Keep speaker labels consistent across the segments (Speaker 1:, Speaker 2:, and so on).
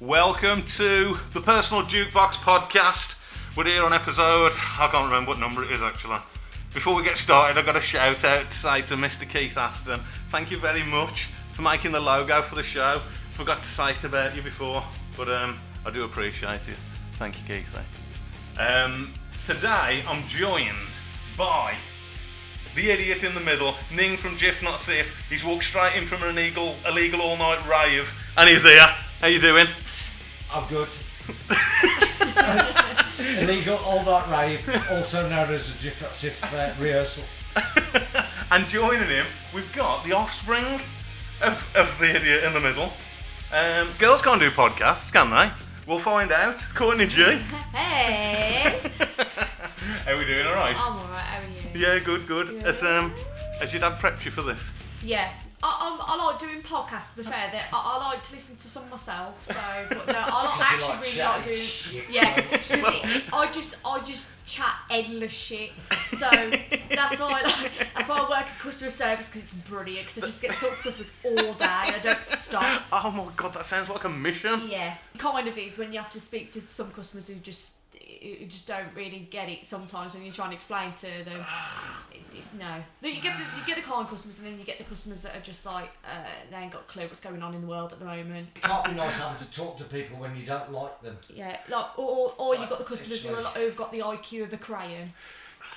Speaker 1: Welcome to the Personal Jukebox Podcast. We're here on episode, I can't remember what number it is actually. Before we get started, I've got a shout out to say to Mr. Keith Aston. Thank you very much for making the logo for the show. Forgot to say it about you before, but um, I do appreciate it. Thank you, Keith. eh? Um, today, I'm joined by the idiot in the middle, Ning from Jiff Not Safe. He's walked straight in from an illegal, illegal all night rave, and he's here. How you doing?
Speaker 2: I'm good. Illegal all night rave, also known as a GIF that's if uh, rehearsal.
Speaker 1: and joining him, we've got the offspring of, of the idiot in the middle. Um, girls can't do podcasts, can they? We'll find out. Courtney G.
Speaker 3: Hey!
Speaker 1: How we doing? All right.
Speaker 3: I'm alright, how are you?
Speaker 1: Yeah, good, good. As um, as your dad prepped you for this.
Speaker 3: Yeah. I, I'm, I like doing podcasts, to be fair. That I, I like to listen to some myself, so but no, I like, actually really like doing.
Speaker 2: shit.
Speaker 3: Yeah, because I just I just chat endless shit. So that's why I like, that's why I work at customer service because it's brilliant. Because I just get to talk to customers all day. I don't stop.
Speaker 1: Oh my god, that sounds like a mission.
Speaker 3: Yeah, kind of is when you have to speak to some customers who just who just don't really get it sometimes when you try and explain to them. It- It's, no, No, you get the, you get the kind customers, and then you get the customers that are just like uh, they ain't got a clue what's going on in the world at the moment.
Speaker 2: Can't be nice having to talk to people when you don't like them.
Speaker 3: Yeah, like or, or, or you got the customers who are
Speaker 2: It's
Speaker 3: like, who've got the IQ of a crayon,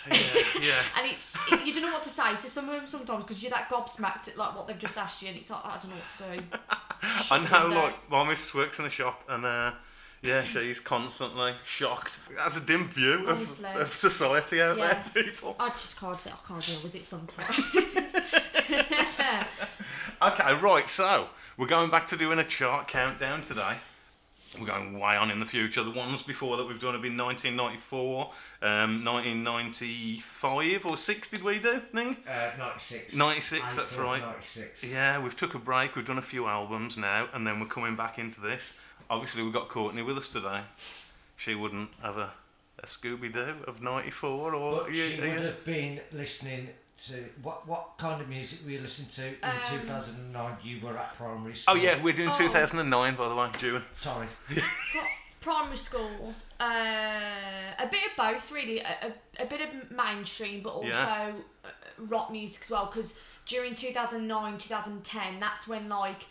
Speaker 1: Yeah, yeah.
Speaker 3: and it's it, you don't know what to say to some of them sometimes because you're that gobsmacked at like what they've just asked you, and it's like I don't know what to do.
Speaker 1: I
Speaker 3: Shut
Speaker 1: know,
Speaker 3: them down.
Speaker 1: like, my missus works in a shop and, uh, yeah, she's constantly shocked. That's a dim view of,
Speaker 3: Honestly.
Speaker 1: of society out
Speaker 3: Yeah.
Speaker 1: there, people.
Speaker 3: I just can't I can't deal with it sometimes.
Speaker 1: Okay, right, so we're going back to doing a chart countdown today. We're going way on in the future. The ones before that we've done have been 1994, um, 1995 or 6, did we do, Ning?
Speaker 2: Uh, 96.
Speaker 1: 96, that's
Speaker 2: April
Speaker 1: right.
Speaker 2: 96.
Speaker 1: Yeah, we've took a break, we've done a few albums now, and then we're coming back into this. Obviously, we've got Courtney with us today. She wouldn't have a, a Scooby Doo of 94 or.
Speaker 2: But
Speaker 1: yeah,
Speaker 2: she
Speaker 1: yeah.
Speaker 2: would have been listening to. What, what kind of music were you listening to in
Speaker 3: Um,
Speaker 2: 2009? You were at primary school.
Speaker 1: Oh, yeah, we're doing
Speaker 3: Oh.
Speaker 1: 2009, by the way, June.
Speaker 2: Sorry.
Speaker 3: Pri- primary school, uh, a bit of both, really. A, a, a bit of mainstream, but also
Speaker 1: Yeah.
Speaker 3: uh rock music as well. Because during 2009, 2010, that's when like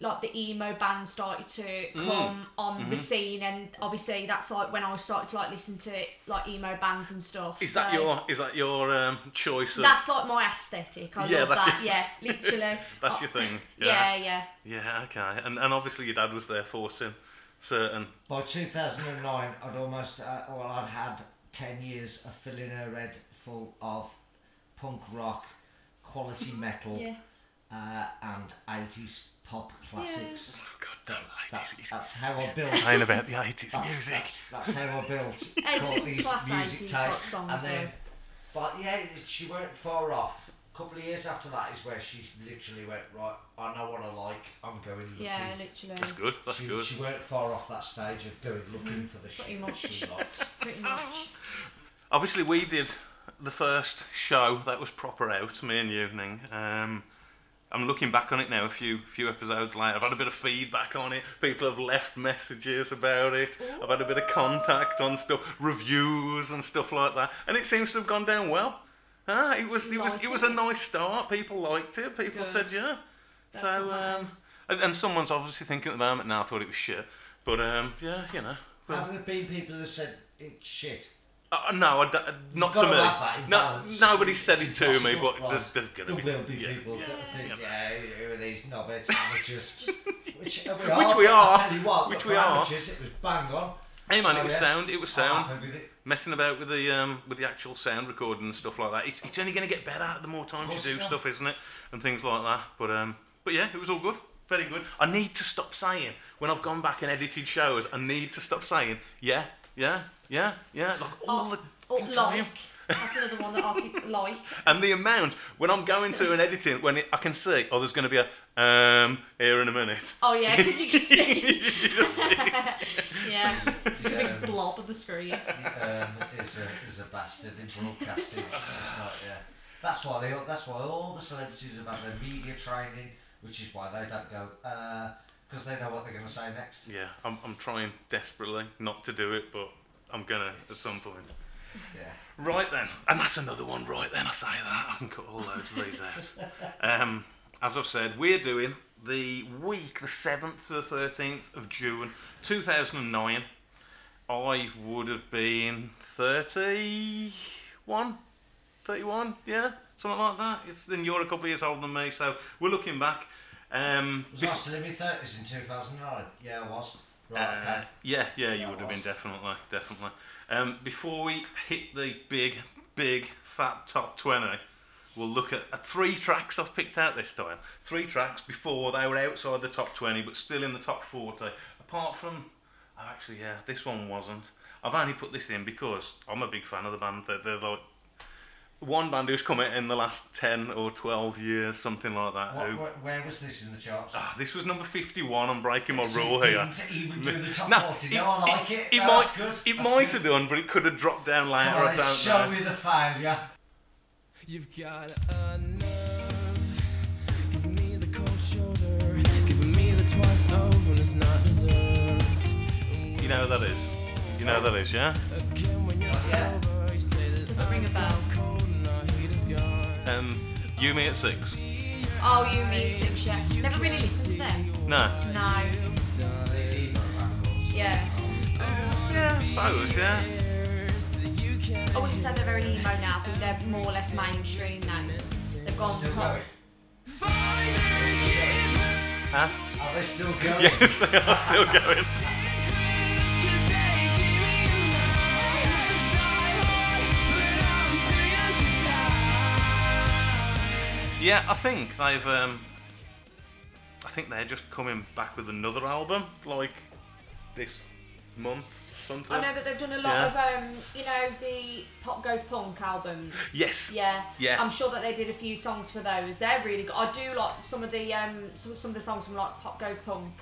Speaker 3: like the emo band started to
Speaker 1: Mm.
Speaker 3: come on
Speaker 1: Mm-hmm.
Speaker 3: the scene, and obviously that's like when I started to like listen to like emo bands and stuff.
Speaker 1: Is that
Speaker 3: so-
Speaker 1: your is that your um, choice of.
Speaker 3: That's like my aesthetic. I
Speaker 1: Yeah,
Speaker 3: love
Speaker 1: that's
Speaker 3: that. Yeah, literally.
Speaker 1: That's
Speaker 3: I-
Speaker 1: your thing.
Speaker 3: Yeah, yeah.
Speaker 1: Yeah, okay. And, and obviously your dad was there forcing certain.
Speaker 2: By 2009, I'd almost, uh, well, I'd had 10 years of filling her head full of punk rock, quality metal,
Speaker 3: Mm-hmm. Yeah.
Speaker 2: uh, and 80s pop classics.
Speaker 1: Oh, God
Speaker 2: That's, that's, that's how I built.
Speaker 1: Lying about the 80s
Speaker 2: That's,
Speaker 1: music.
Speaker 2: that's, that's how I built
Speaker 3: And
Speaker 2: Courtney's
Speaker 3: plus
Speaker 2: music
Speaker 3: 80s
Speaker 2: taste.
Speaker 3: rock songs,
Speaker 2: and then,
Speaker 3: though.
Speaker 2: but yeah, she went far off. A couple of years after that is where she literally went, right, I know what I like, I'm going looking.
Speaker 3: Yeah, literally.
Speaker 1: That's good, that's
Speaker 2: she,
Speaker 1: good.
Speaker 2: she weren't far off that stage of going looking for the shit that
Speaker 3: much.
Speaker 2: she liked.
Speaker 3: Pretty much.
Speaker 1: Obviously, we did the first show that was proper out, me and you, Ning. Um, I'm looking back on it now, a few few episodes later. I've had a bit of feedback on it. People have left messages about it. I've had a bit of contact on stuff, reviews and stuff like that, and it seems to have gone down well. Ah, it was it was it was a nice start. People liked it. People
Speaker 3: Good.
Speaker 1: said yeah.
Speaker 3: That's
Speaker 1: so
Speaker 3: what
Speaker 1: um,
Speaker 3: matters.
Speaker 1: and, and someone's obviously thinking at the moment now. I thought it was shit, but um, yeah, you know. well-
Speaker 2: Have there been people who said it's shit?
Speaker 1: Uh, no, I d- uh, not to
Speaker 2: Gotta
Speaker 1: me.
Speaker 2: have that in
Speaker 1: no,
Speaker 2: balance.
Speaker 1: nobody said
Speaker 2: It's
Speaker 1: it to me,
Speaker 2: impossible.
Speaker 1: but
Speaker 2: Right.
Speaker 1: there's, there's gonna
Speaker 2: There
Speaker 1: be,
Speaker 2: will be
Speaker 1: yeah,
Speaker 2: people
Speaker 1: yeah.
Speaker 2: that think, yeah, who are these knobheads amateurs? which, we
Speaker 1: Which we are.
Speaker 2: I tell you what,
Speaker 1: Which
Speaker 2: but
Speaker 1: we
Speaker 2: for
Speaker 1: are.
Speaker 2: amateurs, it was bang on.
Speaker 1: Hey man,
Speaker 2: So,
Speaker 1: it was
Speaker 2: yeah, Ah,
Speaker 1: sound. It was
Speaker 2: I'm
Speaker 1: sound.
Speaker 2: happy with it.
Speaker 1: Messing about with the um, with the actual sound recording and stuff like that. It's, it's only going to get better the more times you
Speaker 2: course
Speaker 1: do
Speaker 2: it will.
Speaker 1: stuff, isn't it? And things like that. But um, but yeah, it was all good. Very good. I need to stop saying when I've gone back and edited shows. I need to stop saying yeah, yeah, yeah, yeah, like
Speaker 2: Oh,
Speaker 1: all the
Speaker 3: Or
Speaker 1: fucking time.
Speaker 3: like. That's another one that I could like.
Speaker 1: And the amount when I'm going through and editing, when it, I can see, oh, there's going to be a um here in a minute.
Speaker 3: Oh yeah, because you can see.
Speaker 1: You just see.
Speaker 3: yeah, it's just a big
Speaker 2: Yeah.
Speaker 3: blob on the screen.
Speaker 2: um, is a is a bastard in broadcasting. It's not, yeah. That's why they. all- That's why all the celebrities have had their media training, which is why they don't go because they know what they're going to say next.
Speaker 1: yeah, I'm, I'm trying desperately not to do it, but I'm gonna at some point.
Speaker 2: Yeah.
Speaker 1: Right then, and that's another one. Right then, I say that I can cut all those of these out. Um, as I've said, we're doing the week, the seventh to the thirteenth of June, two thousand and nine. I would have been 31, 31, yeah, something like that. It's, then you're a couple of years older than me, so we're looking back. Um,
Speaker 2: Was
Speaker 1: bef-
Speaker 2: I still in my thirties in two thousand nine? Yeah, I was. Right.
Speaker 1: uh,
Speaker 2: okay.
Speaker 1: yeah, yeah, you
Speaker 2: Yeah,
Speaker 1: would have been
Speaker 2: awesome.
Speaker 1: definitely, definitely. Um, before we hit the big, big fat top twenty, we'll look at, at three tracks I've picked out this time. Three tracks before they were outside the top twenty, but still in the top forty. Apart from, oh, actually, yeah, this one wasn't. I've only put this in because I'm a big fan of the band. They're, they're like one band who's come out in the last ten or twelve years, something like that.
Speaker 2: What,
Speaker 1: who-
Speaker 2: where, where was this in the charts?
Speaker 1: oh. Ah, this was number fifty-one. I'm breaking my
Speaker 2: So you
Speaker 1: rule here.
Speaker 2: Didn't even do the top
Speaker 1: No,
Speaker 2: forty. No, I like it.
Speaker 1: It
Speaker 2: No,
Speaker 1: might,
Speaker 2: that's good.
Speaker 1: it
Speaker 2: That's
Speaker 1: might have
Speaker 2: good.
Speaker 1: done, but it could have dropped down later.
Speaker 2: All
Speaker 1: I
Speaker 2: right,
Speaker 1: don't
Speaker 2: show
Speaker 1: know.
Speaker 2: me the failure.
Speaker 4: You've got enough. Give me the cold shoulder. Give me the twice over when it's not deserved. And
Speaker 1: You know who that is. You know who that is, yeah.
Speaker 4: Again, when you're
Speaker 2: Yeah.
Speaker 4: sober, you say that
Speaker 3: Does it ring a bell?
Speaker 4: cold and our heat is gone.
Speaker 1: Um, you me at six.
Speaker 3: Oh, you mean six? Yeah, never really listened to them.
Speaker 1: No.
Speaker 3: No.
Speaker 2: These emo records.
Speaker 3: Yeah.
Speaker 1: Yeah, I suppose. Yeah.
Speaker 3: I wouldn't say they're very emo now. I think they're more or less mainstream now. They've gone
Speaker 2: Still
Speaker 3: pop.
Speaker 2: going.
Speaker 1: Huh?
Speaker 2: Are they still going?
Speaker 1: Yes, they are still going. Yeah, I think they've. Um, I think they're just coming back with another album, like this month, something.
Speaker 3: I know that they've done a lot
Speaker 1: Yeah.
Speaker 3: of, um, you know, the Pop Goes Punk albums.
Speaker 1: Yes.
Speaker 3: Yeah.
Speaker 1: Yeah.
Speaker 3: I'm sure that they did a few songs for those. They're really good. I do like some of the um some, some of the songs from like Pop Goes Punk.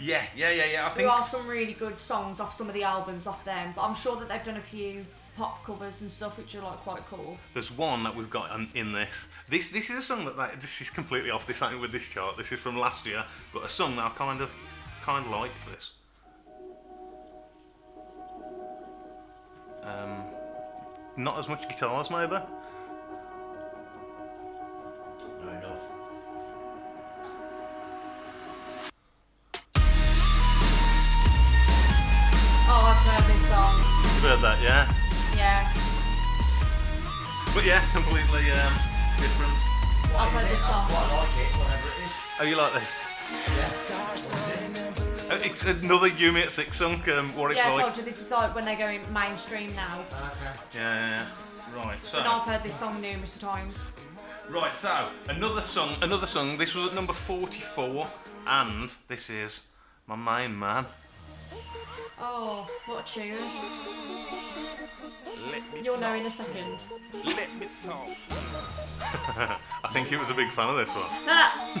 Speaker 1: Yeah, yeah, yeah, yeah. I
Speaker 3: There
Speaker 1: think.
Speaker 3: are some really good songs off some of the albums off them, but I'm sure that they've done a few pop covers and stuff which are like quite cool.
Speaker 1: There's one that we've got in, in this. This this is a song that like, this is completely off. This ain't with this chart. This is from last year, but a song that I kind of kind of like this. Um, not as much guitars maybe.
Speaker 2: No, enough.
Speaker 3: Oh, I've heard this song.
Speaker 1: You've heard that, yeah.
Speaker 3: Yeah.
Speaker 1: But yeah, completely um, different.
Speaker 3: I've
Speaker 2: Is
Speaker 3: heard
Speaker 2: it?
Speaker 3: this
Speaker 2: I
Speaker 3: song.
Speaker 2: quite like it, whatever it is.
Speaker 1: Oh, you like this? Oh, It's another Yumi at Six song. Um, what it's
Speaker 3: Yeah, I
Speaker 1: like.
Speaker 3: told you this is like when they're going mainstream now.
Speaker 2: Okay.
Speaker 1: Yeah, yeah, yeah. Right. So.
Speaker 3: And I've heard this song numerous times.
Speaker 1: Right, so another song, another song. This was at number 44, and this is my main man.
Speaker 3: Oh, what a tune. You'll know in a second.
Speaker 1: I think he was a big fan of this one.
Speaker 3: Ah!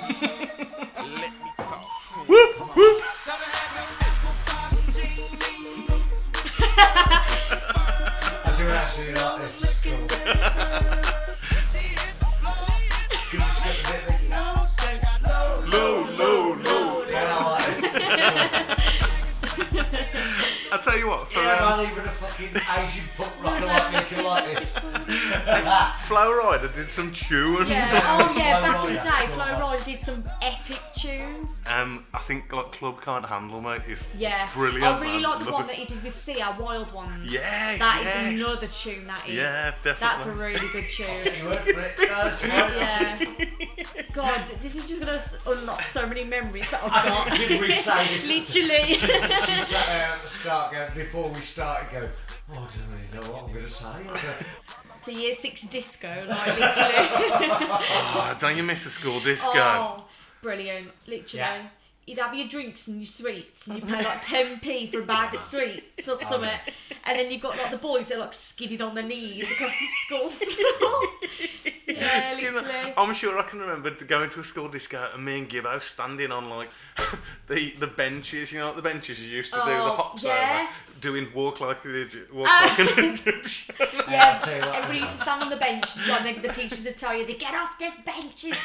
Speaker 1: Whoop whoop.
Speaker 2: I do actually like this. It's cool. you just get the bit that-
Speaker 1: Low, low, low.
Speaker 2: Yeah, I like this. It's cool.
Speaker 1: I tell you what, for um,
Speaker 2: Not even a fucking Asian punk rocker like me can like this.
Speaker 1: um, Flow Rider did some tunes.
Speaker 3: Yeah. Oh yeah,
Speaker 2: Flo
Speaker 3: back in the
Speaker 2: Rida.
Speaker 3: day, Flo Rida did some epic tunes.
Speaker 1: Um, I think like Club Can't Handle Me is
Speaker 3: Yeah.
Speaker 1: brilliant.
Speaker 3: I really
Speaker 1: man.
Speaker 3: like the
Speaker 1: Love
Speaker 3: one
Speaker 1: it.
Speaker 3: that he did with Sia, Wild Ones.
Speaker 1: Yes,
Speaker 3: That is
Speaker 1: yes.
Speaker 3: another tune that is.
Speaker 1: Yeah, definitely.
Speaker 3: That's a really good tune.
Speaker 2: You work for it. No, it's fine.
Speaker 3: yeah. God, th- this is just gonna s- unlock so many memories that I've
Speaker 2: I
Speaker 3: got.
Speaker 2: did- did we say this?
Speaker 3: Literally.
Speaker 2: She sat there at the start going, before we started going, oh, I don't really know what I'm going to say. I don't-
Speaker 3: to year six disco, like
Speaker 1: Oh,
Speaker 3: literally.
Speaker 1: don't Ah, you miss a school disco?
Speaker 3: oh, brilliant. Literally.
Speaker 2: Yeah.
Speaker 3: you'd have your drinks and your sweets, and you pay like ten p for a bag of sweets
Speaker 2: Oh,
Speaker 3: or something, and then you've got like the boys that are like skidded on their knees across the school floor. yeah,
Speaker 1: Excuse me,
Speaker 3: literally.
Speaker 1: I'm sure I can remember to going to a school disco and me and Gibbo standing on like the the benches, you know, like the benches you used to do the
Speaker 3: Oh,
Speaker 1: hops
Speaker 3: yeah.
Speaker 1: over, doing walk like an idiot, walk
Speaker 3: Ah.
Speaker 1: like an Egyptian.
Speaker 3: Yeah,
Speaker 2: tell you what.
Speaker 3: everybody used to stand on the benches when they, the teachers would tell you to get off this benches.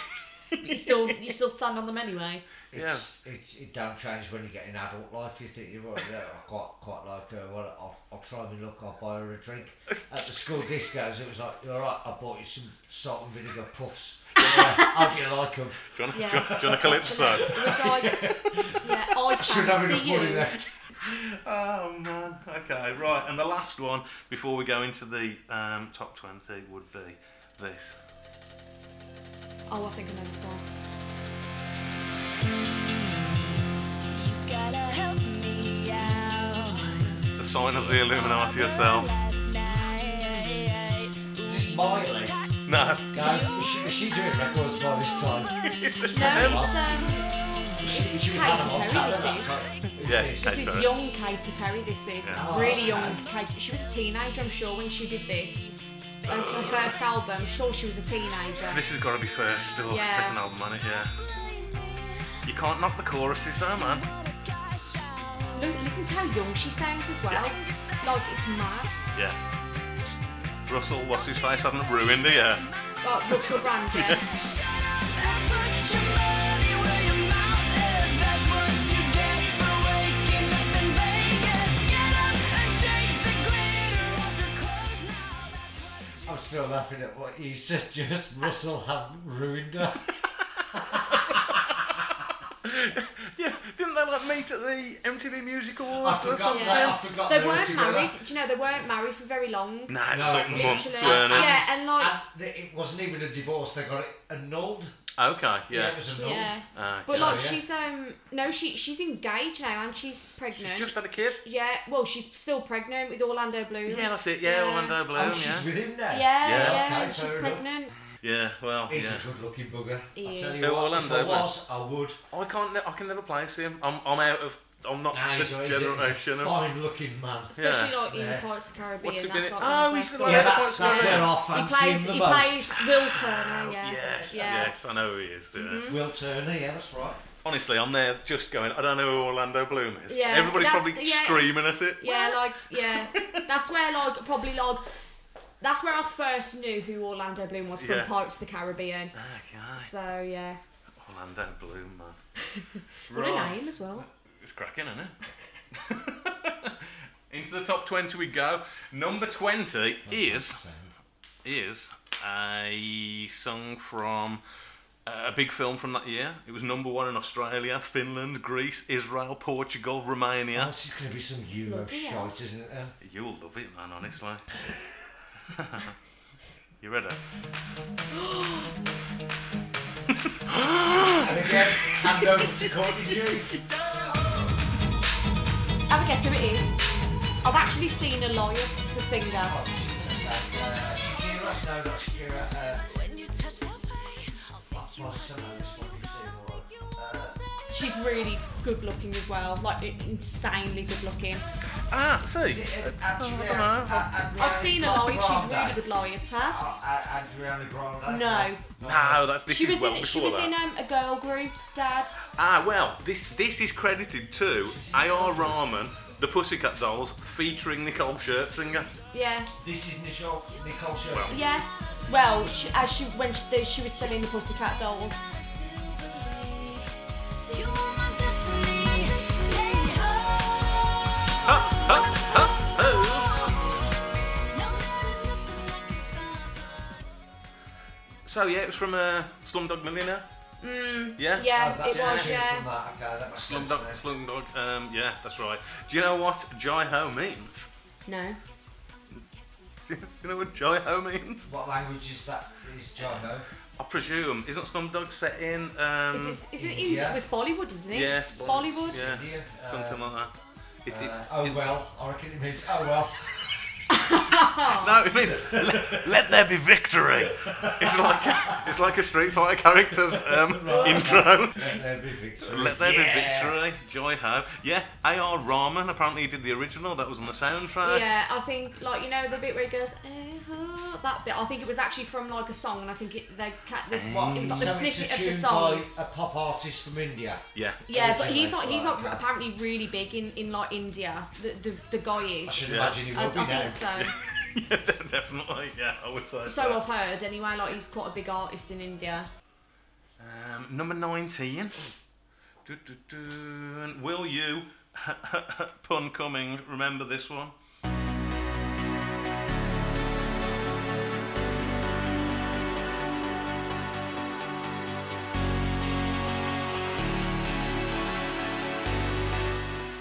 Speaker 3: But you still you still stand on them anyway.
Speaker 2: It's, it's, it don't change when you get in adult life. You think you're right. Yeah, I quite quite like her. Well, I'll, I'll try my luck. I'll buy her a drink. At the school discos, it was like, you're right. I bought you some salt and vinegar puffs. Yeah, How do you like them?
Speaker 1: Do you want
Speaker 3: Yeah.
Speaker 1: to a calypso?
Speaker 3: It was like, yeah, I
Speaker 2: Should have enough
Speaker 3: fancy
Speaker 2: money
Speaker 3: you.
Speaker 2: left.
Speaker 1: Oh man. Okay, right. And the last one before we go into the um, top 20 would be this.
Speaker 3: Oh, I think I know this one.
Speaker 5: You gotta help me out.
Speaker 1: The sign of the
Speaker 3: Oh,
Speaker 1: Illuminati yourself.
Speaker 5: Last night.
Speaker 2: Is this Miley?
Speaker 1: No.
Speaker 2: No, is she, is she doing records by this time?
Speaker 3: No, it's um,
Speaker 2: She,
Speaker 3: This is
Speaker 2: she was
Speaker 3: Katy
Speaker 2: Hannah
Speaker 3: Perry,
Speaker 2: Montana.
Speaker 3: this
Speaker 2: that
Speaker 3: is.
Speaker 2: time. Who's
Speaker 1: Yeah,
Speaker 2: this?
Speaker 1: Katy
Speaker 3: this
Speaker 1: Sorry.
Speaker 3: is young Katy Perry. This is
Speaker 1: Yeah.
Speaker 3: really young Katy. She was a teenager, I'm sure, when she did this. Her, her first album, I'm sure she was a teenager.
Speaker 1: This has got to be first or
Speaker 3: Yeah.
Speaker 1: second album, man. Yeah. You can't knock the choruses though, man.
Speaker 3: Look, listen to how young she sounds as well. Like it's mad.
Speaker 1: Yeah. Russell, what's his face? Hadn't ruined it, yeah.
Speaker 3: Like Russell Brand. Yeah.
Speaker 2: I'm still laughing at what you said. Just Russell hadn't ruined her.
Speaker 1: Yeah, didn't they like meet at the MTV Music
Speaker 2: I
Speaker 1: Awards or
Speaker 2: forgot
Speaker 1: something?
Speaker 2: that. I forgot
Speaker 3: They
Speaker 2: were
Speaker 3: weren't
Speaker 2: together.
Speaker 3: married. Do you know they weren't married for very long?
Speaker 1: No, it was
Speaker 2: No,
Speaker 1: like
Speaker 2: it was
Speaker 1: months,
Speaker 3: Literally.
Speaker 1: weren't it?
Speaker 3: Yeah, and like.
Speaker 2: And th- it wasn't even a divorce. They got it annulled.
Speaker 1: Okay, yeah.
Speaker 2: it was annulled.
Speaker 3: Yeah.
Speaker 1: Ah,
Speaker 3: But
Speaker 2: So,
Speaker 3: like
Speaker 2: Oh, yeah.
Speaker 3: she's um no she she's engaged now and she's pregnant.
Speaker 1: she's just had a kid.
Speaker 3: Yeah, well she's still pregnant with Orlando Bloom.
Speaker 1: Yeah, that's it. Yeah,
Speaker 3: Yeah.
Speaker 1: Orlando Bloom.
Speaker 2: Oh,
Speaker 1: yeah.
Speaker 2: she's with him now.
Speaker 3: Yeah, yeah,
Speaker 2: okay,
Speaker 3: she's
Speaker 2: fair enough.
Speaker 3: pregnant.
Speaker 1: yeah. Well.
Speaker 2: He's
Speaker 1: yeah.
Speaker 2: a good-looking bugger.
Speaker 3: He
Speaker 2: I tell
Speaker 3: is.
Speaker 2: you
Speaker 1: Who,
Speaker 2: what,
Speaker 1: Orlando
Speaker 2: if I
Speaker 1: Bloom?
Speaker 2: was, I would.
Speaker 1: I can't. Ne- I can never place him. I'm. I'm out of. I'm not
Speaker 2: Nah,
Speaker 1: the
Speaker 2: he's, a- he's, a, he's a
Speaker 1: generation of.
Speaker 2: fine-looking man.
Speaker 3: Especially like in
Speaker 2: Yeah.
Speaker 3: parts of the Caribbean.
Speaker 1: What's he
Speaker 3: that's
Speaker 1: been
Speaker 3: like
Speaker 1: in-
Speaker 3: one of
Speaker 1: Oh,
Speaker 3: my
Speaker 1: he's the
Speaker 3: songs.
Speaker 1: one
Speaker 2: Yeah,
Speaker 1: Yeah,
Speaker 2: that's,
Speaker 1: that's
Speaker 2: that's
Speaker 1: right.
Speaker 2: where I
Speaker 3: He
Speaker 2: fancy
Speaker 3: plays
Speaker 2: him the
Speaker 3: he
Speaker 2: most.
Speaker 3: plays Will Turner, yeah.
Speaker 1: Oh, Yes.
Speaker 3: yeah. Mm-hmm.
Speaker 1: Yes. I know who he is. Yeah.
Speaker 2: Will Turner, yeah, that's right.
Speaker 1: Honestly, I'm there just going. I don't know who Orlando Bloom is.
Speaker 3: Yeah,
Speaker 1: Everybody's
Speaker 3: that's-
Speaker 1: probably
Speaker 3: yeah,
Speaker 1: screaming at it.
Speaker 3: Yeah, like yeah. That's where like probably like that's where I first knew who Orlando Bloom was from
Speaker 1: Yeah.
Speaker 3: Pirates of the Caribbean.
Speaker 1: Okay.
Speaker 3: So yeah.
Speaker 1: Orlando Bloom, man.
Speaker 3: What a name as well.
Speaker 1: It's cracking, isn't it? Into the top 20 we go. Number 20 is is a song from uh, a big film from that year. It was number one in Australia, Finland, Greece, Israel, Portugal, Romania.
Speaker 2: This is going to be some Euro
Speaker 3: Bloody hell.
Speaker 2: shite, isn't it? then?
Speaker 1: You'll love it, man, honestly. you ready?
Speaker 2: And again, hand over to Courtney G. uh,
Speaker 3: Have a guess who it is. I've actually seen a live the singer.
Speaker 2: Shakira, no, not Shakira. Uh, what, what's the name of this one you've seen, what, uh,
Speaker 3: She's really good looking as well, like insanely good looking.
Speaker 1: Ah, see.
Speaker 2: Is it
Speaker 1: Uh,
Speaker 2: Adriana-
Speaker 1: I dunno.
Speaker 2: A- Adriana
Speaker 3: I've seen her
Speaker 1: Oh,
Speaker 3: live, she's really
Speaker 2: Grande?
Speaker 3: good live. Huh?
Speaker 2: A- A- Adriana Grande?
Speaker 3: No.
Speaker 1: No, that, this
Speaker 3: She
Speaker 1: is
Speaker 3: was
Speaker 1: well
Speaker 3: in she
Speaker 1: before
Speaker 3: was
Speaker 1: that.
Speaker 3: in um, a girl group, Dad.
Speaker 1: Ah, well, this this is credited to A.R. Rahman, the Pussycat Dolls, featuring Nicole Scherzinger.
Speaker 3: Yeah.
Speaker 2: This is Nicole, Nicole Oh, Scherzinger.
Speaker 3: Yeah. Well, she, as she when she, the, she was selling the Pussycat Dolls.
Speaker 1: So yeah, it was from uh, Slumdog Millionaire. Mm, yeah.
Speaker 3: Yeah,
Speaker 2: Oh, that's
Speaker 3: it was.
Speaker 2: different
Speaker 3: Yeah.
Speaker 2: From that. Okay, that makes
Speaker 1: Slumdog,
Speaker 2: sense then.
Speaker 1: Slumdog. Um, yeah, that's right. Do you know what Jai Ho means?
Speaker 3: No.
Speaker 1: Do you know what Jai Ho means?
Speaker 2: What language is that? Is Jono?
Speaker 1: I presume isn't Slumdog set in? Um,
Speaker 3: Is it, is it
Speaker 2: India?
Speaker 3: in, it was Bollywood, isn't it?
Speaker 1: Yes,
Speaker 3: It's Bollywood.
Speaker 1: Yeah,
Speaker 2: India?
Speaker 1: something
Speaker 2: Uh,
Speaker 1: like that. It, it-
Speaker 2: Uh, oh
Speaker 1: it-
Speaker 2: well, I reckon it means oh well.
Speaker 1: No, it means let, let there be victory. It's like a, it's like a Street Fighter character's um, intro.
Speaker 2: Let there be victory.
Speaker 1: Let there
Speaker 2: Yeah.
Speaker 1: be victory. Joy ho. Yeah, A.R. Rahman. Apparently, he did the original. That was on the soundtrack.
Speaker 3: Yeah, I think like you know the bit where he goes eh, huh, that bit. I think it was actually from like a song, and I think it they ca- this
Speaker 2: What,
Speaker 3: it was like
Speaker 2: Um, so
Speaker 3: the
Speaker 2: it's a
Speaker 3: snippet of the
Speaker 2: tune
Speaker 3: song.
Speaker 2: by a pop artist from India.
Speaker 1: Yeah.
Speaker 3: Yeah, but he's not
Speaker 2: originally,
Speaker 3: he's not
Speaker 2: right, okay.
Speaker 3: apparently really big in, in like India. The the, the guy
Speaker 2: I
Speaker 3: is.
Speaker 2: should
Speaker 1: Yeah.
Speaker 2: imagine he
Speaker 3: I,
Speaker 2: will be
Speaker 3: I
Speaker 2: now.
Speaker 3: think so.
Speaker 1: Yeah, de- definitely. Yeah, I would say
Speaker 3: So I've heard anyway. Like he's quite a big artist in India.
Speaker 1: Um, number 19. Du- du- du. Will you, pun coming, remember this one?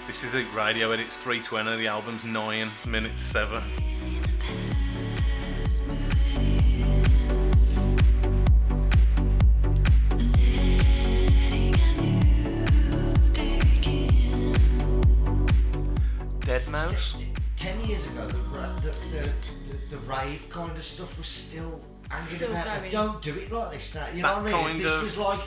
Speaker 1: This is a radio edit, it's 320, the album's 9 minutes 7. Dead Mouse?
Speaker 2: Ten years ago, the, ra- the, the, the, the rave kind of stuff was still hanging
Speaker 3: Still
Speaker 2: about. They
Speaker 3: going.
Speaker 2: don't do it like this now.
Speaker 1: That
Speaker 2: You know what I mean?
Speaker 1: kind
Speaker 2: If this
Speaker 1: of-
Speaker 2: was like,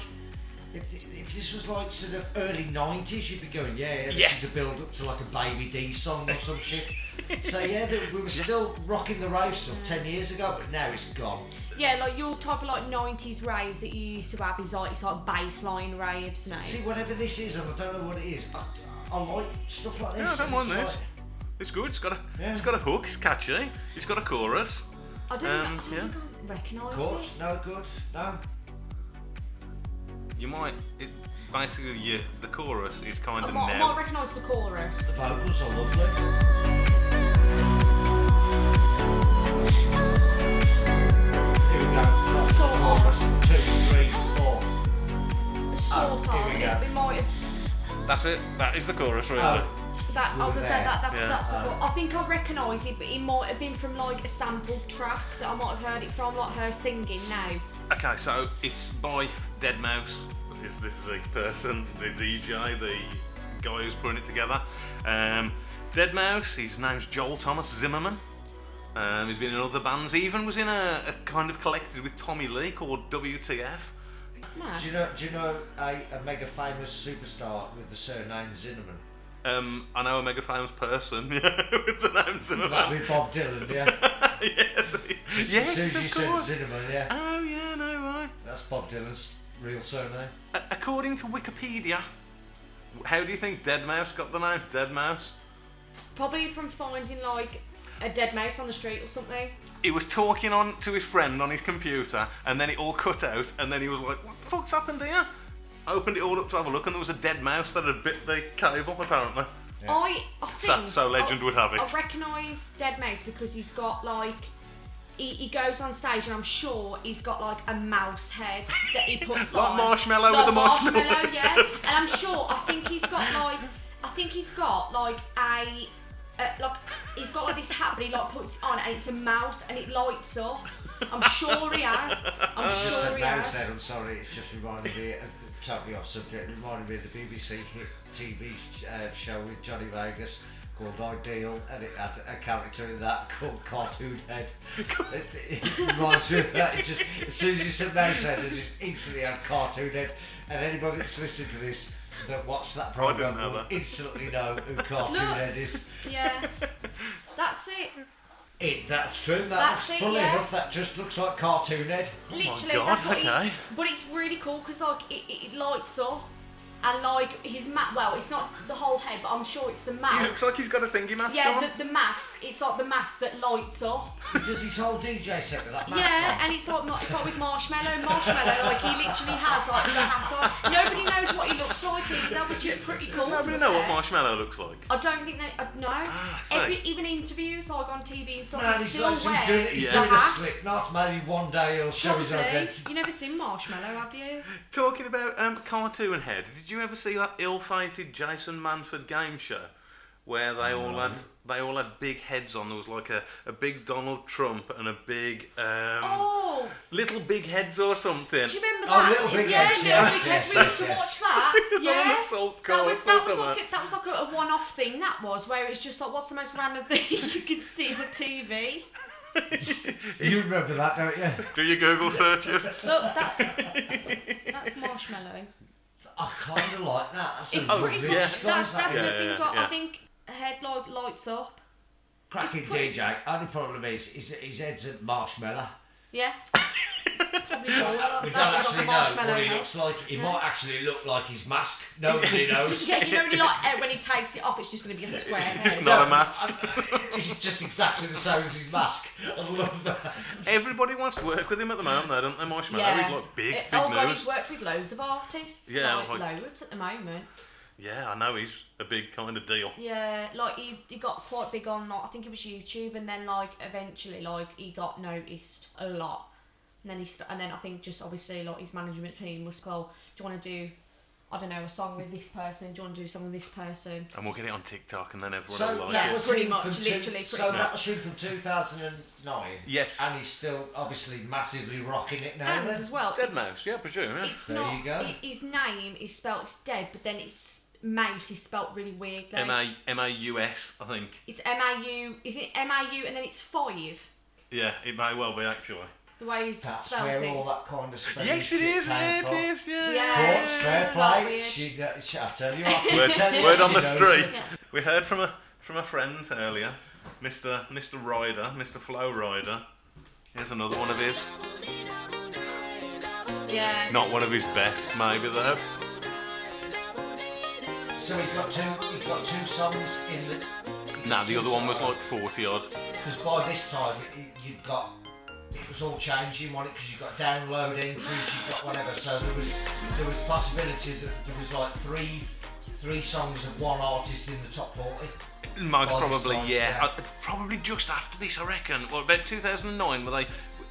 Speaker 2: if, if this was like sort of early '90s, you'd be going, yeah, yeah this
Speaker 1: Yeah.
Speaker 2: is a build up to like a Baby D song or some shit. So yeah, the, we were still rocking the rave stuff ten years ago, but now it's gone.
Speaker 3: Yeah, like your type of like '90s raves that you used to have is like it's like baseline raves now.
Speaker 2: See, whatever this is, and I don't know what it is. I, I like stuff like this.
Speaker 1: Yeah, I don't
Speaker 2: and
Speaker 1: mind
Speaker 2: it's
Speaker 1: this.
Speaker 2: like-
Speaker 1: It's good, it's got, a,
Speaker 2: Yeah.
Speaker 1: it's got a hook, it's catchy, it's got a chorus.
Speaker 3: I don't,
Speaker 1: Um,
Speaker 3: think, I,
Speaker 1: yeah.
Speaker 3: don't think I recognise
Speaker 2: Of
Speaker 3: it.
Speaker 2: course, no good, no.
Speaker 1: You might. It, basically, you, the chorus is kind
Speaker 3: I
Speaker 1: of
Speaker 3: might, I
Speaker 1: now.
Speaker 3: might recognise the chorus.
Speaker 2: The vocals are lovely. Here we go. Drop
Speaker 3: Sort
Speaker 2: the
Speaker 3: of.
Speaker 2: chorus. Two, three, four.
Speaker 3: Sort of.
Speaker 2: Oh, here we
Speaker 3: It,
Speaker 2: go.
Speaker 3: it might.
Speaker 1: That's it. That is the chorus, really.
Speaker 2: Oh,
Speaker 3: That I was gonna say
Speaker 2: There.
Speaker 3: that that's
Speaker 1: Yeah.
Speaker 3: that's the chor- I think I recognise it, but it might have been from like a sampled track that I might have heard it from, like her singing now.
Speaker 1: Okay, so it's by Dead Mouse. Is this the person, the DJ, the guy who's putting it together? Um, Dead Mouse. His name's Joel Thomas Zimmerman. Um, he's been in other bands. He even was in a, a kind of collected with Tommy Lee called WTF.
Speaker 3: Mad.
Speaker 2: do you know? Do you know a, a mega famous superstar with the surname Zinnerman?
Speaker 1: Um, I know a mega famous person yeah, with the name Zimmerman.
Speaker 2: That'd be Bob Dylan, yeah.
Speaker 1: yes,
Speaker 2: as soon as you
Speaker 1: yes, of
Speaker 2: said
Speaker 1: course.
Speaker 2: Zinnerman, yeah.
Speaker 1: Oh yeah, no right.
Speaker 2: That's Bob Dylan's real surname.
Speaker 1: A- According to Wikipedia, how do you think Dead Mouse got the name Dead Mouse?
Speaker 3: Probably from finding like a dead mouse on the street or something.
Speaker 1: He was talking on to his friend on his computer, and then it all cut out, and then he was like, "What the fuck's happened here?" Opened it all up to have a look, and there was a dead mouse that had bit the cable, apparently.
Speaker 2: Yeah.
Speaker 3: I, I
Speaker 1: So-
Speaker 3: think
Speaker 1: so legend
Speaker 3: I,
Speaker 1: would have it.
Speaker 3: I recognise Dead Mouse because he's got like he, he goes on stage and I'm sure he's got like a mouse head that he puts
Speaker 1: Like
Speaker 3: on.
Speaker 1: Marshmallow with the marshmallow
Speaker 3: yeah. And I'm sure I think he's got like I think he's got like a uh, like he's got like this hat but he like puts it on and it's a mouse and it lights up. I'm sure he has. I'm
Speaker 2: Just
Speaker 3: sure
Speaker 2: said
Speaker 3: he
Speaker 2: no,
Speaker 3: has.
Speaker 2: said I'm sorry. It's just reminded me, uh, totally off subject. It reminded me of the BBC hit TV sh- uh, show with Johnny Vegas called Ideal, and it had a character in that called Cartoon Head. it, it reminds me of that. It just as soon as you said no, said it just instantly had Cartoon Head, and anybody that's listened to this. That watched that
Speaker 1: I didn't
Speaker 2: program
Speaker 1: know
Speaker 2: will
Speaker 1: that.
Speaker 2: instantly know who Cartoon
Speaker 3: No.
Speaker 2: Head is.
Speaker 3: Yeah. That's it.
Speaker 2: It, that's true. That
Speaker 3: That's
Speaker 2: looks
Speaker 3: it,
Speaker 2: funny
Speaker 3: yeah.
Speaker 2: enough. That just looks like Cartoon Head.
Speaker 3: Literally,
Speaker 1: God,
Speaker 3: that's what
Speaker 1: okay.
Speaker 3: he. But it's really cool because like it, it, it lights up, and like his mat. Well, it's not the whole head, but I'm sure it's the
Speaker 1: He
Speaker 3: mask.
Speaker 1: looks like he's got a thingy mask
Speaker 3: Yeah,
Speaker 1: on.
Speaker 3: the, the mask. It's like the mask that lights up.
Speaker 2: He does his whole DJ set with that mask
Speaker 3: yeah,
Speaker 2: on.
Speaker 3: and it's like mar- it's like with marshmallow. Marshmallow, like he literally has like the hat on. Nobody knows what he looks like either, which is pretty cool.
Speaker 1: Does nobody
Speaker 3: to be
Speaker 1: know what
Speaker 3: fair.
Speaker 1: marshmallow looks like?
Speaker 3: I don't think they. Uh, no.
Speaker 1: so-
Speaker 3: Every even interviews like on TV and stuff,
Speaker 2: Man,
Speaker 3: he
Speaker 2: he's,
Speaker 3: still
Speaker 2: like,
Speaker 3: wears
Speaker 2: he's doing, he's
Speaker 1: Yeah.
Speaker 3: the
Speaker 2: doing a
Speaker 3: hat.
Speaker 2: slip knot. Maybe one day he'll show his identity.
Speaker 3: Probably. You never seen marshmallow, have you?
Speaker 1: Talking about um, cartoon head, did you ever see that ill-fated Jason Manford game show where they all had they all had big heads on. There was like a, a big Donald Trump and a big um,
Speaker 3: Oh,
Speaker 1: little big heads or something.
Speaker 3: do you remember
Speaker 2: Oh,
Speaker 3: that?
Speaker 2: Little Big
Speaker 3: yeah,
Speaker 2: Heads,
Speaker 3: Little
Speaker 2: yes,
Speaker 3: Big
Speaker 2: yes,
Speaker 3: Heads. We used to
Speaker 2: yes,
Speaker 3: watch that.
Speaker 1: It's on an
Speaker 3: yeah.
Speaker 1: assault
Speaker 3: That was,
Speaker 1: course
Speaker 3: that,
Speaker 1: or
Speaker 3: was
Speaker 1: something.
Speaker 3: like a, that was like a, a one-off thing. That was where it's just like, what's the most random thing you can see on TV?
Speaker 2: You remember that, don't you?
Speaker 1: Do your Google searches?
Speaker 3: Look, that's that's marshmallow.
Speaker 2: I kind of like that. That's a
Speaker 3: It's pretty
Speaker 2: lovely
Speaker 3: much
Speaker 1: yeah.
Speaker 2: disguise,
Speaker 3: that's that's
Speaker 2: that
Speaker 1: Yeah,
Speaker 3: the
Speaker 1: yeah,
Speaker 2: is.
Speaker 3: things where
Speaker 1: yeah.
Speaker 3: I think headlight lights up.
Speaker 2: cracking
Speaker 3: it's pretty-
Speaker 2: DJ. Only problem is, his, his head's a marshmallow.
Speaker 3: Yeah. Probably more.
Speaker 2: We don't
Speaker 3: That looks like
Speaker 2: actually
Speaker 3: a
Speaker 2: know
Speaker 3: marshmallow
Speaker 2: what he
Speaker 3: head.
Speaker 2: looks like. He
Speaker 3: No.
Speaker 2: might actually look like his mask. Nobody knows.
Speaker 3: Yeah, you know, when he like uh, when he takes it off, it's just going to be a square head.
Speaker 1: It's not a mask.
Speaker 2: It's just exactly the same as his mask. I love that.
Speaker 1: Everybody wants to work with him at the moment, though, don't they, Marshmallow? He's like big,
Speaker 3: It-
Speaker 1: big
Speaker 3: oh god, he's
Speaker 1: nose.
Speaker 3: worked with loads of artists.
Speaker 1: Yeah,
Speaker 3: like,
Speaker 1: like-
Speaker 3: loads at the moment.
Speaker 1: Yeah, I know he's a big kind of deal.
Speaker 3: Yeah, like he, he got quite big on like I think it was YouTube, and then like eventually like he got noticed a lot, and then he st- and then I think just obviously like his management team was well, do you want to do, I don't know, a song with this person? Do you want to do a song with this person?
Speaker 1: And we'll get it on TikTok, and then everyone
Speaker 2: So
Speaker 1: will like
Speaker 3: yeah,
Speaker 2: that
Speaker 1: it.
Speaker 2: was
Speaker 3: pretty
Speaker 2: him
Speaker 3: much,
Speaker 2: from two-
Speaker 3: literally, pretty
Speaker 2: So
Speaker 3: much.
Speaker 2: that was him from 2009.
Speaker 1: Yes.
Speaker 2: And he's still obviously massively rocking it now.
Speaker 3: And
Speaker 2: then.
Speaker 3: as well,
Speaker 1: Dead
Speaker 3: it's-
Speaker 1: mouse, yeah, I presume. Yeah.
Speaker 3: It's
Speaker 2: There
Speaker 3: not.
Speaker 2: you go.
Speaker 3: i- his name is spelled. It's dead, but then it's mouse is spelled really weird. like,
Speaker 1: M A M A U S, I think.
Speaker 3: It's M A U. Is it M A U? And then it's five.
Speaker 1: Yeah, it may well be actually.
Speaker 3: The way he's
Speaker 2: That's
Speaker 3: spelled
Speaker 2: where
Speaker 3: it.
Speaker 2: all that kind of spelling
Speaker 1: Yes, it
Speaker 2: shit
Speaker 1: is.
Speaker 2: came
Speaker 1: It
Speaker 2: from.
Speaker 1: is. Yeah.
Speaker 3: Yeah.
Speaker 2: Courts, fair
Speaker 3: It's not
Speaker 2: play.
Speaker 3: weird.
Speaker 2: She, kno- she, I tell you, what, I
Speaker 1: Word,
Speaker 2: tell you
Speaker 1: word
Speaker 2: she
Speaker 1: on the
Speaker 2: knows
Speaker 1: street.
Speaker 2: it.
Speaker 1: We heard from a from a friend earlier, Mr. Mr. Ryder, Mr. Flow Ryder. Here's another one of his.
Speaker 3: yeah.
Speaker 1: Not one of his best, maybe though.
Speaker 2: So he got two, he got two songs in the.
Speaker 1: Nah, the other one was like 40 odd.
Speaker 2: Because by this time it, it- you'd got it was all changing on it because you got download entries, you got whatever. So there was there was possibility that there was like three three songs of one artist in the top forty.
Speaker 1: Most
Speaker 2: By this
Speaker 1: probably,
Speaker 2: time,
Speaker 1: yeah.
Speaker 2: yeah.
Speaker 1: Uh, probably just after this, I reckon. Well, about 2009, were they?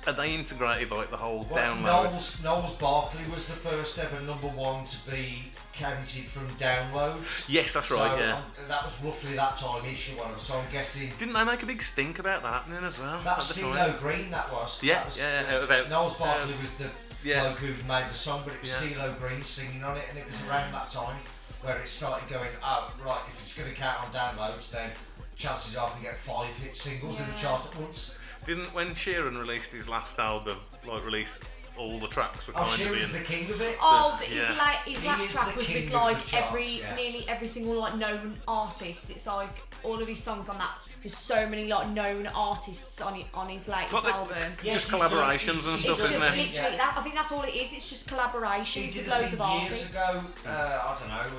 Speaker 1: uh they integrated like the whole
Speaker 2: Well,
Speaker 1: download?
Speaker 2: Knowles, Knowles Barkley was the first ever number one to be counted from downloads.
Speaker 1: Yes, that's right.
Speaker 2: so
Speaker 1: yeah.
Speaker 2: um, that was roughly that time issue one. So I'm guessing
Speaker 1: Didn't they make a big stink about that happening as well?
Speaker 2: That
Speaker 1: at
Speaker 2: was
Speaker 1: the
Speaker 2: CeeLo
Speaker 1: time?
Speaker 2: Green, that was.
Speaker 1: Yeah,
Speaker 2: that was,
Speaker 1: yeah, yeah, about- um,
Speaker 2: Knowles Barkley was the
Speaker 1: yeah.
Speaker 2: bloke who made the song, but it was
Speaker 1: Yeah.
Speaker 2: CeeLo Green singing on it, and it was around that time where it started going, oh, right, if it's going to count on downloads, then chances are we get five hit singles in the
Speaker 3: Yeah.
Speaker 2: chart at once.
Speaker 1: Didn't when Sheeran released his last album, like release all the tracks were
Speaker 2: Oh,
Speaker 1: kind of
Speaker 2: Sheeran's
Speaker 1: in.
Speaker 2: the king of it.
Speaker 3: Oh, but his,
Speaker 1: Yeah.
Speaker 3: la- his
Speaker 2: He
Speaker 3: last
Speaker 2: is
Speaker 3: track
Speaker 2: the
Speaker 3: was
Speaker 2: king of
Speaker 3: with
Speaker 2: the
Speaker 3: like
Speaker 2: charts,
Speaker 3: every,
Speaker 2: yeah.
Speaker 3: nearly every single like known artist. It's like all of his songs on that. There's so many like known artists on it on his latest
Speaker 1: Well, the-
Speaker 3: album.
Speaker 2: Yes,
Speaker 1: just
Speaker 2: he's doing-
Speaker 1: collaborations and
Speaker 2: he's-
Speaker 3: It's
Speaker 1: stuff,
Speaker 3: just
Speaker 1: isn't it?
Speaker 2: Yeah.
Speaker 3: literally that. I think that's all it is. It's just
Speaker 2: He
Speaker 3: collaborations
Speaker 2: did
Speaker 3: with
Speaker 2: a
Speaker 3: loads
Speaker 2: thing
Speaker 3: of
Speaker 2: years
Speaker 3: artists.
Speaker 2: ago, uh, I don't know,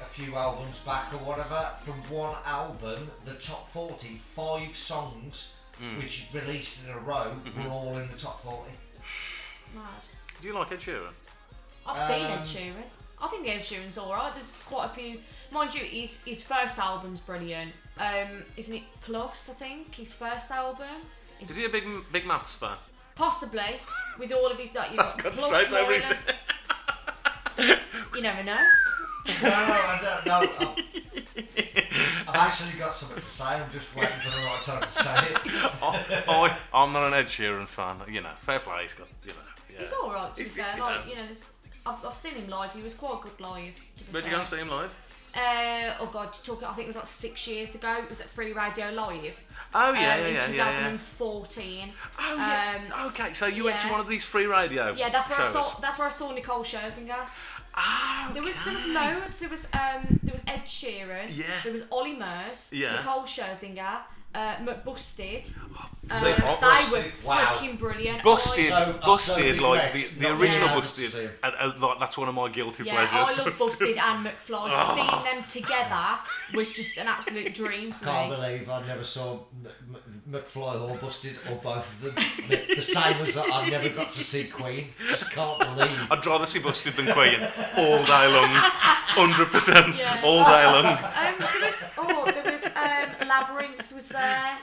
Speaker 2: a few albums back or whatever, from one album, the top 40, five songs which he'd released in a row were all in the top 40.
Speaker 3: Mad.
Speaker 1: Do you like Ed Sheeran?
Speaker 3: I've seen Ed
Speaker 2: Um,
Speaker 3: Sheeran. I think Ed Sheeran's alright. There's quite a few. Mind you, his, his first album's brilliant. Um, isn't it Plus, I think? His first album?
Speaker 1: Is he a big big maths fan?
Speaker 3: Possibly. With all of his. Like, you've got
Speaker 1: gone
Speaker 3: Plus,
Speaker 1: straight over his
Speaker 3: Lawless. You never know.
Speaker 2: no, no, I don't know. I've, I've actually got something to say, I'm just waiting for the right time to say it.
Speaker 1: I, I, Oh, I'm not an Ed Sheeran fan. You know, fair play. He's got you know. Yeah.
Speaker 3: He's alright, to be
Speaker 1: He's-
Speaker 3: fair.
Speaker 1: you
Speaker 3: Like,
Speaker 1: know.
Speaker 3: you know, there's, I've, I've seen him live. He was quite good live. To be
Speaker 1: Where'd you
Speaker 3: fair.
Speaker 1: go and see him live?
Speaker 3: Uh, oh god, you're talking. I think it was like six years ago. It was at Free Radio Live.
Speaker 1: Oh yeah,
Speaker 3: um,
Speaker 1: yeah,
Speaker 3: in
Speaker 1: yeah, yeah, yeah.
Speaker 3: 2014.
Speaker 1: Oh yeah. okay, so you went to
Speaker 3: um, yeah.
Speaker 1: one of these free radio.
Speaker 3: Yeah, that's where
Speaker 1: shows.
Speaker 3: I saw. That's where I saw Nicole Scherzinger.
Speaker 1: Ah,
Speaker 3: There was there was
Speaker 1: okay.
Speaker 3: loads. There was um there was Ed Sheeran.
Speaker 1: Yeah.
Speaker 3: There was Ollie Murs.
Speaker 1: Yeah. Oh,
Speaker 3: Nicole Scherzinger. Uh, McBusted. Um,
Speaker 1: So-
Speaker 3: they were
Speaker 2: Wow.
Speaker 3: freaking brilliant.
Speaker 1: Busted,
Speaker 3: I,
Speaker 2: So-
Speaker 1: busted,
Speaker 2: so
Speaker 1: like the,
Speaker 2: regret
Speaker 1: the
Speaker 2: not
Speaker 1: original
Speaker 3: being able to
Speaker 1: busted.
Speaker 2: see him.
Speaker 1: And, and, like, that's one of my guilty
Speaker 3: yeah,
Speaker 1: pleasures. Oh.
Speaker 3: I love Busted and McFly. So seeing them together was just an absolute dream for
Speaker 2: Can't
Speaker 3: me.
Speaker 2: believe I never saw M- M- McFly or Busted or both of them. The, the same as that I never got to see Queen. Just can't believe.
Speaker 1: I'd rather see Busted than Queen all day long, hundred percent,
Speaker 3: Yeah.
Speaker 1: all day long.
Speaker 3: Um, there was oh, there was um, Labyrinth was there.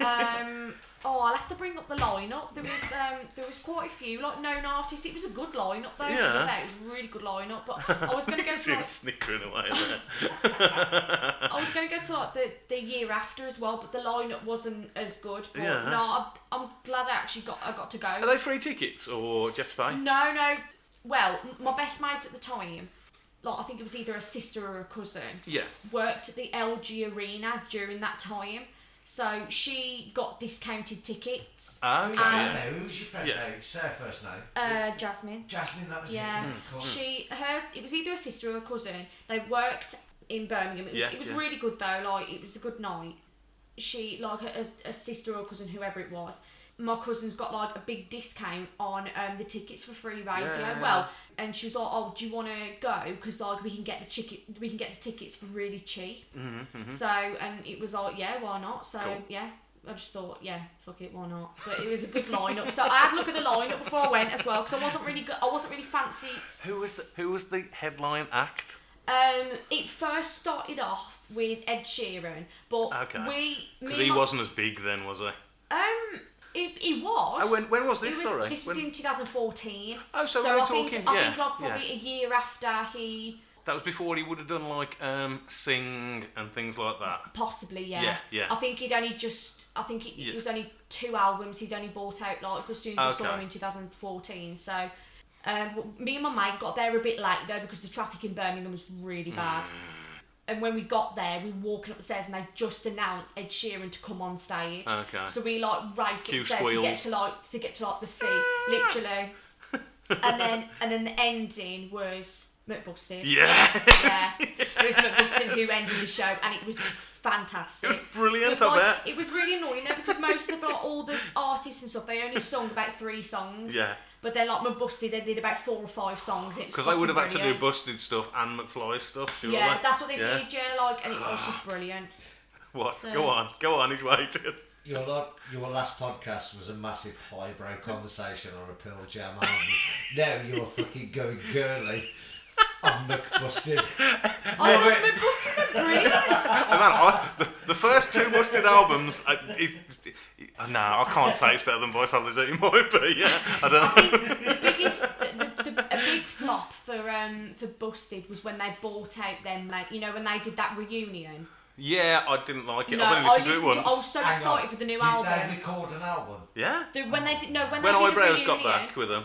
Speaker 3: Um, oh, I'll have to bring up the lineup. There was um, there was quite a few like known artists. It was a good lineup though. To
Speaker 1: Yeah.
Speaker 3: be fair, it was a really good lineup. But I was going to go to
Speaker 1: Jim
Speaker 3: like,
Speaker 1: snickering away there.
Speaker 3: I was going to go to like the, the year after as well, but the lineup wasn't as good. But
Speaker 1: Yeah.
Speaker 3: no, I'm, I'm glad I actually got I got to go.
Speaker 1: Are they free tickets or do you have to pay?
Speaker 3: No, no. Well, m- my best mate at the time, like I think it was either a sister or a cousin,
Speaker 1: Yeah.
Speaker 3: worked at the LG Arena during that time. So she got discounted tickets.
Speaker 1: Ah,
Speaker 2: Who's
Speaker 1: okay.
Speaker 2: your
Speaker 1: yeah.
Speaker 3: Um,
Speaker 2: name? Who's your friend?
Speaker 1: Yeah.
Speaker 2: name? Say her first name.
Speaker 3: Uh, Jasmine.
Speaker 2: Jasmine, that was
Speaker 3: Yeah.
Speaker 2: it. Mm, Cool.
Speaker 3: She her it was either a sister or a cousin. They worked in Birmingham. It was,
Speaker 1: Yeah,
Speaker 3: it was
Speaker 1: yeah.
Speaker 3: really good though. Like it was a good night. She like a, a sister or cousin, whoever it was. My cousin's got like a big discount on um, the tickets for free radio.
Speaker 1: Yeah.
Speaker 3: Well, and she was like, "Oh, do you want to go? Because like we can get the ticket, we can get the tickets for really cheap." So and it was like, "Yeah, why not?" So
Speaker 1: Mm-hmm, Cool.
Speaker 3: yeah. I just thought, yeah, fuck it, why not? But it was a good lineup, so I had a look at the lineup before I went as well because I wasn't really, go- I wasn't really fancy.
Speaker 1: Who was the, who was the headline act?
Speaker 3: Um, it first started off with Ed Sheeran, but
Speaker 1: Okay.
Speaker 3: we,
Speaker 1: Because
Speaker 3: me
Speaker 1: he
Speaker 3: and my-
Speaker 1: wasn't as big then, was he?
Speaker 3: Um, it, it was.
Speaker 1: Oh, when, when was
Speaker 3: It
Speaker 1: this?
Speaker 3: was-
Speaker 1: Sorry.
Speaker 3: this was
Speaker 1: When-
Speaker 3: in 2014.
Speaker 1: Oh, so
Speaker 3: so
Speaker 1: we're
Speaker 3: I think,
Speaker 1: talking-
Speaker 3: I
Speaker 1: yeah,
Speaker 3: think like
Speaker 1: yeah.
Speaker 3: probably a year after he
Speaker 1: that was before he would have done like um, Sing and things like that.
Speaker 3: Possibly, yeah.
Speaker 1: Yeah, yeah.
Speaker 3: I think he'd only just. I think it,
Speaker 1: Yeah.
Speaker 3: it was only two albums he'd only bought out like as soon as I saw
Speaker 1: Okay.
Speaker 3: him in 2014. So, um, me and my mate got there a bit late though because the traffic in Birmingham was really bad.
Speaker 1: Mm.
Speaker 3: And when we got there, we were walking up the stairs and they just announced Ed Sheeran to come on stage.
Speaker 1: Okay.
Speaker 3: So we like raced
Speaker 1: Cue
Speaker 3: upstairs to get
Speaker 1: Uh, squeals.
Speaker 3: to like to get to like the seat, literally. and then and then the ending was McBusted.
Speaker 1: Yeah.
Speaker 3: Yeah, it was McBustin who ended the show, and it was
Speaker 1: It
Speaker 3: fantastic.
Speaker 1: was brilliant,
Speaker 3: But,
Speaker 1: I
Speaker 3: like,
Speaker 1: bet.
Speaker 3: It was really annoying though because most of like, all the artists and stuff they only sung about three songs.
Speaker 1: Yeah.
Speaker 3: But then like McBusty, they did about four or five songs.
Speaker 1: Because they would have had to do busted stuff and McFly's stuff, surely.
Speaker 3: Yeah, that's what they
Speaker 1: Yeah.
Speaker 3: did. Yeah, like, and it was just brilliant.
Speaker 1: What?
Speaker 3: So-
Speaker 1: Go on, go on. He's waiting.
Speaker 2: Your, lot, your last podcast was a massive highbrow conversation on a Pearl Jam album. now you're fucking going girly. I'm McBusted.
Speaker 3: I love McBusty. They're brilliant.
Speaker 1: Oh, man, I, the, the first two busted albums. I, it, it- no, I can't say it's better than Vitality's. It might be. Yeah, I
Speaker 3: I
Speaker 1: don't.
Speaker 3: think the biggest, the, the, the, a big flop for um for Busted was when they bought out them, like, you know, when they did that reunion.
Speaker 1: Yeah, I didn't like it.
Speaker 3: no,
Speaker 1: I've only
Speaker 3: I
Speaker 1: listened
Speaker 3: listened
Speaker 1: to it once.
Speaker 3: to. I was so
Speaker 2: Hang
Speaker 3: excited
Speaker 2: on.
Speaker 3: for the new
Speaker 2: Did
Speaker 3: album.
Speaker 2: they record an album?
Speaker 1: yeah.
Speaker 3: The, when they did no, when,
Speaker 1: When
Speaker 3: they did a
Speaker 1: Eyebrows
Speaker 3: reunion,
Speaker 1: got back with him.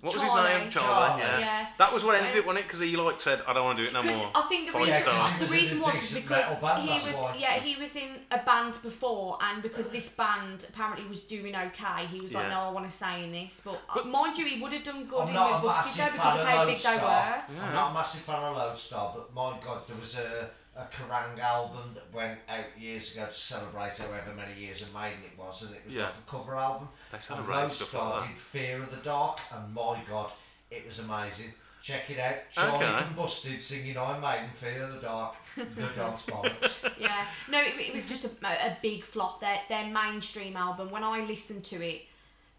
Speaker 1: What was his
Speaker 3: Charlie.
Speaker 1: name?
Speaker 2: Charlie,
Speaker 1: Yeah.
Speaker 3: yeah.
Speaker 1: That was what ended
Speaker 3: Yeah.
Speaker 1: it, wasn't it? Because he like said, "I don't want to do it no
Speaker 3: Because
Speaker 1: more."
Speaker 3: I think the
Speaker 1: Five
Speaker 3: reason,
Speaker 1: star.
Speaker 2: Yeah, 'cause he
Speaker 3: the
Speaker 2: was in
Speaker 3: reason
Speaker 2: a
Speaker 3: was
Speaker 2: decent
Speaker 3: because
Speaker 2: metal band,
Speaker 3: he
Speaker 2: that's
Speaker 3: was
Speaker 2: why.
Speaker 3: yeah he was in a band before and because this band apparently was doing okay he was like
Speaker 1: Yeah.
Speaker 3: no I want to stay in this but,
Speaker 1: But-
Speaker 3: mind you he would have done good
Speaker 2: I'm
Speaker 3: in
Speaker 2: not a
Speaker 3: New
Speaker 2: massive
Speaker 3: Busted
Speaker 2: fan
Speaker 3: though because of how
Speaker 2: of
Speaker 3: big they were
Speaker 2: Lodestar. I'm not a massive fan of Lodestar, but my god, there was a, a Kerrang album that went out years ago to celebrate however many years of Maiden it was, and it was
Speaker 1: Yeah.
Speaker 2: like a cover album.
Speaker 1: They
Speaker 2: And
Speaker 1: celebrate stuff
Speaker 2: Lodestar
Speaker 1: like that.
Speaker 2: did Fear of the Dark, and my god, it was amazing. Check it out. Charlie
Speaker 1: Okay.
Speaker 2: from Busted singing I'm Maiden, Fear of the Dark, The Dog's Bollocks.
Speaker 3: yeah no it, it was just a, a big flop their, their mainstream album when I listened to it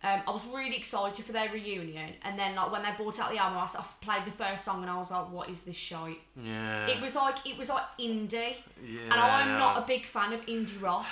Speaker 3: um, I was really excited for their reunion and then like when they brought out the album I, s- I played the first song and I was like what is this shite
Speaker 1: yeah.
Speaker 3: it was like it was like indie
Speaker 1: yeah.
Speaker 3: and I'm not a big fan of indie rock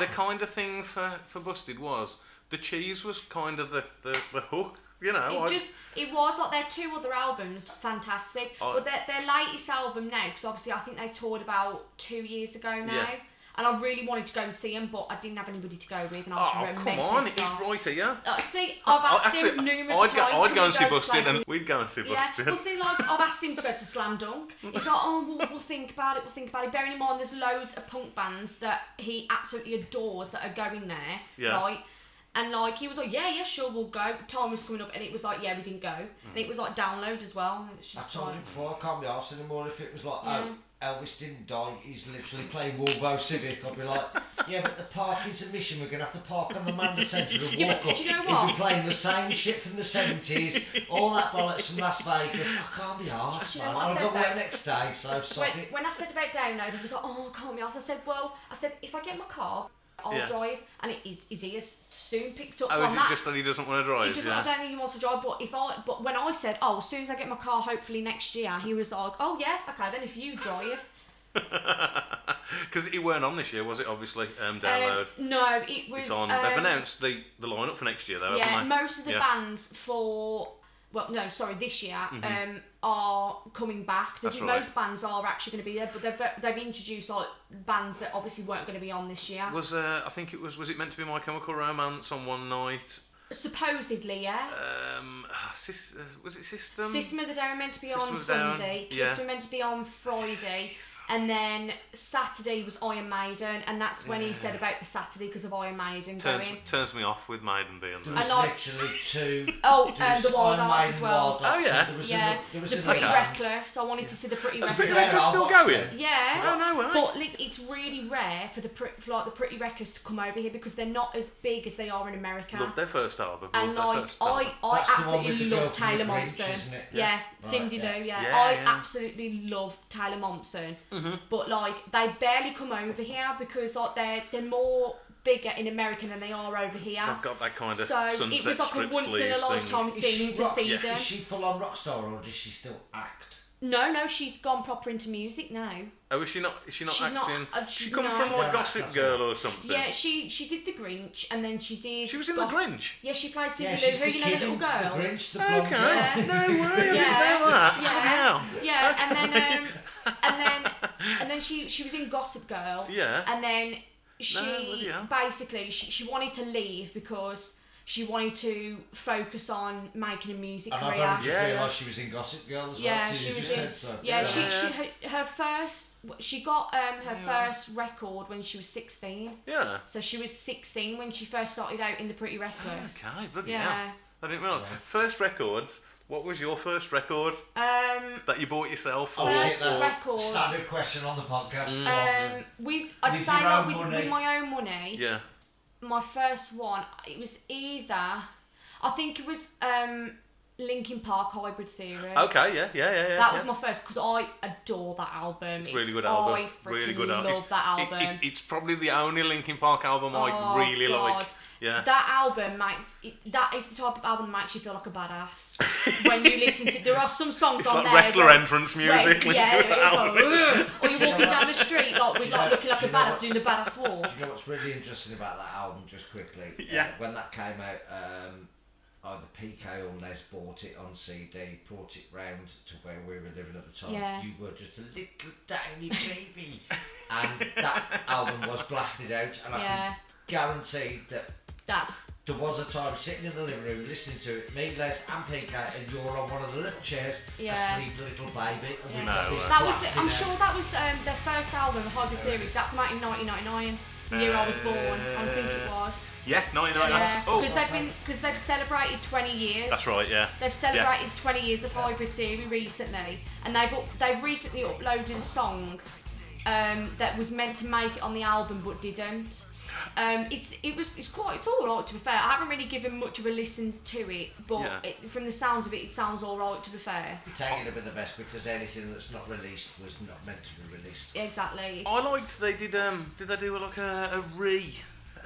Speaker 1: the kind of thing for, for Busted was the cheese was kind of the, the, the hook, you know.
Speaker 3: It
Speaker 1: I-
Speaker 3: just it was like their two other albums, fantastic.
Speaker 1: I-
Speaker 3: but their their latest album now, because obviously I think they toured about two years ago now,
Speaker 1: Yeah.
Speaker 3: and I really wanted to go and see them, but I didn't have anybody to go with, and I was
Speaker 1: oh,
Speaker 3: remembered.
Speaker 1: come on, it's right here.
Speaker 3: Uh, see, I've asked him numerous
Speaker 1: I'd, go,
Speaker 3: times.
Speaker 1: I'd
Speaker 3: "Can
Speaker 1: go
Speaker 3: we
Speaker 1: and see
Speaker 3: to
Speaker 1: Busted,
Speaker 3: places?"
Speaker 1: and we'd go and see
Speaker 3: Yeah,
Speaker 1: Busted.
Speaker 3: well, see, like I've asked him to go to Slam Dunk. It's like, oh, we'll, we'll think about it, we'll think about it. Bearing in mind, there's loads of punk bands that he absolutely adores that are going there,
Speaker 1: Yeah.
Speaker 3: right? And like he was like, yeah, yeah, sure, we'll go. Time was coming up, and it was like, yeah, we didn't go, and
Speaker 1: Mm.
Speaker 3: it was like download as well. And it's
Speaker 2: I
Speaker 3: just
Speaker 2: told
Speaker 3: like,
Speaker 2: you before, I can't be arsed anymore if it was like,
Speaker 3: Yeah.
Speaker 2: oh, Elvis didn't die, he's literally playing Wolvo Civic. I'd be like, yeah, but the park is a mission, we're going to have to park on the Manda Centre and
Speaker 3: Yeah,
Speaker 2: walk
Speaker 3: but
Speaker 2: up.
Speaker 3: do you know
Speaker 2: He'll be
Speaker 3: what?
Speaker 2: playing the same shit from the 70s, all that bollocks from Las Vegas. I can't be arsed,
Speaker 3: Do you
Speaker 2: man.
Speaker 3: know what I
Speaker 2: I've
Speaker 3: said
Speaker 2: got work
Speaker 3: though?
Speaker 2: next day, so sod
Speaker 3: when,
Speaker 2: it.
Speaker 3: when I said about download, he was like, oh, I can't be arsed. I said, well, I said if I get in my car, I'll
Speaker 1: Yeah.
Speaker 3: drive, and it, it, his ears soon picked up
Speaker 1: oh,
Speaker 3: on
Speaker 1: is it
Speaker 3: that.
Speaker 1: just that he doesn't want to drive?
Speaker 3: He just,
Speaker 1: yeah.
Speaker 3: I don't think he wants to drive. But if I, but when I said, oh, as soon as I get my car, hopefully next year, he was like, oh yeah, okay, then if you drive.
Speaker 1: Because it weren't on this year, was it? Obviously, um, download.
Speaker 3: Um, no, it was.
Speaker 1: it's on. They've
Speaker 3: um,
Speaker 1: announced the, the lineup for next year, though,
Speaker 3: Yeah,
Speaker 1: haven't they?
Speaker 3: most of the
Speaker 1: Yeah.
Speaker 3: bands for well, no, sorry, this year um, are coming back. There's-
Speaker 1: Mm-hmm. That's right.
Speaker 3: most bands are actually going to be there, but they've they've introduced like bands that obviously weren't going to be on this year.
Speaker 1: Was uh, I think it was was it meant to be My Chemical Romance on one night?
Speaker 3: Supposedly, yeah.
Speaker 1: Um, sis, uh, was it System?
Speaker 3: System of the Day were meant to be
Speaker 1: System
Speaker 3: on
Speaker 1: of a Down,
Speaker 3: Sunday. Kiss
Speaker 1: yeah.
Speaker 3: were meant to be on Friday. And then Saturday was Iron Maiden, and that's when he said about the Saturday because of Iron Maiden
Speaker 1: turns
Speaker 3: going.
Speaker 1: turns me off with Maiden being there.
Speaker 2: There was
Speaker 3: I like-
Speaker 2: literally two.
Speaker 3: Oh,
Speaker 2: there
Speaker 3: um,
Speaker 2: was
Speaker 3: the Wild
Speaker 2: Iron
Speaker 3: Arts
Speaker 2: Maiden,
Speaker 3: as well.
Speaker 2: Wild Arts,
Speaker 1: Oh, yeah.
Speaker 2: and There was
Speaker 3: yeah,
Speaker 2: another- there was
Speaker 3: the
Speaker 2: another
Speaker 3: Pretty
Speaker 2: band.
Speaker 3: Reckless. I wanted to see the Pretty
Speaker 1: Is
Speaker 3: Reckless.
Speaker 1: Pretty
Speaker 2: Yeah,
Speaker 1: Reckless
Speaker 2: I'll
Speaker 1: still
Speaker 2: watch
Speaker 1: going?
Speaker 2: them.
Speaker 3: Yeah.
Speaker 1: Oh no way!
Speaker 3: But like, it's really rare for the pr- for, like the pretty records to come over here because they're not as big as they are in America.
Speaker 1: Loved their first album.
Speaker 3: and
Speaker 1: Loved their
Speaker 3: like,
Speaker 1: first album.
Speaker 3: I I
Speaker 2: That's the one with
Speaker 3: absolutely
Speaker 2: the girl
Speaker 3: love
Speaker 2: from the
Speaker 3: Taylor
Speaker 2: Grinch,
Speaker 3: Momsen.
Speaker 2: isn't it?
Speaker 3: Yeah,
Speaker 2: Yeah.
Speaker 3: Cindy
Speaker 2: Right, yeah.
Speaker 3: Lou. Yeah,
Speaker 1: Yeah,
Speaker 3: I
Speaker 1: yeah.
Speaker 3: absolutely love Taylor Momsen. But like, they barely come over here because like they're they're more bigger in America than they are over here.
Speaker 1: I've got that kind of
Speaker 3: so
Speaker 1: sunset
Speaker 3: it was like a
Speaker 1: strip
Speaker 3: once in a
Speaker 1: sleeves
Speaker 3: lifetime
Speaker 2: Is
Speaker 3: thing,
Speaker 2: she,
Speaker 3: to
Speaker 2: rock,
Speaker 3: see
Speaker 2: yeah.
Speaker 3: them.
Speaker 2: is she full on rock star or does she still act?
Speaker 3: No, no, she's gone proper into music now.
Speaker 1: Oh, is she not? Is she not
Speaker 3: She's not-
Speaker 1: acting?
Speaker 3: uh,
Speaker 1: she
Speaker 3: she-
Speaker 1: come
Speaker 3: no.
Speaker 1: from
Speaker 2: Yeah,
Speaker 1: like
Speaker 2: that's
Speaker 1: Gossip
Speaker 2: right.
Speaker 1: Girl or something.
Speaker 3: Yeah, she she did the Grinch and then she did.
Speaker 1: She was in The
Speaker 3: Goss-
Speaker 1: Grinch?
Speaker 3: Yeah, she played Cindy
Speaker 2: Yeah,
Speaker 3: Lou
Speaker 2: she's
Speaker 3: Who,
Speaker 2: the
Speaker 3: you know, the
Speaker 2: kid
Speaker 3: little
Speaker 2: in
Speaker 3: girl.
Speaker 2: The Grinch, the blonde
Speaker 1: Okay.
Speaker 2: girl.
Speaker 1: No way. I didn't know
Speaker 3: Yeah.
Speaker 1: that.
Speaker 3: Yeah.
Speaker 1: Wow.
Speaker 3: Yeah, and then um, and then and then she she was in Gossip Girl.
Speaker 1: Yeah.
Speaker 3: And then
Speaker 1: well,
Speaker 3: she
Speaker 1: yeah.
Speaker 3: basically she, she wanted to leave because she wanted to focus on making a music
Speaker 2: And I've
Speaker 3: career.
Speaker 2: only just
Speaker 1: Yeah, yeah.
Speaker 2: realised she was in Gossip Girl as well.
Speaker 3: Yeah,
Speaker 2: as soon
Speaker 3: she
Speaker 2: as you
Speaker 3: was in.
Speaker 2: said so.
Speaker 3: Yeah, she,
Speaker 1: Yeah.
Speaker 3: she her, her first she got um her first record when she was sixteen.
Speaker 1: Yeah.
Speaker 3: So she was sixteen when she first started out in the Pretty Reckless.
Speaker 1: Okay. Bloody
Speaker 3: Yeah.
Speaker 1: hell. I didn't realise. First records. What was your first record
Speaker 3: Um,
Speaker 1: that you bought yourself?
Speaker 2: Oh,
Speaker 3: First
Speaker 2: shit, that
Speaker 3: record.
Speaker 2: standard question on the podcast. Go on then.
Speaker 3: um, with I'd
Speaker 2: With
Speaker 3: say
Speaker 2: your
Speaker 3: like
Speaker 2: own
Speaker 3: with,
Speaker 2: money.
Speaker 3: with my own money,
Speaker 1: Yeah.
Speaker 3: my first one it was either I think it was um Linkin Park Hybrid Theory.
Speaker 1: Okay. Yeah. Yeah. Yeah. yeah
Speaker 3: That was
Speaker 1: yeah.
Speaker 3: my first because I adore that album.
Speaker 1: It's a really good album.
Speaker 3: I freaking
Speaker 1: really good
Speaker 3: love
Speaker 1: album. It's-
Speaker 3: that
Speaker 1: it-
Speaker 3: album.
Speaker 1: it- it's probably the only Linkin Park album
Speaker 3: Oh,
Speaker 1: I really like.
Speaker 3: God.
Speaker 1: Yeah.
Speaker 3: That album makes it, that is the type of album that makes you feel like a badass when you listen to. There are some songs
Speaker 1: It's
Speaker 3: on
Speaker 1: like
Speaker 3: there.
Speaker 1: wrestler
Speaker 3: where-
Speaker 1: entrance
Speaker 3: where-
Speaker 1: music linked
Speaker 3: yeah,
Speaker 1: to that
Speaker 3: it's like, "Ugh," or you're walking down the street like
Speaker 2: Do
Speaker 3: with
Speaker 2: you
Speaker 3: like
Speaker 2: know-
Speaker 3: looking like
Speaker 2: do
Speaker 3: a
Speaker 2: you know
Speaker 3: badass
Speaker 2: what's-
Speaker 3: doing the badass walk.
Speaker 2: Do you know what's really interesting about that album, just quickly? Uh,
Speaker 1: Yeah.
Speaker 2: when that came out, um, either PK or Les bought it on CD, brought it round to where we were living at the time.
Speaker 3: Yeah.
Speaker 2: You were just a little tiny baby. and that album was blasted out, and I
Speaker 3: Yeah.
Speaker 2: can guarantee that
Speaker 3: That's
Speaker 2: there was a time sitting in the living room listening to it, me, Les, and PK, and you're on one of the little chairs,
Speaker 3: Yeah.
Speaker 2: asleep, little baby. And
Speaker 3: Yeah.
Speaker 2: we got
Speaker 1: No uh,
Speaker 2: this
Speaker 1: way.
Speaker 3: that was.
Speaker 2: blasted
Speaker 3: I'm
Speaker 2: out.
Speaker 3: sure that was um, their first album, Hybrid Theory. That came out in 1999, the year I was born. I think it was.
Speaker 1: Yeah. No. No.
Speaker 3: Yeah,
Speaker 1: Oh.
Speaker 3: because they've been because they've celebrated 20 years.
Speaker 1: That's right. Yeah.
Speaker 3: They've celebrated 20 years of hybrid theory recently, and they've up, they've recently uploaded a song um, that was meant to make it on the album but didn't. Um, it's it was it's quite it's all right to be fair. I haven't really given much of a listen to it, but
Speaker 1: Yeah.
Speaker 3: it, from the sounds of it, it sounds all right to be fair.
Speaker 2: Taking it with the best because anything that's not released was not meant to be released.
Speaker 3: Exactly. It's-
Speaker 1: Oh, I liked they did um did they do like a, a re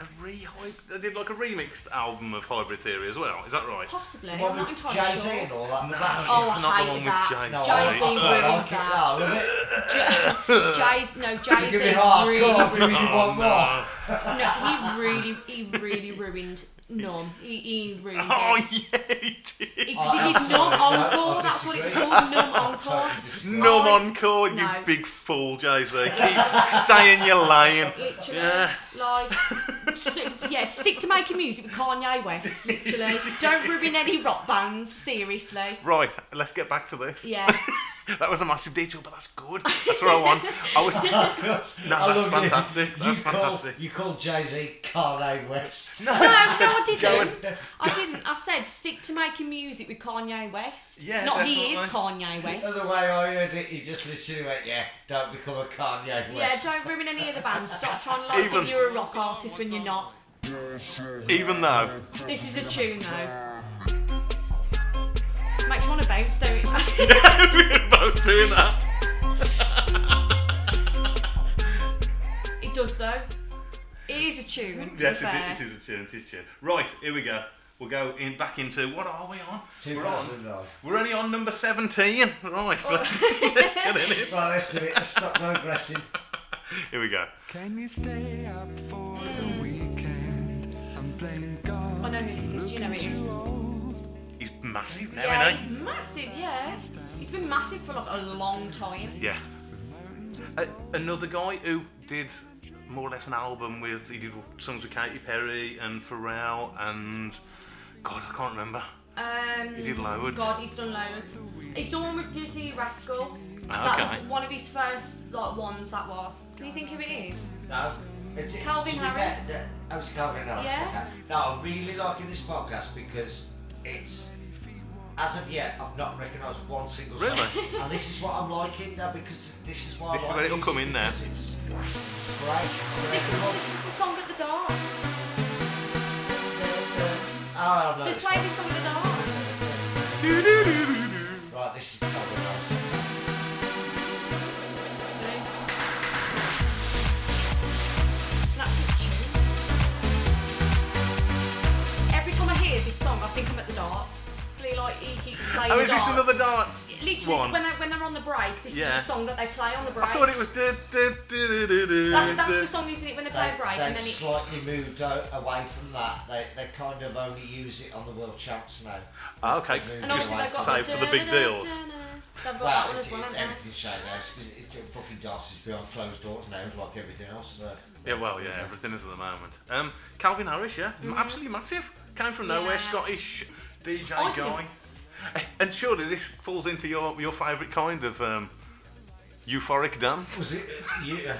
Speaker 1: a re they did like a remixed album of Hybrid Theory as well is that right?
Speaker 3: possibly. I'm
Speaker 2: One
Speaker 3: not
Speaker 2: with
Speaker 3: entirely
Speaker 2: Jay-Z
Speaker 3: sure.
Speaker 2: and all that. No,
Speaker 3: Oh,
Speaker 1: Not the
Speaker 3: I
Speaker 1: one
Speaker 3: hate
Speaker 1: with
Speaker 3: that.
Speaker 1: Jay-Z.
Speaker 3: Jay Z
Speaker 1: I-
Speaker 3: ruined
Speaker 1: I
Speaker 3: that. Jay Z no Jay Z
Speaker 2: Give it hard.
Speaker 3: really
Speaker 2: Come on, give
Speaker 3: ruined
Speaker 2: me one more.
Speaker 3: No, he really, he really ruined Numb. He, he ruined
Speaker 1: Oh
Speaker 3: it.
Speaker 1: yeah, it did.
Speaker 3: Because he did Numb
Speaker 2: absolutely.
Speaker 3: Encore,
Speaker 2: I
Speaker 3: that's what it was
Speaker 2: disagree.
Speaker 3: called, Numb Encore.
Speaker 2: Totally disagree.
Speaker 1: Numb encore, you
Speaker 3: No.
Speaker 1: big fool, Jay Z. Keep stay in your lane. Uh,
Speaker 3: Literally,
Speaker 1: Yeah.
Speaker 3: like, st- yeah, stick to making music with Kanye West, literally. Don't ruin any rock bands, seriously.
Speaker 1: Right, let's get back to this.
Speaker 3: Yeah,
Speaker 1: That was a massive detour, but that's good. That's what I want. I was no,
Speaker 2: I
Speaker 1: that's
Speaker 2: love you.
Speaker 1: fantastic. That's
Speaker 2: you call,
Speaker 1: fantastic.
Speaker 2: You called Jay Z Kanye West.
Speaker 3: no, no, I didn't. I didn't. I said stick to making music with Kanye West.
Speaker 1: Yeah,
Speaker 3: not he is
Speaker 1: definitely.
Speaker 3: Kanye
Speaker 2: The
Speaker 3: West.
Speaker 2: way I heard it, he just literally went, "Yeah, don't become a Kanye
Speaker 3: Yeah,
Speaker 2: West."
Speaker 3: don't ruin any of the bands. Stop trying to like
Speaker 1: Even-
Speaker 3: think you're a rock artist when you're not.
Speaker 1: Even though
Speaker 3: This is a tune though. Makes you want to bounce, don't it?
Speaker 1: we were both doing that.
Speaker 3: it does though. It is a tune. To
Speaker 1: Yes,
Speaker 3: be
Speaker 1: it
Speaker 3: fair.
Speaker 1: is, it is a tune. It is a tune. Right, here we go. we'll go in back into what are we on? We're on.
Speaker 2: 2009.
Speaker 1: We're only on number 17. Right,
Speaker 3: Oh.
Speaker 1: let's, let's get in it.
Speaker 2: Right, let's do it. Let's stop digressing.
Speaker 1: Here we go.
Speaker 6: Can you stay up for the weekend? I'm playing golf.
Speaker 3: I know who this is. Do you know who it is?
Speaker 1: He's massive now,
Speaker 3: Yeah,
Speaker 1: isn't
Speaker 3: he's massive. Yeah, he's been massive for like a long time.
Speaker 1: he? Yeah. A- another guy who did more or less an album with, he did songs with Katy Perry and Pharrell and, God, I can't remember.
Speaker 3: Um,
Speaker 1: He did loads.
Speaker 3: God, he's done loads. He's done one with Dizzy Rascal.
Speaker 1: Ah,
Speaker 3: That was
Speaker 1: okay.
Speaker 3: one of his first like ones. That was. Can you think who it is?
Speaker 2: No. It- it-
Speaker 3: Calvin
Speaker 2: to be fair,
Speaker 3: Harris?
Speaker 2: yeah, Oh, it's Calvin Harris.
Speaker 3: Yeah.
Speaker 2: Okay. No, I'm really liking this podcast because it's. As of yet, I've not recognised one single song.
Speaker 1: Really?
Speaker 2: and this is what I'm liking now because this is why
Speaker 1: This
Speaker 2: I
Speaker 1: is
Speaker 2: like
Speaker 1: where it'll
Speaker 2: music
Speaker 1: come in now.
Speaker 2: because It's great.
Speaker 3: This is this is the song at the darts.
Speaker 2: Oh, I know
Speaker 3: Let's
Speaker 2: this
Speaker 3: play
Speaker 2: one.
Speaker 3: this song at the darts.
Speaker 2: Right, this is Calvin Harris.
Speaker 3: It's an absolute tune. Every time I hear this song, I think I'm at the darts. Really, Like he keeps playing
Speaker 1: Oh,
Speaker 3: the
Speaker 1: is this
Speaker 3: darts.
Speaker 1: another dance?
Speaker 3: Literally,
Speaker 1: one?
Speaker 3: when they're, when they're on the break, this
Speaker 1: Yeah.
Speaker 3: is the song that they play on the break.
Speaker 1: I thought it was. Du, du, du, du, du, du,
Speaker 3: that's, that's
Speaker 1: du.
Speaker 3: the song, isn't it? When they play a break,
Speaker 2: they
Speaker 3: and then it's
Speaker 2: slightly moved o- away from that. They, they kind of only use it on the world champs now.
Speaker 1: Ah, okay.
Speaker 3: and
Speaker 1: Just
Speaker 3: obviously
Speaker 2: like
Speaker 3: they've got
Speaker 1: saved for the big deals.
Speaker 3: They've got that
Speaker 2: Well,
Speaker 3: one
Speaker 2: it's,
Speaker 3: as well.
Speaker 2: it's
Speaker 3: haven't they?
Speaker 2: everything shade house because it, it fucking darts is behind closed doors now, like everything else. So.
Speaker 1: Yeah, well, yeah, everything is at the moment. Um, Calvin Harris, yeah, m- absolutely massive. Came from nowhere,
Speaker 3: Mm-hmm. Yeah.
Speaker 1: Scottish DJ
Speaker 3: I didn't-
Speaker 1: guy. And surely this falls into your your favourite kind of um, euphoric dance.
Speaker 2: Was it? Yeah.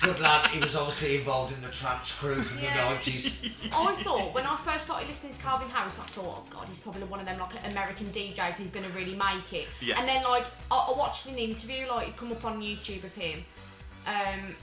Speaker 2: Good lad. He was obviously involved in the Tramps crew from
Speaker 3: Yeah.
Speaker 2: the nineties.
Speaker 3: I thought when I first started listening to Calvin Harris, I thought, oh god, he's probably one of them like American DJs who's going to really make it.
Speaker 1: Yeah.
Speaker 3: And then like I, I watched an interview like come up on YouTube of him, um,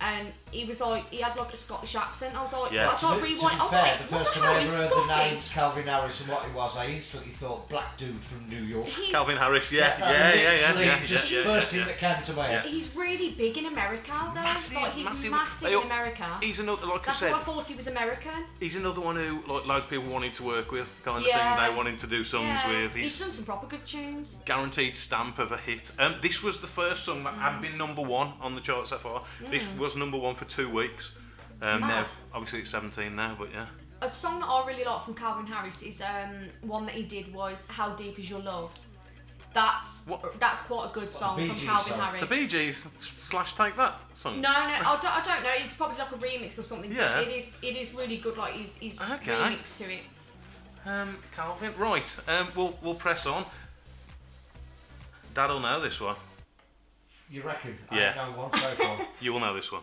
Speaker 3: and he was like he had like a Scottish accent. I was like,
Speaker 1: Yeah.
Speaker 3: I was like
Speaker 2: To be
Speaker 3: rewind. I was
Speaker 2: fair,
Speaker 3: like,
Speaker 2: the
Speaker 3: what
Speaker 2: first
Speaker 3: the
Speaker 2: time
Speaker 3: hell
Speaker 2: I
Speaker 3: is
Speaker 2: ever heard the name
Speaker 3: Scottish?
Speaker 2: Calvin Harris and what he was, I instantly thought black dude from New York.
Speaker 3: He's,
Speaker 1: Calvin Harris, yeah,
Speaker 2: That
Speaker 1: yeah, yeah, yeah,
Speaker 2: literally
Speaker 1: yeah, yeah,
Speaker 2: Just
Speaker 1: yeah,
Speaker 2: first
Speaker 1: yeah,
Speaker 2: thing that came to my head.
Speaker 3: he's really big in America though.
Speaker 1: Massive,
Speaker 3: like, he's
Speaker 1: massive.
Speaker 3: massive,
Speaker 1: They all-
Speaker 3: in America.
Speaker 1: He's another, like
Speaker 3: That's
Speaker 1: I
Speaker 3: why
Speaker 1: said,
Speaker 3: I thought he was American.
Speaker 1: he's another one who like loads of people wanted to work with, kind of
Speaker 3: Yeah.
Speaker 1: thing. They wanted to do songs
Speaker 3: Yeah.
Speaker 1: with.
Speaker 3: he's done some proper good tunes.
Speaker 1: guaranteed stamp of a hit. Um, this was the first song that
Speaker 3: Mm.
Speaker 1: had been number one on the chart so far. This was number one for two weeks. Um, now,
Speaker 3: Mad.
Speaker 1: obviously, it's 17 now, but yeah.
Speaker 3: A song that I really like from Calvin Harris is um, one that he did was "How Deep Is Your Love." That's
Speaker 1: What?
Speaker 3: that's quite a good song
Speaker 2: Bee
Speaker 3: from
Speaker 2: Gees
Speaker 3: Calvin
Speaker 2: song?
Speaker 3: Harris.
Speaker 1: The Bee Gees slash Take That song.
Speaker 3: No, no, I don't, I don't know. It's probably like a remix or something. but
Speaker 1: Yeah.
Speaker 3: It is. It is really good. Like he's he's
Speaker 1: Okay.
Speaker 3: remixed to it.
Speaker 1: Um, Calvin, right. Um, we'll we'll press on. Dad'll know this one.
Speaker 2: You reckon?
Speaker 1: Yeah.
Speaker 2: I don't know one so far.
Speaker 1: You will know this one.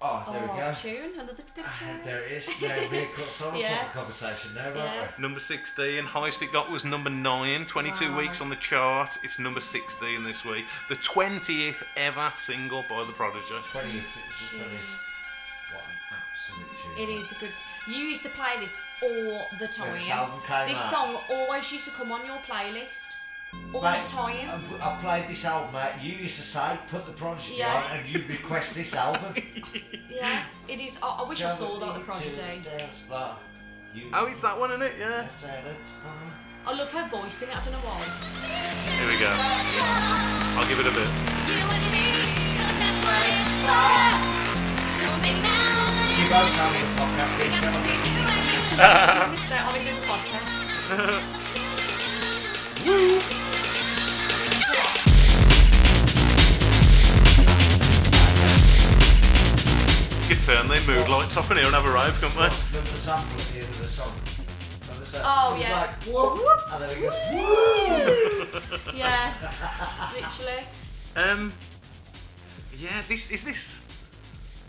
Speaker 2: Oh, there
Speaker 3: oh,
Speaker 2: we go.
Speaker 3: tune another good tune.
Speaker 2: There it is. Now we're cut someone
Speaker 3: Yeah.
Speaker 2: put the conversation there, won't
Speaker 3: Yeah.
Speaker 1: Number 16, highest it got was number 9, 22
Speaker 3: Wow.
Speaker 1: weeks on the chart. It's number 16 this week. The 20th ever single by The Prodigy.
Speaker 2: we? Twentieth, it's the twentieth. What an absolute
Speaker 3: It
Speaker 2: tune.
Speaker 3: is a good. You used to play this all the time.
Speaker 2: this album came
Speaker 3: This
Speaker 2: out.
Speaker 3: song always used to come on your playlist all
Speaker 2: Mate, um,
Speaker 3: the time.
Speaker 2: I, put- I played this album out. You used to say, put the project
Speaker 3: Yeah.
Speaker 2: on, and you request this album.
Speaker 3: yeah, it is. I, I wish I saw that the Prodigy.
Speaker 1: Oh, it's that one, isn't it? Yeah.
Speaker 3: I love her voice in it. I don't know why.
Speaker 1: Here we go. I'll give it a bit.
Speaker 2: You both sound like a podcast. didn't you?
Speaker 3: Missed out on a good podcast.
Speaker 1: You could turn the mood lights off in here and have a rave, couldn't we?
Speaker 2: Then the sample at the end of the song. And the sa-
Speaker 3: Oh,
Speaker 2: it was
Speaker 3: yeah.
Speaker 2: Like, whoop, and then it goes whoop.
Speaker 3: Yeah, literally.
Speaker 1: Um, yeah, this is this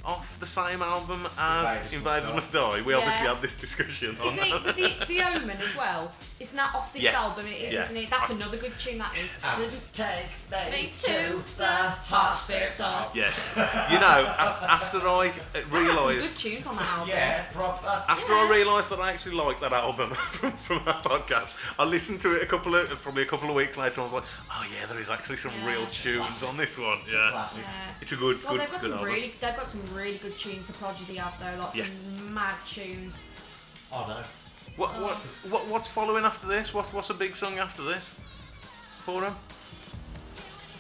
Speaker 1: off the same album as
Speaker 2: Invaders
Speaker 1: Invaders
Speaker 2: Must
Speaker 1: Must Die. We obviously
Speaker 3: Yeah.
Speaker 1: had this discussion. On
Speaker 3: Isn't it the, the Omen as well? Isn't that off this
Speaker 1: Oh, Yeah.
Speaker 3: album? It is,
Speaker 1: Yeah. Ah.
Speaker 3: isn't it? That's another good tune. That is. There's-
Speaker 2: Take
Speaker 3: Me to the hospital.
Speaker 1: Yes. You know, a- after I uh,
Speaker 3: That has some good
Speaker 1: realised.
Speaker 3: tunes on that album.
Speaker 2: Yeah, proper.
Speaker 3: Ah.
Speaker 1: After I realised that I actually liked that album from, from our podcast, I listened to it a couple of probably a couple of weeks later. and I was like, "Oh yeah, there is actually some
Speaker 3: Yeah.
Speaker 1: real tunes on this one." Yeah,
Speaker 2: Classic.
Speaker 3: Yeah.
Speaker 1: it's a good,
Speaker 3: Well,
Speaker 1: good,
Speaker 3: they've got
Speaker 1: good
Speaker 3: some
Speaker 1: album.
Speaker 3: really, they've got some really good tunes the Prodigy have though, like
Speaker 1: Yeah.
Speaker 3: some mad tunes.
Speaker 2: Oh no.
Speaker 1: What, what, what, what's following after this? What, what's a big song after this? For him?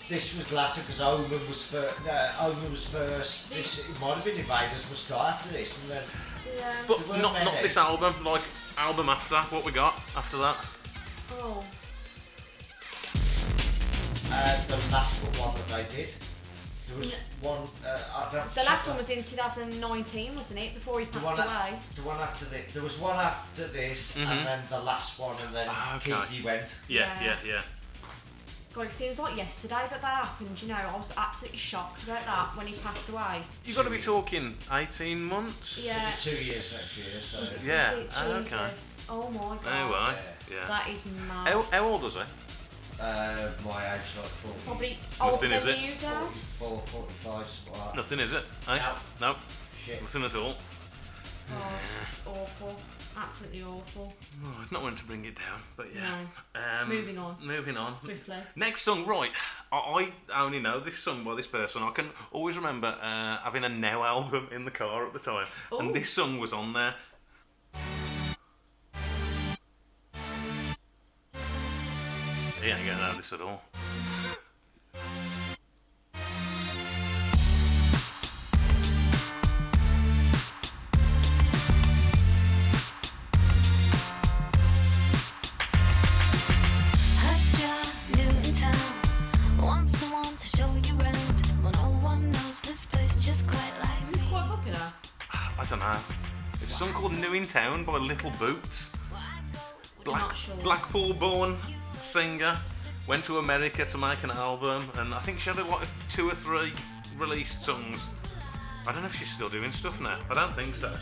Speaker 2: This was latter because Omen was first. No, Omen was first. This it might have been Invaders must die after this, and then
Speaker 3: Yeah.
Speaker 1: But
Speaker 2: Well,
Speaker 1: not, not
Speaker 2: maybe.
Speaker 1: this album, like album after that, what we got after that.
Speaker 3: oh,
Speaker 2: uh, the last one that they did. There was one. Uh, I'd have to
Speaker 3: the
Speaker 2: check
Speaker 3: last
Speaker 2: that.
Speaker 3: one was in 2019, wasn't it? Before he
Speaker 2: The
Speaker 3: passed
Speaker 2: one, a-
Speaker 3: away.
Speaker 2: the one after this. There was one after this, and then the last one, and then
Speaker 1: Mm-hmm. Ah, okay.
Speaker 2: Keithy went.
Speaker 1: Yeah, yeah,
Speaker 3: Yeah.
Speaker 1: yeah.
Speaker 3: God, it seems like yesterday that that happened. You know, I was absolutely shocked about that when he passed away.
Speaker 1: You've got to be talking 18 months?
Speaker 3: Yeah.
Speaker 2: Two years next year, so.
Speaker 3: Was it,
Speaker 1: Yeah,
Speaker 3: Was it
Speaker 1: oh, okay.
Speaker 3: Jesus? Oh my god.
Speaker 1: Oh, right. Yeah.
Speaker 3: That is mad.
Speaker 1: How, how old was he?
Speaker 2: Uh, my age, like 40,
Speaker 3: Probably older
Speaker 1: is
Speaker 3: than
Speaker 1: it?
Speaker 3: you, Dad.
Speaker 2: 44, 45, something like that.
Speaker 1: Nothing, is it? Eh? No.
Speaker 2: Shit.
Speaker 1: Nothing at all.
Speaker 3: God, Oh, awful. Absolutely awful.
Speaker 1: Oh, it's not meant to bring it down, but yeah. Um,
Speaker 3: Moving on.
Speaker 1: Moving on.
Speaker 3: Swiftly.
Speaker 1: Next song, right. I, I only know this song by this person. I can always remember uh, having a Now album in the car at the time,
Speaker 3: Ooh.
Speaker 1: and this song was on there. He ain't gonna know this at all.
Speaker 5: Hotjar, new in town. Want someone to show you round. Well, no one knows this place just quite like
Speaker 3: This is
Speaker 5: me.
Speaker 3: quite popular.
Speaker 1: I don't know. It's a song called New in Town by Little Boots. Black,
Speaker 3: Not sure.
Speaker 1: Blackpool born singer. Went to America to make an album, and I think she had what, two or three released songs. I don't know if she's still doing stuff now. I don't think so.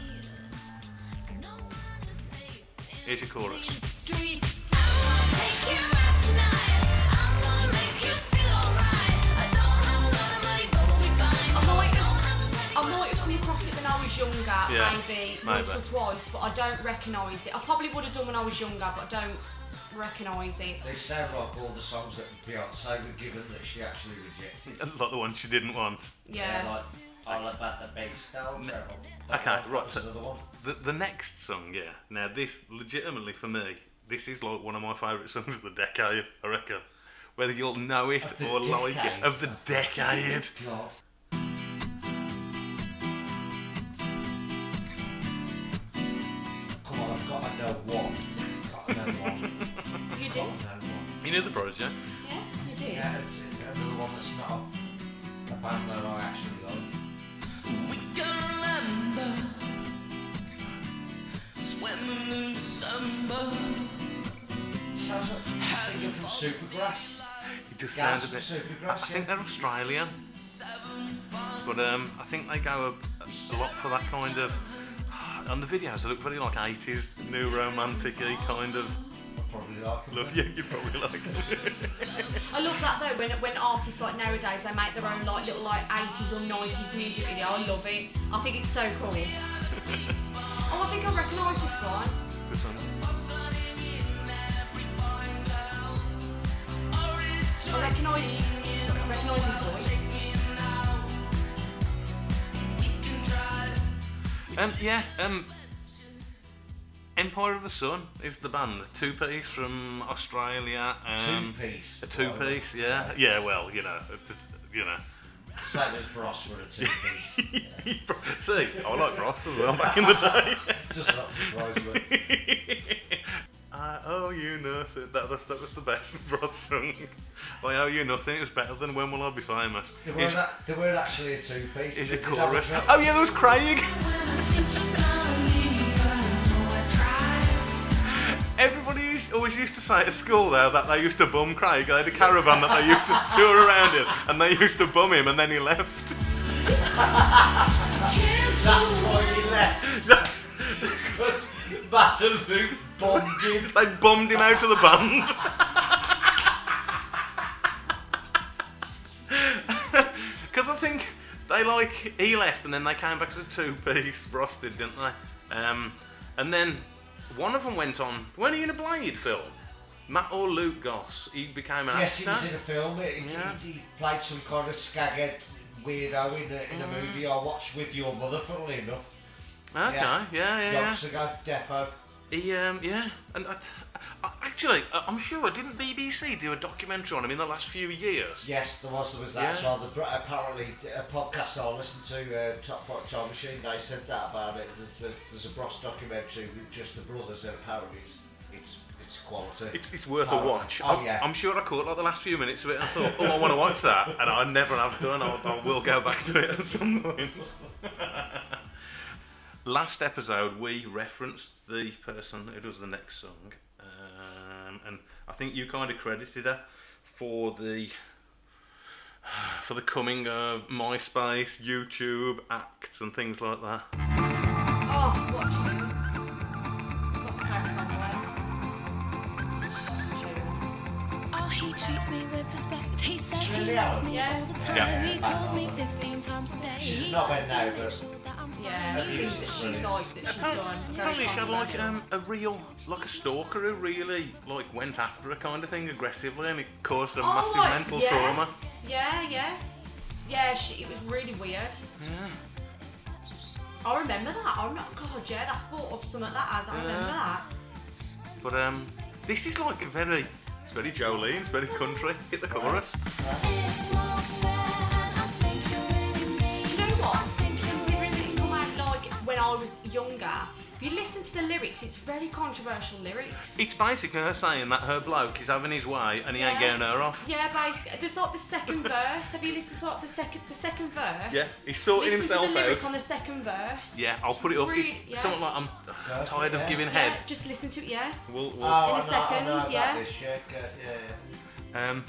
Speaker 1: Here's your chorus.
Speaker 5: Streets. I wanna take you out tonight. I'm gonna make you feel alright. I don't have a lot of money, but we'll be fine.
Speaker 3: I might
Speaker 5: I don't
Speaker 3: have,
Speaker 5: have a pretty
Speaker 3: I might have come across it when I was younger,
Speaker 1: Yeah,
Speaker 3: maybe
Speaker 1: maybe.
Speaker 3: once or twice, but I don't recognise it. I probably would have done when I was younger, but I don't recognise it.
Speaker 2: They sound like all the songs that Beyonce were given that she actually rejected.
Speaker 1: A lot of the ones she didn't want.
Speaker 3: Yeah.
Speaker 2: They're like All About the Big Stone Travel.
Speaker 1: Okay, right, so-
Speaker 2: another one.
Speaker 1: The, the next song, yeah. Now, this, legitimately for me, this is like one of my favourite songs of the decade, I reckon. Whether you'll know it
Speaker 2: Of the
Speaker 1: or like it.
Speaker 2: decade.
Speaker 1: Of the decade.
Speaker 2: God. Come on, I've got to know one. Got to know one.
Speaker 3: you did?
Speaker 2: Got to know one.
Speaker 1: You knew the Prodigy.
Speaker 3: Yeah, you did.
Speaker 2: Yeah, it's it's another one that's not a band that I actually love.
Speaker 7: We can remember swimming in December.
Speaker 2: Sounds like a singer from Supergrass.
Speaker 1: It just
Speaker 2: Gas
Speaker 1: sounded a bit.
Speaker 2: from
Speaker 1: I, I
Speaker 2: Supergrass,
Speaker 1: think
Speaker 2: yeah.
Speaker 1: they're Australian, but um, I think they go a, a lot for that kind of. On the videos, they look very like 80s, new romantic y kind of
Speaker 2: I probably like them.
Speaker 1: look. Yeah, you probably like it.
Speaker 3: I love that though. When when artists like nowadays they make their own like little like 80s or 90s music video. I love it. I think it's so cool. oh, I think I recognise this one.
Speaker 1: This one.
Speaker 3: I recognise I recognise his voice.
Speaker 1: Um, yeah, um, Empire of the Sun is the band. Two piece from Australia. Um,
Speaker 2: Two piece.
Speaker 1: A two piece, yeah. Yeah, well, you know, it's just- you know.
Speaker 2: Same as Bros were a two piece.
Speaker 1: See, I like Ross as well back in the day.
Speaker 2: Just not surprising. but
Speaker 1: I owe you nothing. That, that's, that was the best Rod song. I owe you nothing. It was better than When Will I Be Famous.
Speaker 2: They
Speaker 1: Is,
Speaker 2: weren't, a- they weren't actually a two piece.
Speaker 1: is a chorus. Oh yeah, there was Craig. Everybody used- always used to say at school though that they used to bum Craig. They had a caravan that they used to tour around in, and they used to bum him, and then he left.
Speaker 2: That's why he left. Because Matt and Luke bombed him.
Speaker 1: They bummed him out of the band. Because I think they like he left and then they came back as a two-piece Ross did, didn't they? Um, and then one of them went on. Weren't he in a Blade film? Matt or Luke Goss? He became an
Speaker 2: Yes, he
Speaker 1: actor.
Speaker 2: was in a film. He, he-
Speaker 1: Yeah.
Speaker 2: he, played some kind of skaghead weirdo in a, in
Speaker 1: Mm.
Speaker 2: a movie I watched with your mother, funnily enough,
Speaker 1: Okay, yeah, yeah, yeah.
Speaker 2: yonks ago, Defo.
Speaker 1: He, um, yeah, and I, I, actually, I- I'm sure didn't BBC do a documentary on him in the last few years?
Speaker 2: Yes, there was, there was that as
Speaker 1: Yeah.
Speaker 2: well. The, br- apparently, a podcast I listened to, uh, Top Fork Time Machine, they said that about it. There's, there's, there's a Bros documentary with just the brothers, and apparently it's, it's, it's quality.
Speaker 1: It's, it's worth
Speaker 2: Oh,
Speaker 1: a watch.
Speaker 2: oh,
Speaker 1: I'm,
Speaker 2: yeah.
Speaker 1: I'm sure I caught like the last few minutes of it and I thought, oh, I want to watch that, and I never have done. I, I will go back to it at some point. last episode, we referenced the person who does the next song, um, and I think you kind of credited her for the for the coming of MySpace, YouTube, acts, and things like that.
Speaker 3: Oh, watch you. It's not my favourite song, right? It's true.
Speaker 5: Oh, he treats me with respect. He says
Speaker 2: She's in
Speaker 5: he
Speaker 2: the
Speaker 5: loves
Speaker 2: album.
Speaker 5: me
Speaker 3: Yeah.
Speaker 5: all the time.
Speaker 1: Yeah.
Speaker 5: He calls me 15 times a day.
Speaker 2: She's
Speaker 5: He
Speaker 2: not
Speaker 5: likes
Speaker 2: bad now,
Speaker 5: to
Speaker 2: but- Oh,
Speaker 5: make sure that I'm
Speaker 3: Yeah,
Speaker 5: fine.
Speaker 2: Abuse
Speaker 3: the things that
Speaker 2: is
Speaker 3: she's
Speaker 2: brilliant.
Speaker 3: like that she's done. very
Speaker 1: Apparently, she had like
Speaker 3: controversial.
Speaker 1: um, a real, like a stalker who really like went after her kind of thing aggressively, and it caused a
Speaker 3: Oh,
Speaker 1: massive
Speaker 3: right,
Speaker 1: mental
Speaker 3: yeah.
Speaker 1: trauma.
Speaker 3: Yeah, yeah. Yeah, she, it was really weird. I remember that. I'm not, God, yeah, that's brought up some of that as. I remember
Speaker 1: Yeah.
Speaker 3: that.
Speaker 1: But um, this is like a very, it's very Jolene, it's very country. Hit the chorus.
Speaker 5: It's not fair, and I think you really mean
Speaker 3: Do you know what? Considering that it come out like when I was younger, if you listen to the lyrics, it's very controversial lyrics.
Speaker 1: It's basically her saying that her bloke is having his way and he ain't
Speaker 3: Yeah.
Speaker 1: getting her off.
Speaker 3: Yeah, basically, there's like the second verse. Have you listened to like the second the second verse?
Speaker 1: Yes, he's sorting
Speaker 3: Listen
Speaker 1: himself
Speaker 3: to the lyric
Speaker 1: out.
Speaker 3: on the second verse.
Speaker 1: Yeah, I'll put it up.
Speaker 3: Really-
Speaker 1: it's
Speaker 3: yeah.
Speaker 1: Something like I'm
Speaker 2: Perfect,
Speaker 1: tired of
Speaker 2: yeah.
Speaker 1: giving
Speaker 3: Yeah,
Speaker 1: head.
Speaker 3: just listen to it. Yeah,
Speaker 1: We'll, we'll,
Speaker 2: Oh, I know- I
Speaker 3: second,
Speaker 2: know about
Speaker 3: yeah.
Speaker 2: this, yeah, yeah, yeah.
Speaker 1: um,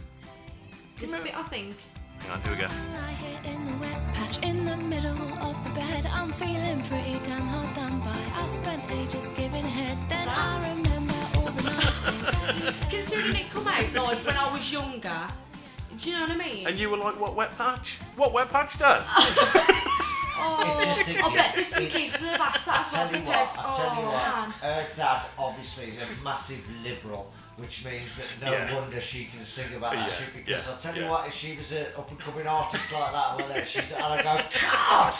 Speaker 3: this bit I think.
Speaker 1: hang on, here we go.
Speaker 5: I hit in the wet patch in the middle of the bed. I'm feeling pretty damn hard done by. I spent ages giving head. Then I remember all the nice things.
Speaker 3: Considering it come out like when I was younger, do you know what I mean?
Speaker 1: And you were like, what wet patch? What wet patch, Dad?
Speaker 3: oh,
Speaker 2: It just-
Speaker 3: I bet there's some
Speaker 2: it's-
Speaker 3: kids in the back that's
Speaker 2: tell
Speaker 3: like
Speaker 2: you
Speaker 3: compared.
Speaker 2: what,
Speaker 3: to-
Speaker 2: I tell you
Speaker 3: Oh
Speaker 2: what,
Speaker 3: man.
Speaker 2: her dad obviously is a massive liberal, which means that no
Speaker 1: Yeah.
Speaker 2: wonder she can sing about that
Speaker 1: Yeah,
Speaker 2: shit. Because
Speaker 1: yeah,
Speaker 2: I tell you
Speaker 1: yeah.
Speaker 2: what, if she was an up and coming artist like that, well, then she's and I go, God,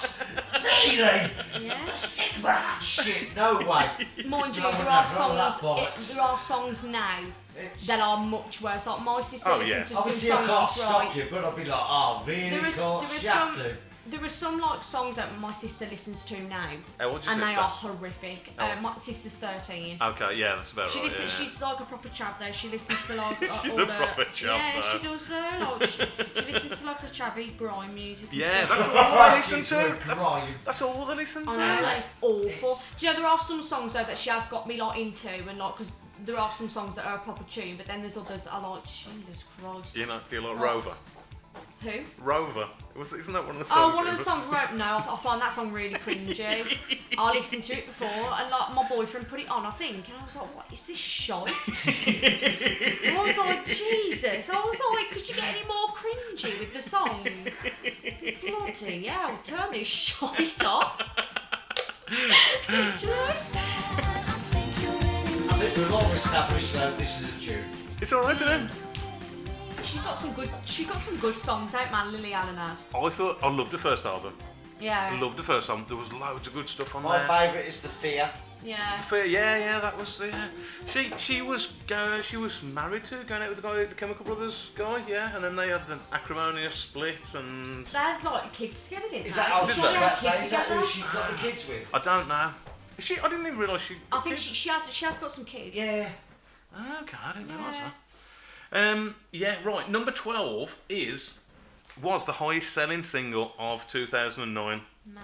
Speaker 2: really?
Speaker 3: Yeah.
Speaker 2: Sing about that shit? No way.
Speaker 3: Mind you,
Speaker 2: No, no,
Speaker 3: there are
Speaker 2: no, that's
Speaker 3: songs.
Speaker 2: bollocks.
Speaker 3: It, there are songs now
Speaker 2: It's,
Speaker 3: that are much worse. Like my sister
Speaker 1: Oh,
Speaker 3: listened
Speaker 1: yeah.
Speaker 3: to some
Speaker 2: obviously I
Speaker 3: songs.
Speaker 2: can't stop
Speaker 3: right?
Speaker 2: you, but I'll be like, oh, really?
Speaker 3: There is,
Speaker 2: God,
Speaker 3: there is
Speaker 2: you have
Speaker 3: some,
Speaker 2: to.
Speaker 3: there are some like songs that my sister listens to now,
Speaker 2: Uh,
Speaker 1: How old's your
Speaker 3: and they
Speaker 1: sister?
Speaker 3: are horrific.
Speaker 2: Oh.
Speaker 1: How
Speaker 3: Uh,
Speaker 1: old?
Speaker 3: my sister's thirteen.
Speaker 1: Okay, yeah, that's about
Speaker 3: She
Speaker 1: right.
Speaker 3: listens.
Speaker 1: Oh, yeah.
Speaker 3: She's like a proper chav though. She listens to like uh,
Speaker 1: She's
Speaker 3: all
Speaker 1: a
Speaker 3: the
Speaker 1: proper chav,
Speaker 3: yeah.
Speaker 1: though.
Speaker 3: She does though. Like, she, she listens to like a chavvy grime music. and
Speaker 1: Yeah,
Speaker 3: stuff.
Speaker 1: that's all I listen
Speaker 2: She's
Speaker 1: to.
Speaker 2: gonna
Speaker 1: That's,
Speaker 2: cry, you
Speaker 1: that's all I listen to.
Speaker 3: Oh, I know that is awful. Do you know there are some songs though that she has got me like into and like because there are some songs that are a proper tune, but then there's others that are like Jesus Christ.
Speaker 1: You know, do you like Rover?
Speaker 3: Who?
Speaker 1: Rover. Was, isn't that one of the songs?
Speaker 3: Oh, one of the
Speaker 1: you-
Speaker 3: songs wrote. No, I, I find that song really cringy. I listened to it before, and like my boyfriend put it on, I think, and I was like, "What is this shite?" and I was like, "Jesus!" I was like, "Could you get any more cringy with the songs?" Bloody hell! Turn this shite off. Do you know?
Speaker 2: I think we've all established though this is a tune.
Speaker 1: It's alright, isn't it?
Speaker 3: She's got some good. She got some good songs out, man. Lily Allen has.
Speaker 1: I thought I loved the first album.
Speaker 3: Yeah.
Speaker 1: I loved the first album. There was loads of good stuff on
Speaker 2: My
Speaker 1: there.
Speaker 2: favourite is the fear.
Speaker 3: Yeah.
Speaker 1: But yeah, yeah, that was yeah. She she was go, she was married to going out with the guy, the Chemical Brothers guy, yeah, and then they had an acrimonious split, and
Speaker 3: They had like kids together, didn't
Speaker 2: Is
Speaker 3: they?
Speaker 2: that how
Speaker 3: I'm
Speaker 2: she
Speaker 3: sure
Speaker 2: was
Speaker 3: they
Speaker 2: about
Speaker 3: had
Speaker 2: to say?
Speaker 3: kids
Speaker 2: Is that who
Speaker 3: together.
Speaker 2: she got the kids with?
Speaker 1: I don't know. Is she? I didn't even realise she.
Speaker 3: I think she, she has. She has got some kids.
Speaker 2: Yeah.
Speaker 1: Okay, I didn't realise
Speaker 3: Yeah.
Speaker 1: that. Um, yeah, right. Number twelve is was the highest selling single of 2009.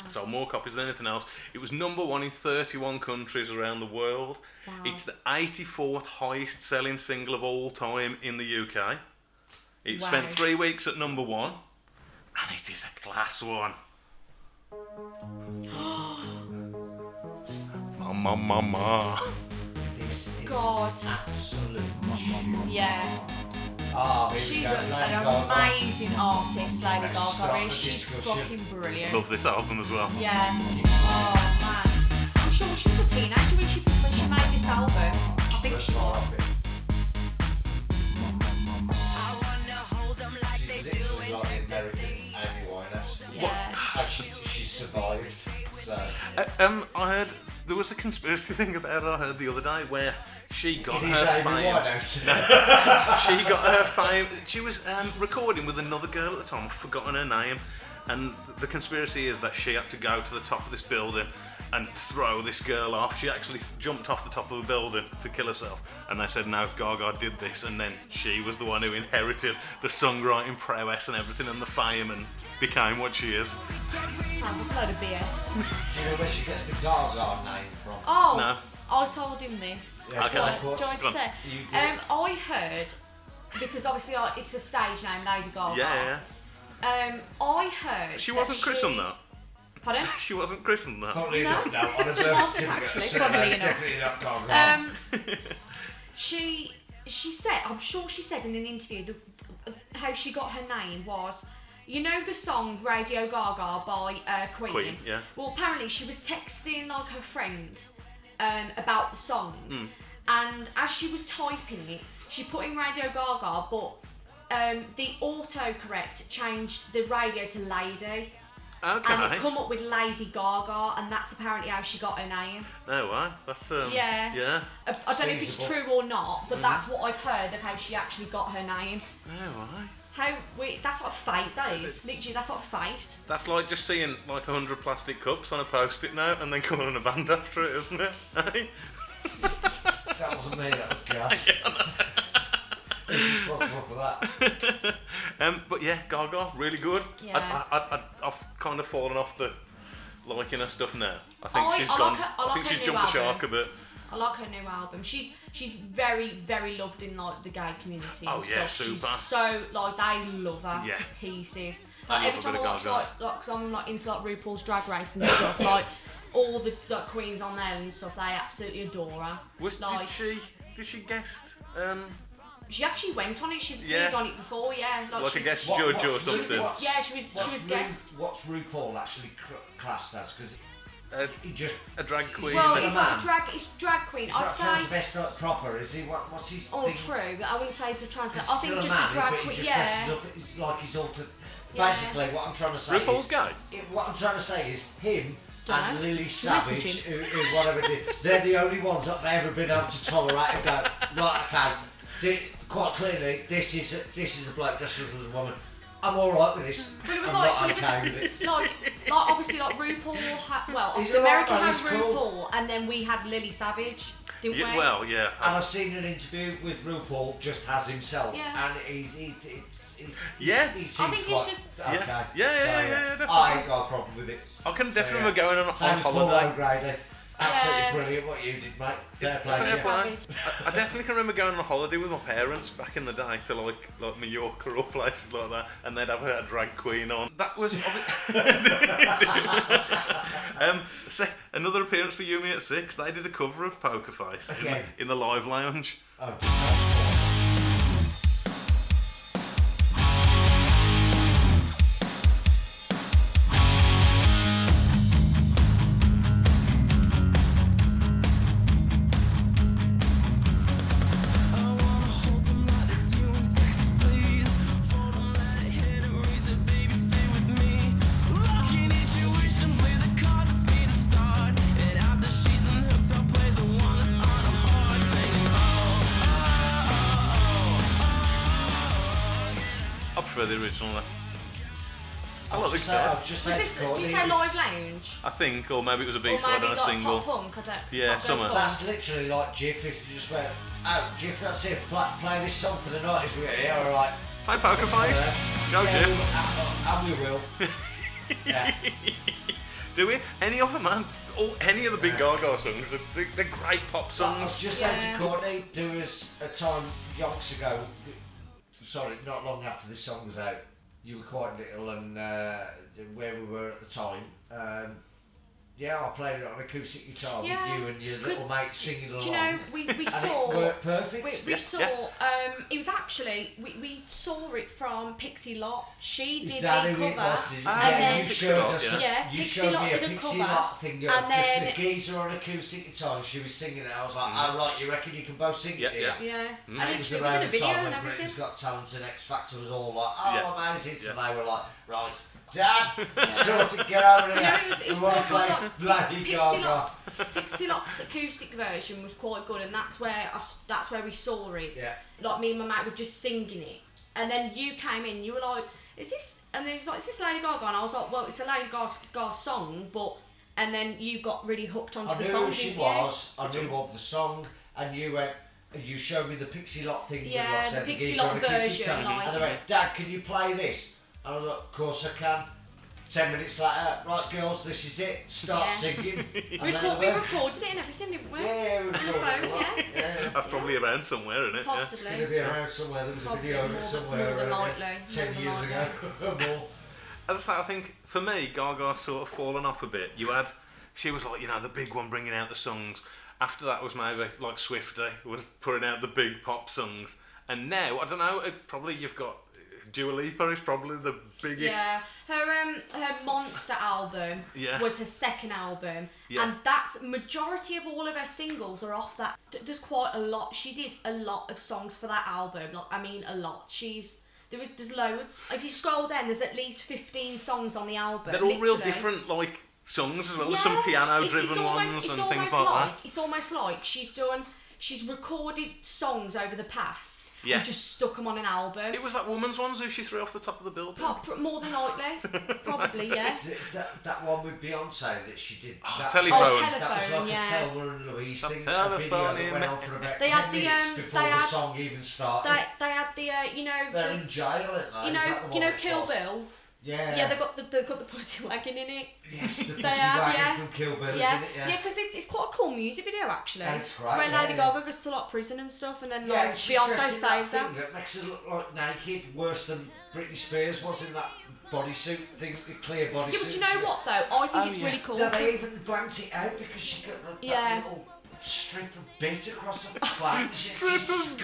Speaker 1: Sold more copies than anything else. It was number one in 31 countries around the world. It's the 84th highest selling single of all time in the UK. It spent
Speaker 3: Wow.
Speaker 1: three weeks at number one, and it is a class one. ma ma ma ma.
Speaker 2: This is
Speaker 3: God.
Speaker 2: absolute mum.
Speaker 3: Yeah.
Speaker 2: Ah, here we
Speaker 3: She's
Speaker 2: go.
Speaker 3: a,
Speaker 2: Lady
Speaker 3: an
Speaker 2: Gaga.
Speaker 3: amazing artist, Lady
Speaker 2: Let's stop
Speaker 3: Gaga.
Speaker 2: the
Speaker 3: is. She's
Speaker 2: discussion.
Speaker 3: fucking brilliant.
Speaker 1: Love this album as well.
Speaker 3: Yeah. Oh man. I'm sure she was a teenager when she when she made this album. I think she was.
Speaker 2: She's literally like the American Amy Winehouse. And she, she survived. So
Speaker 1: Uh, um, I heard there was a conspiracy thing about her. I heard the other day where she got
Speaker 2: it is
Speaker 1: her
Speaker 2: Amy
Speaker 1: fame.
Speaker 2: Winehouse.
Speaker 1: She got her fame. She was um, recording with another girl at the time. I've forgotten her name. And the conspiracy is that she had to go to the top of this building and throw this girl off. She actually jumped off the top of a building to kill herself. And they said, no, Gaga did this. And then she was the one who inherited the songwriting prowess and everything and the fame and became what she is.
Speaker 3: Sounds like a load of BS.
Speaker 2: Do you know where she gets the Gaga name from?
Speaker 3: Oh,
Speaker 1: No.
Speaker 3: I told him this.
Speaker 2: Yeah,
Speaker 1: Okay.
Speaker 2: go on,
Speaker 3: Do you want
Speaker 2: go on.
Speaker 3: me to say?
Speaker 2: You do
Speaker 3: Um, I heard because obviously I, it's a stage name, Lady Gaga.
Speaker 2: Uh-huh.
Speaker 1: Yeah, yeah.
Speaker 3: Um, I heard
Speaker 1: She
Speaker 3: that
Speaker 1: wasn't
Speaker 3: she...
Speaker 1: christened, though.
Speaker 3: Pardon?
Speaker 1: She wasn't christened, though.
Speaker 2: Funnily
Speaker 3: No.
Speaker 2: enough, no, on a birth
Speaker 3: wasn't
Speaker 2: certificate,
Speaker 3: actually,
Speaker 2: so
Speaker 3: funnily
Speaker 2: no,
Speaker 3: enough.
Speaker 2: definitely not Gaga.
Speaker 3: Um, she she said, I'm sure she said in an interview the, how she got her name was. You know the song Radio Gaga by uh, Queen?
Speaker 1: Queen, yeah.
Speaker 3: Well, apparently she was texting like her friend um, about the song,
Speaker 1: Hmm.
Speaker 3: and as she was typing it, she put in Radio Gaga, but um, the autocorrect changed the radio to Lady,
Speaker 1: Okay.
Speaker 3: and it come up with Lady Gaga, and that's apparently how she got her name.
Speaker 1: No, why? That's um.
Speaker 3: Yeah.
Speaker 1: Yeah.
Speaker 3: I I don't know if it's
Speaker 2: Feasible.
Speaker 3: true or not,
Speaker 1: Mm.
Speaker 3: but that's what I've heard of how she actually got her name.
Speaker 1: No, why?
Speaker 3: How we, that's what a fight that is. Literally, that's what a fight.
Speaker 1: That's like just seeing like a hundred plastic cups on a post-it note and then calling a band after it, isn't it? Eh?
Speaker 2: That wasn't me, that was gas. Who's responsible for that?
Speaker 1: um, but yeah, Gaga, really good.
Speaker 3: Yeah.
Speaker 1: I, I, I, I, I've kind of fallen off the liking her stuff now. I think
Speaker 3: I-
Speaker 1: she's
Speaker 3: I like
Speaker 1: gone.
Speaker 3: her- I like
Speaker 1: think
Speaker 3: her
Speaker 1: she's
Speaker 3: new
Speaker 1: jumped the
Speaker 3: album.
Speaker 1: shark a bit.
Speaker 3: I like her new album. She's she's very very loved in like the gay community.
Speaker 1: Oh,
Speaker 3: and
Speaker 1: yeah,
Speaker 3: stuff. She's
Speaker 1: super.
Speaker 3: so like they love her
Speaker 1: Yeah.
Speaker 3: to pieces.
Speaker 1: I
Speaker 3: Like
Speaker 1: love
Speaker 3: every
Speaker 1: a
Speaker 3: time
Speaker 1: bit
Speaker 3: I
Speaker 1: of
Speaker 3: watch
Speaker 1: Gaga.
Speaker 3: like like because I'm like into like RuPaul's Drag Race and stuff like. All the like, queens on there and stuff, they absolutely adore her.
Speaker 1: Was
Speaker 3: like,
Speaker 1: did she? Did she guest? Um,
Speaker 3: she actually went on it. She's
Speaker 1: Yeah.
Speaker 3: appeared on it before, yeah. Like,
Speaker 1: like a
Speaker 3: she's-
Speaker 1: guest
Speaker 2: What-
Speaker 1: judge or
Speaker 2: what's-
Speaker 1: something.
Speaker 2: what's-
Speaker 3: Yeah, she was- she
Speaker 2: what's
Speaker 3: was
Speaker 2: Ru-
Speaker 3: guest.
Speaker 2: What's RuPaul actually cr- classed as? Because
Speaker 1: A,
Speaker 2: he just
Speaker 1: a drag queen.
Speaker 3: Well,
Speaker 2: She's
Speaker 3: it's
Speaker 2: a
Speaker 3: like
Speaker 2: man.
Speaker 3: a drag, it's drag queen.
Speaker 2: he's
Speaker 3: I'd
Speaker 2: not
Speaker 3: say
Speaker 2: transvestite proper, is he? What, what's his
Speaker 3: Oh,
Speaker 2: thing?
Speaker 3: true. but I wouldn't say he's a trans.
Speaker 2: He's
Speaker 3: I think
Speaker 2: still
Speaker 3: just
Speaker 2: man,
Speaker 3: a drag
Speaker 2: but he
Speaker 3: queen.
Speaker 2: just dresses
Speaker 3: Yeah.
Speaker 2: Up, it's like he's altered.
Speaker 3: Yeah.
Speaker 2: Basically, what I'm trying to say
Speaker 1: RuPaul's
Speaker 2: is
Speaker 1: gay?
Speaker 2: it- what I'm trying to say is him
Speaker 3: Don't
Speaker 2: and
Speaker 3: know.
Speaker 2: Lily
Speaker 3: Message
Speaker 2: Savage, who,
Speaker 3: him.
Speaker 2: who whatever did, they're the only ones that I've ever been able to tolerate and go right. Okay, thi- quite clearly, this is a, this is a bloke dressed up as a woman. I'm all right with this.
Speaker 3: But it was
Speaker 2: I'm
Speaker 3: like-
Speaker 2: not
Speaker 3: but it
Speaker 2: okay
Speaker 3: was-
Speaker 2: with it.
Speaker 3: Like, like obviously, like RuPaul. Ha- well,
Speaker 2: He's
Speaker 3: obviously
Speaker 2: alright,
Speaker 3: America
Speaker 2: man,
Speaker 3: had
Speaker 2: he's cool.
Speaker 3: RuPaul, and then we had Lily Savage, didn't
Speaker 1: Yeah,
Speaker 3: we?
Speaker 1: well, yeah.
Speaker 2: And I've seen an interview with RuPaul just as himself,
Speaker 3: Yeah.
Speaker 2: and he, he, it's he,
Speaker 1: Yeah.
Speaker 2: he seems
Speaker 3: I think he's
Speaker 2: quite,
Speaker 3: just-
Speaker 2: okay.
Speaker 1: Yeah. Yeah, yeah,
Speaker 2: so,
Speaker 1: yeah, yeah, definitely.
Speaker 2: I ain't got a problem with it.
Speaker 1: I can definitely
Speaker 2: yeah.
Speaker 1: remember going on, on
Speaker 2: Same as Paul
Speaker 1: holiday.
Speaker 2: O'Grady. Absolutely
Speaker 3: Yeah.
Speaker 2: brilliant what you did, mate. Fair play.
Speaker 1: Fair
Speaker 2: to you.
Speaker 1: play.
Speaker 3: Savage.
Speaker 1: I definitely can remember going on a holiday with my parents back in the day to like like Mallorca or places like that, and they'd have a drag queen on. That was obvi- um, se- another appearance for Yumi at six. They did a cover of Poker Face in,
Speaker 2: Yeah.
Speaker 1: the, in the live lounge.
Speaker 2: Oh, dear.
Speaker 1: I prefer the original. though. I
Speaker 2: I'll
Speaker 1: like the
Speaker 2: just say- I'll
Speaker 1: guitars.
Speaker 2: just
Speaker 3: Was
Speaker 2: say
Speaker 3: this?
Speaker 2: to
Speaker 3: Did you
Speaker 2: Courtney,
Speaker 3: say Live
Speaker 2: it's-
Speaker 3: Lounge?
Speaker 1: I think, or maybe it was a
Speaker 3: Or
Speaker 1: B-side
Speaker 3: maybe
Speaker 1: and a
Speaker 3: like
Speaker 1: single.
Speaker 3: pop punk? I don't.
Speaker 1: Yeah,
Speaker 3: pop goes
Speaker 1: somewhere.
Speaker 3: punk.
Speaker 2: That's literally like Jiff if you just went, oh, Jiff, that's it, play, play this song for the night if we're here, alright.
Speaker 1: Hi, Poker Face. Go,
Speaker 2: yeah,
Speaker 1: Jim.
Speaker 2: we- uh, And we will. yeah.
Speaker 1: Do we? Any of them, man? All, any of the big Gaga songs? They're, they're great pop
Speaker 2: I
Speaker 1: songs.
Speaker 2: was just saying
Speaker 3: Yeah.
Speaker 2: to Courtney, there was a time yonks ago, sorry, not long after this song was out, you were quite little and uh, where we were at the time. Um, yeah, I played it on acoustic guitar
Speaker 3: Yeah,
Speaker 2: with you and your
Speaker 3: 'cause
Speaker 2: little mate singing along.
Speaker 3: Do you know we, we
Speaker 2: and
Speaker 3: saw?
Speaker 2: it worked perfect.
Speaker 3: We, we saw.
Speaker 1: yeah.
Speaker 3: Um, it was actually we, we saw it from Pixie Lott. She did
Speaker 2: Is that
Speaker 3: a
Speaker 2: who it
Speaker 3: cover.
Speaker 2: was? Did-
Speaker 1: Ah,
Speaker 2: yeah,
Speaker 3: then-
Speaker 2: you showed us.
Speaker 1: Pixie Lott,
Speaker 3: yeah.
Speaker 2: you
Speaker 3: Pixie
Speaker 2: showed
Speaker 3: Lott
Speaker 2: me a
Speaker 3: did a
Speaker 2: Pixie
Speaker 3: cover,
Speaker 2: Lott thing of
Speaker 3: and
Speaker 2: just
Speaker 3: then-
Speaker 2: a geezer on acoustic guitar, and she was singing it. I was like, oh, right, you reckon you can both sing
Speaker 1: Mm-hmm. Yeah,
Speaker 2: it? here?"
Speaker 1: yeah.
Speaker 3: Yeah.
Speaker 2: And
Speaker 3: I
Speaker 2: Mm. it was
Speaker 3: literally we did a
Speaker 2: around the
Speaker 3: video
Speaker 2: time
Speaker 3: and
Speaker 2: when Britain's
Speaker 3: everything.
Speaker 2: Got Talent and X Factor was all like, oh,
Speaker 1: Yeah.
Speaker 2: amazing. So
Speaker 1: Yeah.
Speaker 2: they were like, right, Dad, sort it, get over
Speaker 3: You know,
Speaker 2: here.
Speaker 3: it was, it was
Speaker 2: We wanna
Speaker 3: quite
Speaker 2: play
Speaker 3: good. Like,
Speaker 2: Lady
Speaker 3: Pixie
Speaker 2: Gaga.
Speaker 3: Lot's Pixie Lot's acoustic version was quite good, and that's where I, s- that's where we saw it.
Speaker 2: Yeah.
Speaker 3: Like me and my mate were just singing it, and then you came in. You were like, "Is this?" And then he was like, "Is this Lady Gaga?" And I was like, "Well, it's a Lady Gaga, Gaga song, but." And then you got really hooked onto
Speaker 2: I
Speaker 3: the
Speaker 2: knew
Speaker 3: song.
Speaker 2: who she
Speaker 3: didn't you?
Speaker 2: was. I knew of the song, and you went. and You showed me the Pixie Lot thing. with,
Speaker 3: Yeah,
Speaker 2: like,
Speaker 3: the
Speaker 2: said,
Speaker 3: Pixie
Speaker 2: geese
Speaker 3: Lot
Speaker 2: on a kissy
Speaker 3: version,
Speaker 2: tummy,
Speaker 3: like-
Speaker 2: and I went, Dad, can you play this? And I was like, of course I can. Ten minutes later, right, girls, this is it. Start
Speaker 3: Yeah.
Speaker 2: singing. And
Speaker 3: We,
Speaker 2: there
Speaker 3: record, we
Speaker 2: they were.
Speaker 3: recorded it and everything, didn't we?
Speaker 2: Yeah, yeah, we recorded
Speaker 3: phone,
Speaker 2: it. like, yeah.
Speaker 1: That's probably around somewhere, isn't it? Yeah.
Speaker 3: Possibly.
Speaker 2: It's going to be around somewhere. There was a
Speaker 3: Probably
Speaker 2: video of
Speaker 3: more
Speaker 2: it
Speaker 3: than-
Speaker 2: somewhere
Speaker 3: more than
Speaker 2: around
Speaker 3: likely,
Speaker 2: ten
Speaker 3: more
Speaker 2: years
Speaker 3: than
Speaker 2: ago. More.
Speaker 1: As I say, I think for me, Gaga sort of fallen off a bit. You had, she was like, you know, the big one bringing out the songs. After that was maybe like Swifty was putting out the big pop songs, and now I don't know. It, probably you've got Dua Lipa is probably the biggest.
Speaker 3: Yeah, her um her monster album
Speaker 1: Yeah.
Speaker 3: was her second album,
Speaker 1: Yeah.
Speaker 3: and that's majority of all of her singles are off that. Th- There's quite a lot. She did a lot of songs for that album. Like I mean, a lot. She's there was there's loads. If you scroll down, there's at least 15 songs on the album.
Speaker 1: They're all real
Speaker 3: literally.
Speaker 1: different, like songs as well.
Speaker 3: Yeah,
Speaker 1: There's some piano-driven
Speaker 3: it's, it's almost,
Speaker 1: ones
Speaker 3: it's
Speaker 1: and things
Speaker 3: almost
Speaker 1: like,
Speaker 3: like
Speaker 1: that.
Speaker 3: It's almost like she's done. She's recorded songs over the past
Speaker 1: Yeah.
Speaker 3: and just stuck them on an album.
Speaker 1: It was that woman's ones who she threw off the top of the building.
Speaker 3: Pro- pro- more than likely, probably yeah.
Speaker 2: Th- That, that one with Beyonce that she did.
Speaker 1: Oh,
Speaker 2: that,
Speaker 1: telephone.
Speaker 3: Oh,
Speaker 2: That was
Speaker 3: telephone,
Speaker 2: like
Speaker 3: yeah.
Speaker 2: a Thelma and Louise
Speaker 1: A
Speaker 2: thing, a video
Speaker 1: telephone
Speaker 2: that
Speaker 1: in
Speaker 2: went
Speaker 1: the-
Speaker 2: on for about
Speaker 3: They
Speaker 2: 10
Speaker 3: had the,
Speaker 2: minutes
Speaker 3: um,
Speaker 2: before
Speaker 3: they
Speaker 2: the
Speaker 3: had-
Speaker 2: song even started.
Speaker 3: They, they had the uh, you know
Speaker 2: They're
Speaker 3: the,
Speaker 2: in jail, aren't they?
Speaker 3: you
Speaker 2: Is
Speaker 3: know
Speaker 2: that the
Speaker 3: you know
Speaker 2: one it
Speaker 3: Kill
Speaker 2: was?
Speaker 3: Bill.
Speaker 2: Yeah.
Speaker 3: Yeah, they've got the they've got the pussy wagon in it.
Speaker 2: Yes, the pussy
Speaker 3: They have,
Speaker 2: wagon
Speaker 3: yeah.
Speaker 2: from Kill Bill,
Speaker 3: yeah,
Speaker 2: isn't it?
Speaker 3: yeah, because it, it's quite a cool music video actually.
Speaker 2: That's
Speaker 3: it's
Speaker 2: right,
Speaker 3: where
Speaker 2: yeah,
Speaker 3: Lady
Speaker 2: yeah.
Speaker 3: Gaga goes to like prison and stuff, and then
Speaker 2: Yeah,
Speaker 3: like
Speaker 2: and she's
Speaker 3: Beyonce
Speaker 2: dressed in that
Speaker 3: saves her.
Speaker 2: thing That makes her look like naked, worse than Britney Spears was in that bodysuit thing, the clear bodysuit.
Speaker 3: Yeah, but you know what though? I think
Speaker 1: Oh,
Speaker 3: it's
Speaker 1: yeah.
Speaker 3: really cool.
Speaker 2: No, they
Speaker 3: 'cause-
Speaker 2: even blanked it out because she got like, that
Speaker 3: Yeah.
Speaker 2: little strip of bit across her flank.
Speaker 1: Strip of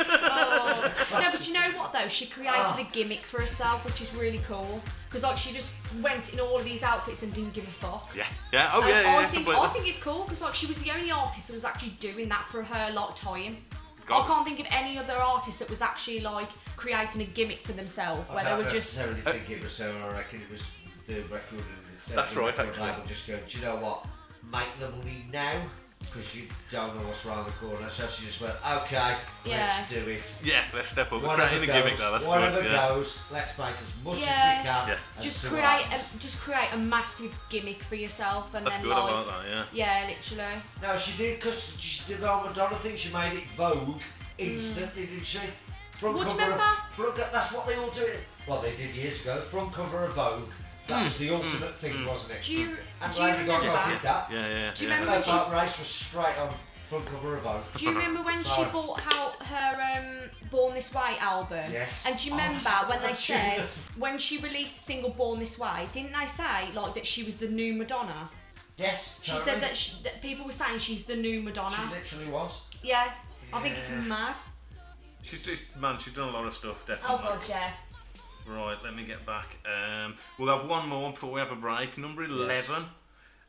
Speaker 1: bit.
Speaker 3: No, but you know what though? She created a gimmick for herself, which is really cool. Because like she just went in all of these outfits and didn't give a fuck.
Speaker 1: Yeah, yeah. Oh
Speaker 3: And
Speaker 1: yeah, yeah.
Speaker 3: I think
Speaker 1: completely.
Speaker 3: I think it's cool because like she was the only artist that was actually doing that for her like time.
Speaker 1: God.
Speaker 3: I can't think of any other artist that was actually like creating a gimmick for themselves
Speaker 2: I
Speaker 3: where they
Speaker 2: don't
Speaker 3: were just
Speaker 2: necessarily think it was her. I reckon it was the record. And the,
Speaker 1: That's
Speaker 2: the
Speaker 1: right,
Speaker 2: record
Speaker 1: actually.
Speaker 2: label Just go. Do you know what? Make the money now because you don't know what's around the corner. So she just went, okay,
Speaker 3: Yeah.
Speaker 2: let's do it.
Speaker 1: Yeah, let's step up. We're
Speaker 2: Whatever
Speaker 1: creating a gimmick
Speaker 2: goes,
Speaker 1: though. That's
Speaker 2: whatever
Speaker 1: good. Yeah.
Speaker 2: goes, let's make as much as
Speaker 3: Yeah.
Speaker 2: we can.
Speaker 1: Yeah.
Speaker 2: and
Speaker 3: just
Speaker 2: see what
Speaker 3: create
Speaker 2: happens.
Speaker 3: a, just create a massive gimmick for yourself and
Speaker 1: That's
Speaker 3: then
Speaker 1: good.
Speaker 3: like
Speaker 1: I like that. Yeah.
Speaker 3: yeah, literally.
Speaker 2: No, she did because she did the whole Madonna thing. She made it Vogue instantly,
Speaker 3: Mm.
Speaker 2: didn't she? Front
Speaker 3: What do you
Speaker 2: cover
Speaker 3: remember?
Speaker 2: Of, front, co- that's what they all do. Well, they did years ago. Front cover of Vogue. That
Speaker 1: Hmm.
Speaker 2: was the ultimate thing, wasn't it?
Speaker 3: Do you
Speaker 2: And
Speaker 3: do you
Speaker 2: Lady Gaga
Speaker 3: remember?
Speaker 2: did that.
Speaker 1: Yeah, yeah.
Speaker 3: Do you
Speaker 1: yeah.
Speaker 3: remember
Speaker 2: Her
Speaker 3: when she
Speaker 2: Dark Race was straight on front cover of Vogue.
Speaker 3: Do you remember when she
Speaker 2: Sorry.
Speaker 3: bought out her um, Born This Way album?
Speaker 2: Yes.
Speaker 3: And do you
Speaker 2: Oh,
Speaker 3: remember
Speaker 2: that's
Speaker 3: when they
Speaker 2: such
Speaker 3: said
Speaker 2: a-
Speaker 3: when she released the single Born This Way, didn't they say like that she was the new Madonna?
Speaker 2: Yes.
Speaker 3: She
Speaker 2: totally.
Speaker 3: said that, she, that people were saying she's the new Madonna.
Speaker 2: She literally was.
Speaker 3: yeah. I think it's mad.
Speaker 1: She's just, man, she's done a lot of stuff,
Speaker 3: Oh
Speaker 1: definitely.
Speaker 3: god, yeah.
Speaker 1: Right, let me get back. Um, we'll have one more before we have a break. Number 11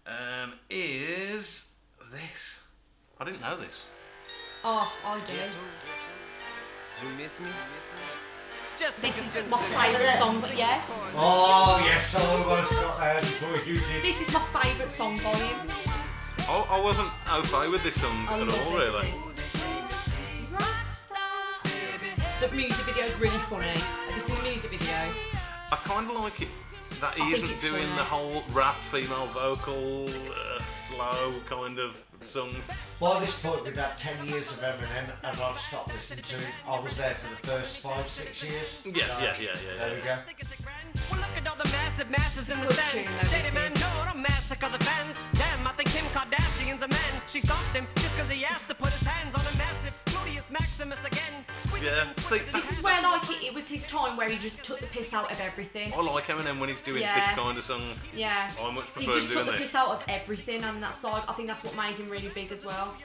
Speaker 1: um, is this. I didn't know this.
Speaker 3: Oh, I do.
Speaker 8: You miss me? Just
Speaker 3: This is my favourite song, but yeah.
Speaker 2: Oh yes, I almost got there before you did.
Speaker 3: This is my favourite song by him.
Speaker 1: I, I wasn't okay with this song
Speaker 3: I
Speaker 1: at
Speaker 3: love
Speaker 1: all,
Speaker 3: this
Speaker 1: really.
Speaker 3: song. Rasta. The music video is really funny. I just in the music video.
Speaker 1: I kind of like it that
Speaker 3: I
Speaker 1: he
Speaker 3: think
Speaker 1: isn't
Speaker 3: it's
Speaker 1: doing
Speaker 3: funny.
Speaker 1: the whole rap, female vocal, uh, slow kind of song.
Speaker 2: By this point, we've had ten years of Eminem, and I've stopped listening to him. I was there for the first five, six years.
Speaker 1: Yeah, yeah, yeah, yeah. yeah.
Speaker 2: There we go.
Speaker 8: Well, look at all the massive masses in the
Speaker 3: Good
Speaker 8: stands.
Speaker 3: tune, though,
Speaker 8: Shady
Speaker 3: this
Speaker 8: man,
Speaker 3: is.
Speaker 8: no, don't massacre the fans. Damn, I think Kim Kardashian's a man. She stopped him just 'cause he asked to put his hands on a massive gluteus maximus again. Squeeze it
Speaker 1: Yeah,
Speaker 8: in, squeeze
Speaker 1: see,
Speaker 8: it in.
Speaker 3: This is where like it, it was his time where he just took the piss out of everything.
Speaker 1: I like Eminem when he's doing
Speaker 3: Yeah.
Speaker 1: this kind of song.
Speaker 3: Yeah.
Speaker 1: I much
Speaker 3: He
Speaker 1: prefer
Speaker 3: just
Speaker 1: him
Speaker 3: took
Speaker 1: doing
Speaker 3: the
Speaker 1: this.
Speaker 3: piss out of everything, and that's like I think that's what made him really big as well.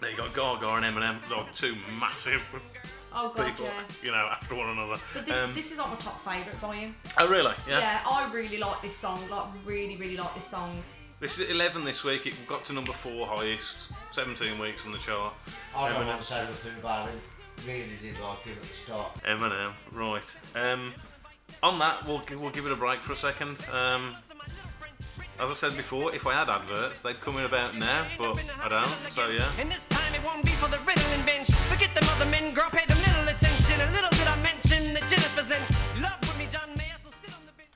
Speaker 1: There you got Gaga and Eminem, like two massive
Speaker 3: Oh god,
Speaker 1: people,
Speaker 3: yeah.
Speaker 1: you know, after one another.
Speaker 3: But this
Speaker 1: Um,
Speaker 3: this is not my top favourite by him.
Speaker 1: oh, really?
Speaker 3: Yeah. I really like this song. Like really, really like this song.
Speaker 1: This is 11 this week. It got to number four highest, 17 weeks on the chart.
Speaker 2: I don't
Speaker 1: Eminem.
Speaker 2: want to say nothing about him. Really did like him at the start.
Speaker 1: Eminem, right. Um, on that, we'll gi- we'll give it a break for a second. Um, as I said before, if I had adverts, they'd come in about now, but I don't. So yeah.
Speaker 8: And this time it won't be for the riddling bench. Forget them other men, girl, pay them little attention. A little did I mention that Jennifer's in love with me, John Mayer, so sit on the bench.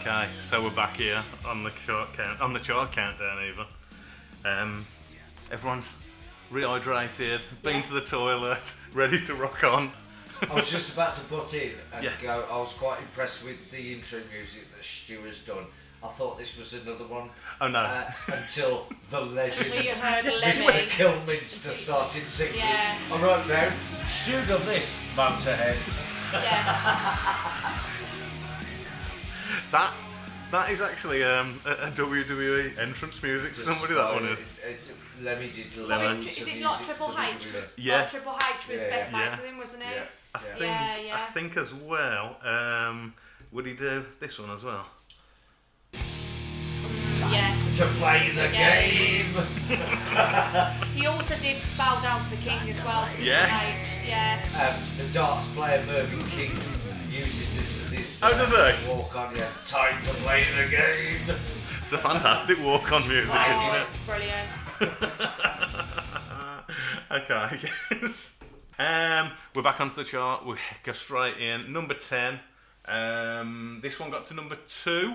Speaker 1: Okay, so we're back here on the chart count on the chart countdown even. Um, everyone's rehydrated, been
Speaker 3: Yeah.
Speaker 1: to the toilet, ready to rock on.
Speaker 2: I was just about to butt in and
Speaker 1: Yeah.
Speaker 2: go. I was quite impressed with the intro music that Stu has done. I thought this was another one.
Speaker 1: Oh, no.
Speaker 2: Uh, until the legend,
Speaker 3: Until you heard
Speaker 2: Mr.
Speaker 3: Lemmy.
Speaker 2: Kilminster, started singing.
Speaker 3: Yeah.
Speaker 2: I wrote down. Stu done this. Motorhead.
Speaker 3: Yeah.
Speaker 1: That that is actually um, a, a WWE entrance music for somebody. That one is.
Speaker 2: Uh, uh, Lemmy did.
Speaker 3: I mean,
Speaker 2: loads
Speaker 3: tr-
Speaker 2: of
Speaker 3: is it
Speaker 2: music
Speaker 3: not
Speaker 2: for E.
Speaker 3: Triple H?
Speaker 2: WWE.
Speaker 3: 'Cause,
Speaker 1: Yeah.
Speaker 3: uh, Triple H was
Speaker 2: Yeah,
Speaker 3: best
Speaker 1: yeah.
Speaker 3: mates with him, wasn't he?
Speaker 2: Yeah.
Speaker 1: I
Speaker 2: Yeah.
Speaker 1: think
Speaker 3: Yeah,
Speaker 1: I
Speaker 3: yeah.
Speaker 1: think as well. Um, would he do this one as well?
Speaker 3: Yeah.
Speaker 2: To play the
Speaker 3: Yeah.
Speaker 2: game.
Speaker 3: He also did bow down to the king as well. for
Speaker 1: Yes.
Speaker 3: Triple H, Yeah.
Speaker 2: Um, the darts player Mervyn King uses this as his uh,
Speaker 1: Oh, does he?
Speaker 2: walk on. Yeah, time to play the game.
Speaker 1: It's a fantastic walk-on music, isn't it?
Speaker 3: Oh, brilliant.
Speaker 1: okay, I guess. Um, we're back onto the chart. We go straight in. Number 10. Um, this one got to number 2.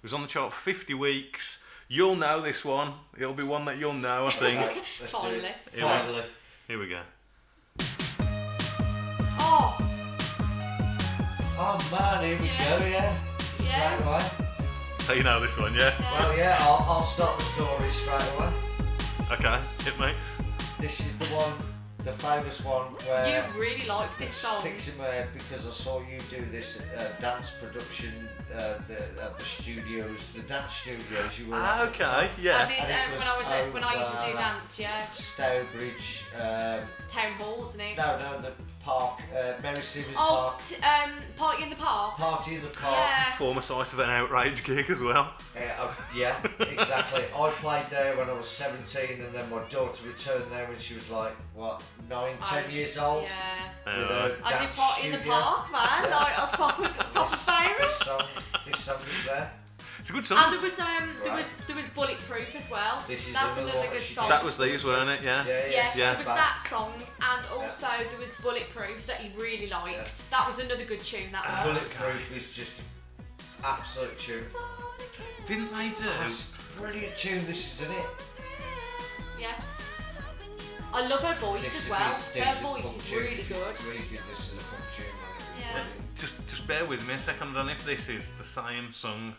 Speaker 1: It was on the chart for 50 weeks. You'll know this one. It'll be one that you'll know, I think.
Speaker 2: Right, let's do
Speaker 3: Finally.
Speaker 2: it.
Speaker 1: Yeah.
Speaker 2: Finally.
Speaker 1: Here we go.
Speaker 3: Oh,
Speaker 2: Oh man, here we
Speaker 3: Yeah.
Speaker 2: go. Yeah.
Speaker 3: Yeah.
Speaker 2: Straight away.
Speaker 1: So you know this one, yeah?
Speaker 2: Well, yeah, I'll, I'll start the story straight away.
Speaker 1: Okay, hit me.
Speaker 2: This is the one, the famous one where
Speaker 3: you really liked
Speaker 2: it
Speaker 3: this song.
Speaker 2: sticks in my head because I saw you do this uh, dance production uh, the, at the studios, the dance studios you were at. at the
Speaker 1: Ah, Okay,
Speaker 2: time.
Speaker 3: I
Speaker 1: yeah.
Speaker 3: did
Speaker 2: And it
Speaker 3: um,
Speaker 2: was
Speaker 3: when I was at, when I used to do
Speaker 2: over-
Speaker 3: dance, yeah.
Speaker 2: Stowbridge, um,
Speaker 3: Town halls and it.
Speaker 2: no, no, the park, uh, Mary Seaver's
Speaker 3: Oh,
Speaker 2: Park,
Speaker 3: t- um, party in the park.
Speaker 2: Party in the Park.
Speaker 3: Yeah.
Speaker 1: Former site of an outrage gig as well.
Speaker 2: Yeah, uh, yeah, exactly. I played there when I was 17, and then my daughter returned there when she was like, what, nine,
Speaker 3: I
Speaker 2: ten
Speaker 3: was-
Speaker 2: years old?
Speaker 3: Yeah.
Speaker 1: Yeah,
Speaker 2: With
Speaker 1: right.
Speaker 2: a
Speaker 3: I did
Speaker 2: dance
Speaker 3: party in the
Speaker 2: studio.
Speaker 3: park, man. Like, I was proper, proper
Speaker 2: This
Speaker 3: famous.
Speaker 2: song, this song is there.
Speaker 1: It's a good
Speaker 3: And
Speaker 1: song.
Speaker 3: there was um, there
Speaker 2: Right.
Speaker 3: was there was bulletproof as well.
Speaker 2: This is
Speaker 3: That's
Speaker 2: another
Speaker 3: another
Speaker 2: one
Speaker 3: good
Speaker 2: she did.
Speaker 3: song.
Speaker 1: That was these, weren't it? Yeah.
Speaker 2: Yeah,
Speaker 3: yeah,
Speaker 2: yeah.
Speaker 3: there was
Speaker 2: But
Speaker 3: that song, and also there was bulletproof that he really liked. That was another good tune. That was.
Speaker 2: Bulletproof is just absolute tune.
Speaker 1: Didn't they do?
Speaker 2: That's a brilliant tune. This is isn't it.
Speaker 3: Yeah. I love her voice
Speaker 2: This
Speaker 3: as
Speaker 2: is
Speaker 3: well.
Speaker 2: a
Speaker 3: Her
Speaker 2: decent
Speaker 3: voice
Speaker 2: pop
Speaker 3: is
Speaker 2: tune.
Speaker 3: really good.
Speaker 2: We did this as a pop tune. wasn't it?
Speaker 3: Yeah.
Speaker 1: Just, just bear with me a second on if this is the same song.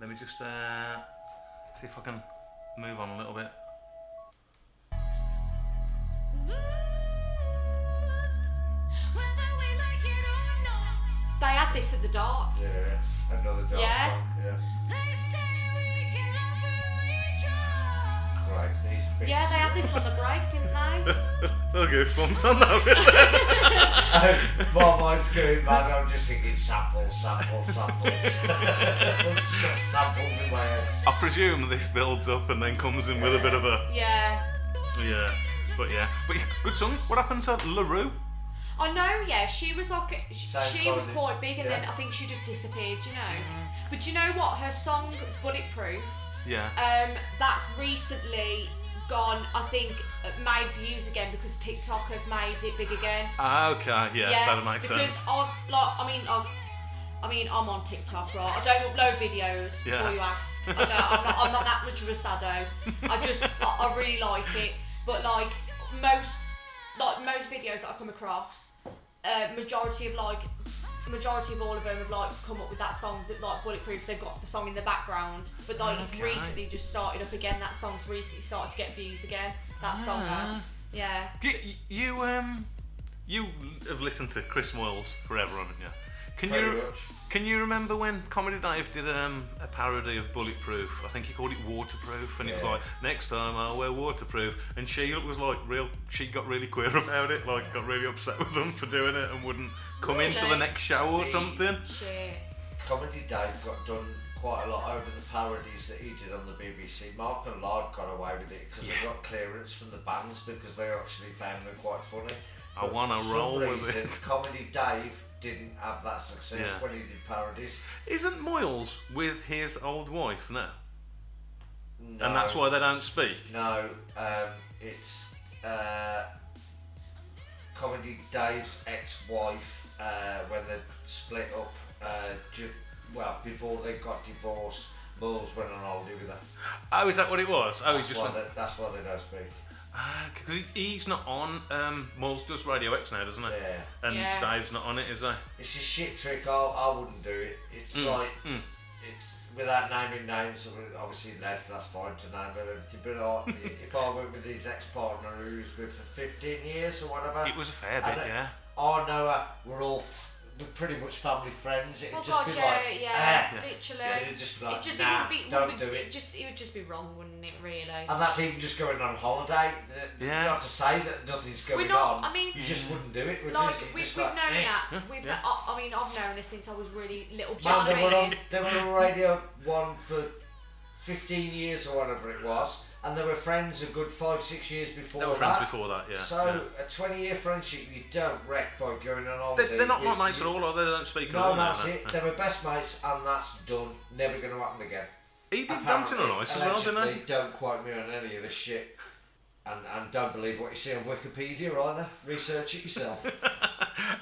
Speaker 1: Let me just uh, see if I can move on a little bit.
Speaker 3: They had this at the darts.
Speaker 2: Yeah, another dance
Speaker 3: Yeah.
Speaker 2: song. Yeah. Right, these
Speaker 3: Yeah,
Speaker 2: bits.
Speaker 3: they had this on the break, didn't they?
Speaker 1: Oh, goosebumps on that.
Speaker 2: My mind's going mad. I'm just thinking samples, samples, samples. I've just got samples in my head.
Speaker 1: I presume this builds up and then comes in with a bit of a
Speaker 3: Yeah.
Speaker 1: yeah, but yeah, but yeah, good song. What happened to Larue?
Speaker 3: I know. Yeah, she was like a- she,
Speaker 2: Same
Speaker 3: she was
Speaker 2: quality.
Speaker 3: quite big, and
Speaker 2: Yeah.
Speaker 3: then I think she just disappeared. You know. But you know what? Her song Bulletproof.
Speaker 1: Yeah,
Speaker 3: Um, that's recently gone. I think uh, made views again because TikTok have made it big again.
Speaker 1: Ah, okay, yeah, that makes
Speaker 3: because
Speaker 1: sense.
Speaker 3: I like I mean I've, I mean I'm on TikTok right. I don't upload videos
Speaker 1: Yeah.
Speaker 3: before you ask. I don't. I'm not, I'm not that much of a sado. I just I, I really like it, but like most like most videos that I come across, uh, majority of like majority of all of them have like come up with that song that like bulletproof they've got the song in the background but like it's
Speaker 1: Okay.
Speaker 3: recently just started up again that song's recently started to get views again that song has yeah
Speaker 1: You, you um, you have listened to Chris Moyles forever, haven't you? Can
Speaker 2: Very
Speaker 1: you
Speaker 2: much.
Speaker 1: can you remember when Comedy Dive did um, a parody of Bulletproof? I think he called it Waterproof, and it's
Speaker 2: Yeah.
Speaker 1: like next time I'll wear waterproof. And she was like real. She got really queer about it, like got really upset with them for doing it and wouldn't come into the
Speaker 3: Really?
Speaker 1: next show or something.
Speaker 3: Shit.
Speaker 2: Comedy Dave got done quite a lot over the parodies that he did on the BBC. Mark and Lard got away with it because
Speaker 1: Yeah.
Speaker 2: they got clearance from the bands because they actually found them quite funny.
Speaker 1: I
Speaker 2: But
Speaker 1: wanna
Speaker 2: for some
Speaker 1: roll with
Speaker 2: reason,
Speaker 1: it.
Speaker 2: Comedy Dave didn't have that success
Speaker 1: Yeah.
Speaker 2: when he did parodies.
Speaker 1: Isn't Moyles with his old wife now?
Speaker 2: No,
Speaker 1: And that's why they don't speak.
Speaker 2: No, um, it's uh, comedy Dave's ex-wife uh, when they split up. Uh, ju- well, before they got divorced, Moles went on holiday with her.
Speaker 1: Oh, is that what it was? Oh, he's
Speaker 2: That's
Speaker 1: just
Speaker 2: why,
Speaker 1: went-
Speaker 2: they, that's why they don't speak.
Speaker 1: because he, he's not on. Um, Moles does Radio X now, doesn't he?
Speaker 2: Yeah.
Speaker 1: And
Speaker 3: Yeah.
Speaker 1: Dave's not on it, is he?
Speaker 2: It's a shit trick. I, I wouldn't do it. It's like
Speaker 1: mm.
Speaker 2: it's without naming names. I mean, Obviously, Les, that's fine to name and everything. But like, if I went with his ex-partner who's with for 15 years or whatever,
Speaker 1: It was a fair
Speaker 2: I
Speaker 1: bit,
Speaker 2: don't-
Speaker 1: yeah.
Speaker 2: Oh no, uh, we're all f- we're pretty much family friends. It'd
Speaker 3: Oh
Speaker 2: just
Speaker 3: god,
Speaker 2: be
Speaker 3: yeah,
Speaker 2: like,
Speaker 3: yeah,
Speaker 1: eh.
Speaker 3: literally.
Speaker 2: Yeah, it'd just be like,
Speaker 3: it just
Speaker 2: nah,
Speaker 3: it would be,
Speaker 2: don't
Speaker 3: would be,
Speaker 2: do it.
Speaker 3: Just it would just be wrong, wouldn't it? Really.
Speaker 2: "Eh." and that's even just going on holiday. uh,
Speaker 1: Yeah. Mm.
Speaker 2: Not to say that nothing's going
Speaker 3: We're not-
Speaker 2: on.
Speaker 3: I mean-
Speaker 2: you just wouldn't do it. would
Speaker 3: like
Speaker 2: you? You'd
Speaker 3: we,
Speaker 2: just
Speaker 3: we've
Speaker 2: like,
Speaker 3: known
Speaker 2: "Eh."
Speaker 3: that.
Speaker 1: Yeah,
Speaker 3: We've
Speaker 1: yeah.
Speaker 3: kno- I I mean, I've known this since I was really little. Do you
Speaker 2: Man,
Speaker 3: know
Speaker 2: they
Speaker 3: what
Speaker 2: were
Speaker 3: I
Speaker 2: on
Speaker 3: mean?
Speaker 2: they were on Radio One for fifteen years or whatever it was, and they were friends a good five six years before
Speaker 1: They were
Speaker 2: that.
Speaker 1: friends before that, yeah.
Speaker 2: so
Speaker 1: yeah.
Speaker 2: a twenty year friendship you don't wreck by going on holiday.
Speaker 1: They're, they're not
Speaker 2: with-
Speaker 1: like mates at all, or they don't speak at
Speaker 2: No,
Speaker 1: all. now,
Speaker 2: that's
Speaker 1: no.
Speaker 2: it. They were best mates, and that's done. Never going to happen again.
Speaker 1: He did dancing on ice as well, didn't he?
Speaker 2: Allegedly, Don't quote me on any of this shit. And, and don't believe what you see on Wikipedia either. Research it yourself.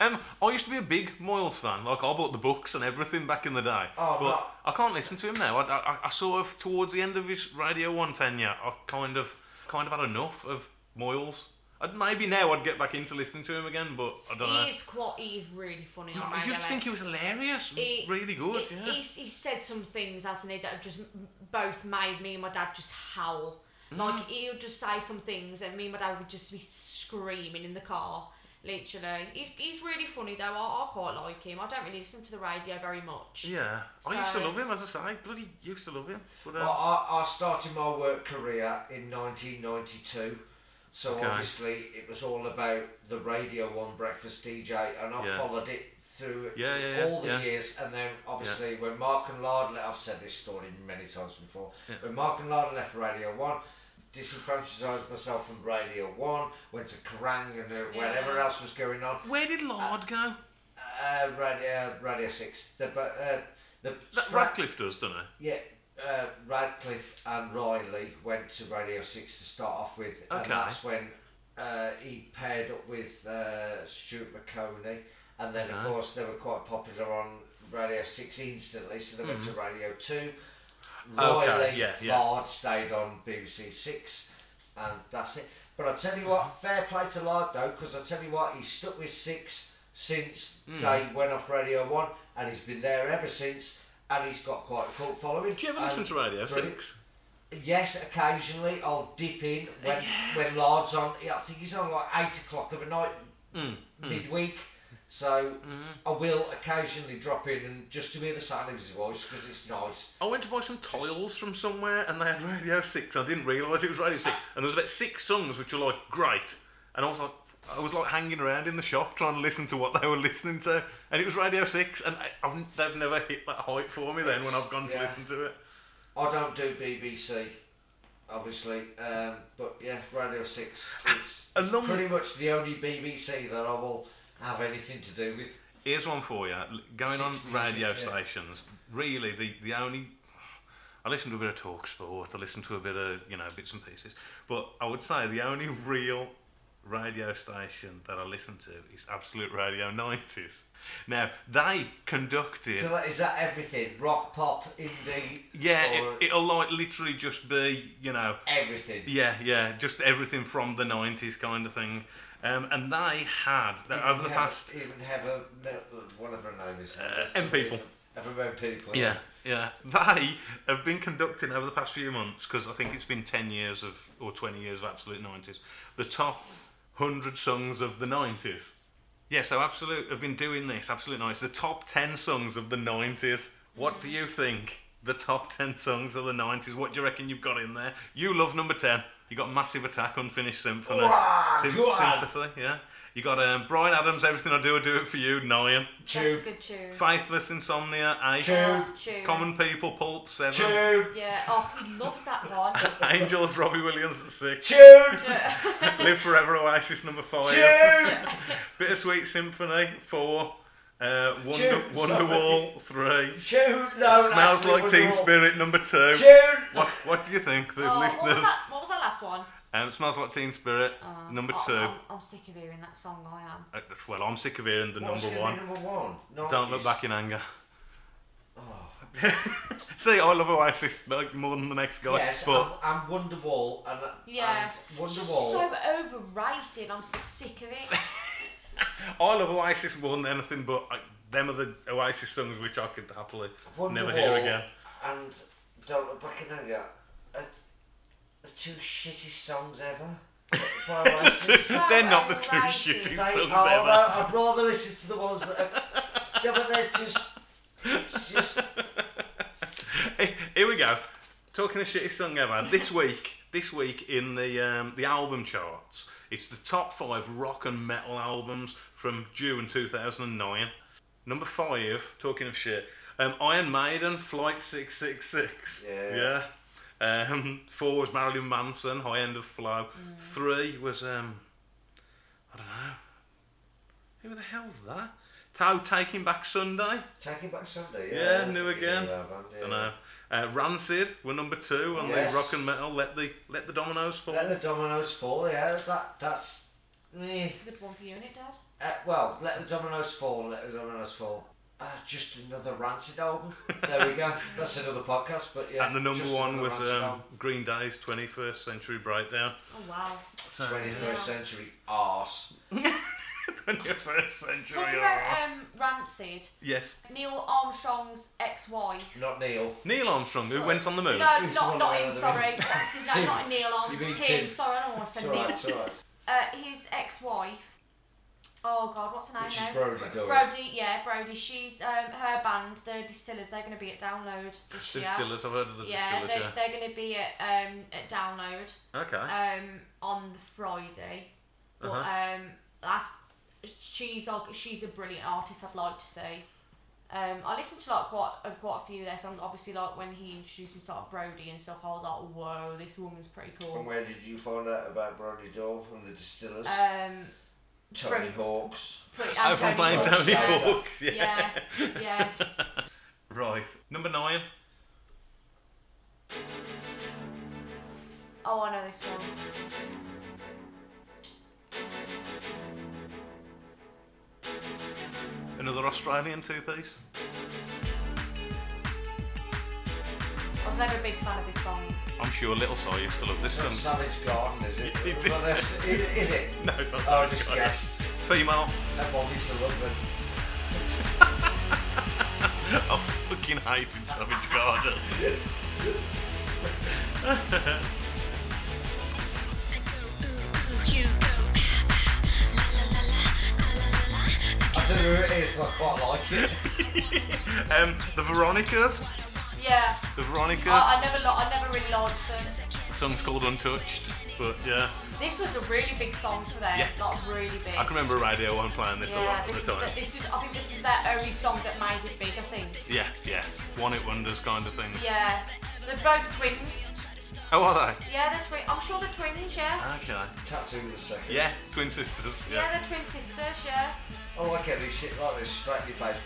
Speaker 1: Um, I used to be a big Moyles fan. Like I bought the books and everything back in the day.
Speaker 2: Oh,
Speaker 1: but
Speaker 2: right.
Speaker 1: I can't listen to him now. I, I, I sort of towards the end of his Radio One tenure, I kind of kind of had enough of Moyles. I'd, maybe now I'd get back into listening to him again, but I don't know.
Speaker 3: He is quite. He is really funny on
Speaker 1: I
Speaker 3: Radio
Speaker 1: just think he was
Speaker 3: X.
Speaker 1: hilarious.
Speaker 3: He-
Speaker 1: really good,
Speaker 3: he-
Speaker 1: yeah.
Speaker 3: He's, he's said some things, hasn't he, that have just m- both made me and my dad just howl. Like,
Speaker 1: Mm.
Speaker 3: he'll just say some things, and me and my dad would just be screaming in the car, literally. He's, he's really funny, though. I, I quite like him. I don't really listen to the radio very much.
Speaker 1: Yeah. I used to
Speaker 3: So-
Speaker 1: love him, as I say. Bloody used to love him. But, uh,
Speaker 2: Well, I, I started my work career in 1992, so
Speaker 1: Okay.
Speaker 2: obviously it was all about the Radio 1 Breakfast DJ, and I
Speaker 1: Yeah.
Speaker 2: followed it through
Speaker 1: Yeah, yeah, yeah,
Speaker 2: all the
Speaker 1: yeah.
Speaker 2: years. And then obviously when Mark and Lard left, I've said this story many times before, when Mark and Lard left Radio 1, disenfranchised myself from Radio 1, went to Kerrang and uh, whatever
Speaker 3: Yeah.
Speaker 2: else was going on.
Speaker 1: Where did Lard go?
Speaker 2: Uh, Radio, Radio 6, the, bu- uh, the
Speaker 1: That
Speaker 2: stra-
Speaker 1: Radcliffe does, doesn't he?
Speaker 2: yeah, uh, Radcliffe and Riley went to Radio 6 to start off with,
Speaker 1: Okay.
Speaker 2: and that's when uh, he paired up with uh, Stuart McConey, and then of
Speaker 1: Uh-huh.
Speaker 2: course they were quite popular on Radio 6 instantly, so they went to Radio 2.
Speaker 1: Mm-hmm. Okay,
Speaker 2: Riley
Speaker 1: yeah, yeah.
Speaker 2: Lard stayed on BBC 6, and that's it. But I tell you what, fair play to Lard though, because I tell you what, he's stuck with 6 since
Speaker 1: Hmm.
Speaker 2: they went off Radio 1, and he's been there ever since. And he's got quite a cult following.
Speaker 1: Do you ever
Speaker 2: and
Speaker 1: listen to Radio
Speaker 2: brilliant.
Speaker 1: 6?
Speaker 2: Yes, occasionally I'll dip in when when Lard's on. yeah, I think he's on like eight o'clock of a night
Speaker 1: Hmm,
Speaker 2: midweek, so I will occasionally drop in and just to hear the sound of his voice because it's nice.
Speaker 1: I went to buy some tiles from somewhere and they had Radio 6. I didn't realise it was Radio 6. And there was about six songs which were like great. And I was like, I was like hanging around in the shop trying to listen to what they were listening to. And it was Radio 6. And I, I've, they've never hit that height for me then when I've gone to
Speaker 2: Yeah.
Speaker 1: listen to it.
Speaker 2: I don't do BBC, obviously, um, but yeah, Radio Six is
Speaker 1: And num-
Speaker 2: pretty much the only BBC that I will have anything to do with.
Speaker 1: Here's one for you. L- Going on
Speaker 2: Six music,
Speaker 1: radio
Speaker 2: yeah.
Speaker 1: stations, really the, the only. I listen to a bit of talk sport, I listen to a bit of, you know, bits and pieces. But I would say the only real radio station that I listen to is Absolute Radio 90s. Now, they conducted.
Speaker 2: So that is that everything? Rock, pop, indie,
Speaker 1: yeah,
Speaker 2: or
Speaker 1: it, it'll like literally just be, you know,
Speaker 2: everything.
Speaker 1: yeah, yeah, just everything from the 90s kind of thing. Um, and they had, that
Speaker 2: Even
Speaker 1: over the
Speaker 2: have-
Speaker 1: past.
Speaker 2: even have a whatever her name is.
Speaker 1: Uh, M people.
Speaker 2: Ever met people.
Speaker 1: Yeah, yeah. They have been conducting over the past few months because I think it's been ten years of or twenty years of absolute nineties. The top hundred songs of the nineties. Yeah, so Absolute have been doing this. Absolute Noise, the top ten songs of the nineties. What do you think? The top ten songs of the nineties. What do you reckon you've got in there? You love number ten. You got Massive Attack, Unfinished Symphony,
Speaker 2: Wah, go on.
Speaker 1: Sympathy. Yeah. You got um, Brian Adams, Everything I Do, I Do It For You, Niam,
Speaker 3: That's
Speaker 2: Tube.
Speaker 3: a good tune.
Speaker 1: Faithless, Insomnia, Ace,
Speaker 2: Tune.
Speaker 3: Tune.
Speaker 1: Common People, Pulp, Seven,
Speaker 2: Tune.
Speaker 3: Yeah. Oh, he loves that one.
Speaker 1: Angels, Robbie Williams at six,
Speaker 2: Tune.
Speaker 1: Live Forever, Oasis number five,
Speaker 2: Tune.
Speaker 1: Bittersweet Symphony four, uh, Wonder,
Speaker 2: Tune, sorry.
Speaker 1: Wonderwall three,
Speaker 2: Tune. No,
Speaker 1: Smells
Speaker 2: actually,
Speaker 1: Like
Speaker 2: we're
Speaker 1: Teen
Speaker 2: all-
Speaker 1: Spirit number two.
Speaker 2: Tune.
Speaker 1: What, what do you think, the
Speaker 3: Oh, what, was
Speaker 1: listeners?
Speaker 3: that, what was that last one?
Speaker 1: Um, Smells Like Teen Spirit number
Speaker 3: Oh,
Speaker 1: two.
Speaker 3: I'm, I'm sick of hearing that song. I am.
Speaker 1: Uh, well, I'm sick of hearing the
Speaker 2: What was
Speaker 1: number
Speaker 2: gonna
Speaker 1: one.
Speaker 2: be Number one. Oh. No,
Speaker 1: Don't look
Speaker 2: it's-
Speaker 1: back in anger. See, I love Oasis like, more than the next guy.
Speaker 2: Yes,
Speaker 1: but
Speaker 2: and, and Wonderwall and
Speaker 3: Yeah.
Speaker 2: and Wonderwall.
Speaker 3: It's just so overrated. I'm sick of it.
Speaker 1: I love Oasis more than anything, but I, them are the Oasis songs which I could happily never hear
Speaker 2: Wonderwall
Speaker 1: again.
Speaker 2: And Don't Look Back in Anger are the two shittiest songs ever. By Oasis.
Speaker 3: so
Speaker 1: They're not the two
Speaker 3: overrated.
Speaker 1: shittiest
Speaker 2: They are,
Speaker 1: songs ever.
Speaker 2: though, I'd rather listen to the ones that are. yeah, but they're just. It's just.
Speaker 1: Hey, Here we go. Talking the shittiest song ever. This week, this week in the um, the album charts, it's the top five rock and metal albums from June 2009. Number five, talking of shit, um, Iron Maiden, Flight 666.
Speaker 2: Yeah.
Speaker 1: Yeah. Um, four was Marilyn Manson, High End of Flow. Three was um, I don't know. Who the hell's that? Tao Taking Back Sunday.
Speaker 2: Taking Back Sunday,
Speaker 1: Yeah,
Speaker 2: yeah.
Speaker 1: new again. Don't know. Uh, Rancid were number two on
Speaker 2: Yes.
Speaker 1: the rock and metal. Let the let the dominoes fall.
Speaker 2: Let the dominoes fall, yeah. That, that's. meh.
Speaker 3: It's a good one for you, isn't it, Dad?
Speaker 2: Uh, well, let the dominoes fall. Let the dominoes fall. Uh, just another rancid album. There we go. That's another podcast. But yeah,
Speaker 1: and the number
Speaker 2: just
Speaker 1: one
Speaker 2: another
Speaker 1: was
Speaker 2: Rancid
Speaker 1: um,
Speaker 2: album.
Speaker 1: Green Day's 21st Century Breakdown.
Speaker 3: Oh wow.
Speaker 2: 21st century arse.
Speaker 1: 21st Century.
Speaker 3: Talking
Speaker 1: arse.
Speaker 3: about um, Rancid,
Speaker 1: yes.
Speaker 3: Neil Armstrong's ex-wife.
Speaker 2: Not Neil.
Speaker 1: Neil Armstrong, who went on the moon.
Speaker 3: No,
Speaker 2: Who's the
Speaker 3: not
Speaker 2: one
Speaker 3: not
Speaker 2: that went
Speaker 3: him.
Speaker 2: on the
Speaker 3: Sorry,
Speaker 2: moon?
Speaker 3: What's his name?
Speaker 2: Tim.
Speaker 3: Not Neil
Speaker 2: You
Speaker 3: Armstrong.
Speaker 2: mean
Speaker 3: Tim.
Speaker 2: Tim.
Speaker 3: Sorry, I don't want to
Speaker 2: It's
Speaker 3: say
Speaker 2: alright,
Speaker 3: Neil.
Speaker 2: it's alright.
Speaker 3: Uh, his ex-wife. Oh God, what's her name
Speaker 2: Which is
Speaker 3: now?
Speaker 2: Brody Doyle.
Speaker 3: Brody, yeah, Brody. She's um, her band, the Distillers. They're going to be at Download this
Speaker 1: The
Speaker 3: year.
Speaker 1: Distillers, I've heard of the
Speaker 3: Yeah,
Speaker 1: Distillers,
Speaker 3: they're,
Speaker 1: yeah.
Speaker 3: they're going to be at um, at Download
Speaker 1: okay. uh-huh.
Speaker 3: um, on Friday. But um, I, she's a- she's a brilliant artist. I'd like to see. Um, I listened to like quite uh, quite a few of their songs. Obviously, like when he introduced me to like Brody and stuff, I was like, "Whoa, this woman's pretty
Speaker 2: And
Speaker 3: cool."
Speaker 2: where did you find out about Brody Doyle and the Distillers?
Speaker 3: Um,
Speaker 2: Tony
Speaker 3: from-
Speaker 2: Hawks.
Speaker 3: pretty,
Speaker 1: Oh,
Speaker 3: and
Speaker 1: from playing
Speaker 2: Hawk.
Speaker 1: Tony
Speaker 2: Yeah.
Speaker 1: Hawk. Yeah.
Speaker 3: Yeah, yeah.
Speaker 1: Right. Number nine.
Speaker 3: Oh, I know this one.
Speaker 1: Another Australian two piece.
Speaker 3: I was never a big fan of this song.
Speaker 1: I'm sure Little Si used to love this
Speaker 2: It's not
Speaker 1: one.
Speaker 2: Savage Garden, is it?
Speaker 1: It is.
Speaker 2: Well, that's- is, is it?
Speaker 1: No, it's not
Speaker 2: Oh, I
Speaker 1: Savage
Speaker 2: just
Speaker 1: Garden.
Speaker 2: guessed.
Speaker 1: Female.
Speaker 2: That one used to love it.
Speaker 1: I fucking hated Savage Garden.
Speaker 2: I don't know who it is, but I quite like it.
Speaker 1: Um, the Veronicas.
Speaker 3: Yeah,
Speaker 1: The Veronicas.
Speaker 3: Oh, I, I never, lo- I never really liked them.
Speaker 1: The song's called Untouched, but yeah,
Speaker 3: This was a really big song for them.
Speaker 1: Yeah.
Speaker 3: Like really big.
Speaker 1: I can remember Radio One playing this a
Speaker 3: Yeah,
Speaker 1: lot at the
Speaker 3: this, was
Speaker 1: time.
Speaker 3: the- this was, I think this was their only song that made it big, I think.
Speaker 1: Yeah, yeah, one hit wonders kind of thing.
Speaker 3: Yeah. They're both twins.
Speaker 1: Oh, are they?
Speaker 3: Yeah, they're twins. I'm sure they're twins, yeah.
Speaker 1: Okay.
Speaker 2: Tattoo the second.
Speaker 1: Yeah, twin sisters.
Speaker 3: Yeah,
Speaker 1: Yeah.
Speaker 3: they're twin sisters, yeah.
Speaker 2: I like how this shit like this straight in your face.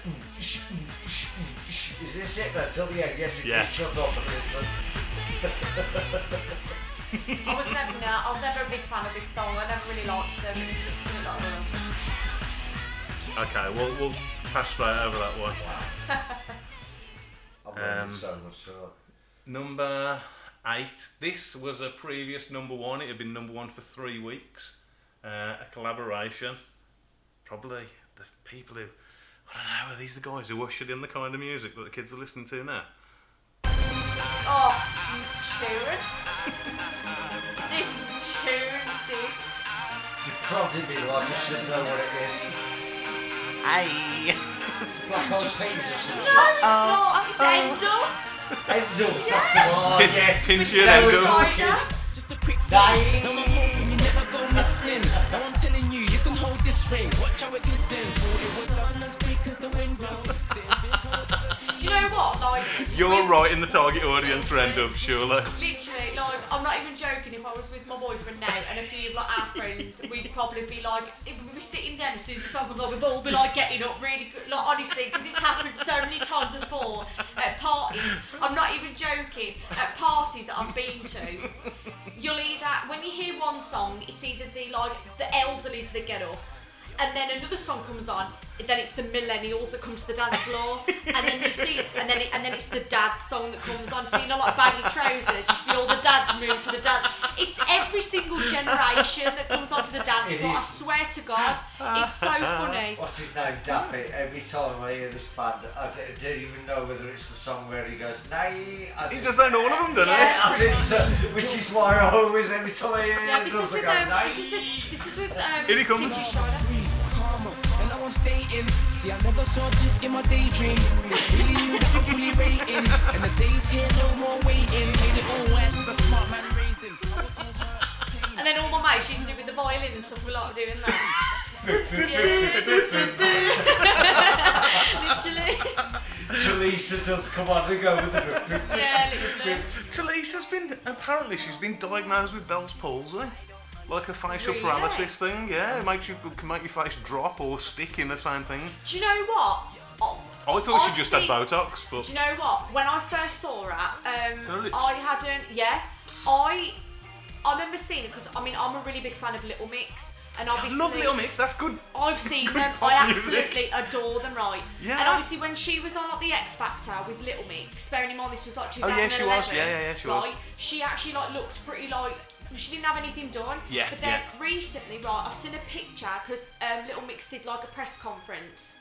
Speaker 2: Is this it then? Till the end, yes, it's
Speaker 1: Yeah.
Speaker 2: yeah. shut off. And it's like,
Speaker 3: I was never, no, I was never a big fan of this song. I never really liked them. It was just something like, ugh.
Speaker 1: Okay, we'll we'll pass straight over that one.
Speaker 2: I'm learning
Speaker 1: Um,
Speaker 2: so much. So.
Speaker 1: Number eight. This was a previous number one. It had been number one for three weeks. Uh, a collaboration. Probably the people who I don't know. Are these the guys who ushered in the kind of music that the kids are listening to now?
Speaker 3: Oh, Sharon. this is Sharon, this is.
Speaker 2: You prodded me like you should know what it is.
Speaker 1: Hey.
Speaker 2: Black Eyed Peas or something.
Speaker 3: No, Oh, it's not. It's Endorphs.
Speaker 2: Endorse, that's the one. Yeah.
Speaker 1: Tinge your
Speaker 3: Yeah,
Speaker 2: Now
Speaker 1: head
Speaker 2: we're
Speaker 1: up.
Speaker 2: talking.
Speaker 4: Just a quick
Speaker 2: Dying.
Speaker 4: Now I'm hoping you never go missing. Now I'm telling you, you can hold this ring. Watch how it glistens. So it was done as quick as the wind blows.
Speaker 3: Do you know what? Like,
Speaker 1: You're
Speaker 3: with-
Speaker 1: right in the target audience, Rendub, surely.
Speaker 3: Literally, like, I'm not even joking. If I was with my boyfriend now and a few of like, our friends, we'd probably be like, if we were sitting down as soon as the song comes on, we'd all be like getting up really, quick, like, honestly, because it's happened so many times before at parties. I'm not even joking. At parties that I've been to, you'll either, when you hear one song, it's either the, like, the elderlies that get up. And then another song comes on, then it's the millennials that come to the dance floor, and then you see it, and then it, and then it's the dad song that comes on. So you know, like baggy trousers, you see all the dads move to the dad. It's every single generation that comes onto the dance
Speaker 2: It
Speaker 3: floor. I
Speaker 2: is.
Speaker 3: swear to God, it's so funny.
Speaker 2: What's his name? Dappy. Every time I hear this band, I d- I don't even know whether it's the song where he goes, Nay. I
Speaker 1: He does own all of them, doesn't
Speaker 3: Yeah.
Speaker 2: I think so, which is why I always, every time I hear
Speaker 3: Yeah,
Speaker 2: it,
Speaker 3: this was
Speaker 2: I
Speaker 3: with
Speaker 2: go,
Speaker 3: um, this
Speaker 2: "Nay."
Speaker 3: was with- this was with um,
Speaker 1: Here he comes.
Speaker 3: Teenage Shredder.
Speaker 4: Karma, and now I'm stating. See, I never saw this in my daydream. It's really you that I'm fully rating. And the days here, no more waiting. Made it all worse with a smart man raised him. I was over pain.
Speaker 3: And then all my mates used to do with the violin and stuff. We like doing that. Yeah. literally,
Speaker 2: Talisa does come on and go with the
Speaker 3: yeah, literally.
Speaker 1: Talisa's been, apparently, she's been diagnosed with Bell's palsy. Like a facial
Speaker 3: Really?
Speaker 1: paralysis thing, yeah. It makes you, can make your face drop or stick in the same thing.
Speaker 3: Do you know what? Oh,
Speaker 1: I thought
Speaker 3: I've
Speaker 1: she just
Speaker 3: seen-
Speaker 1: had Botox, but.
Speaker 3: Do you know what? When I first saw her,
Speaker 1: Her
Speaker 3: um,
Speaker 1: lips.
Speaker 3: I hadn't. Yeah, I I remember seeing it because I mean I'm a really big fan of Little Mix, and obviously
Speaker 1: Love Little Mix, that's good.
Speaker 3: I've seen
Speaker 1: Good
Speaker 3: them.
Speaker 1: pop
Speaker 3: I
Speaker 1: music.
Speaker 3: absolutely adore them, right?
Speaker 1: Yeah.
Speaker 3: And obviously, when she was on like, the X Factor with Little Mix, bearing in mind this was like
Speaker 1: Oh,
Speaker 3: 2011.
Speaker 1: yeah, she was. Yeah, yeah, yeah, she was.
Speaker 3: right? She actually like looked pretty like she didn't have anything done.
Speaker 1: Yeah,
Speaker 3: But then
Speaker 1: yeah.
Speaker 3: recently, right, I've seen a picture because um, Little Mix did like a press conference.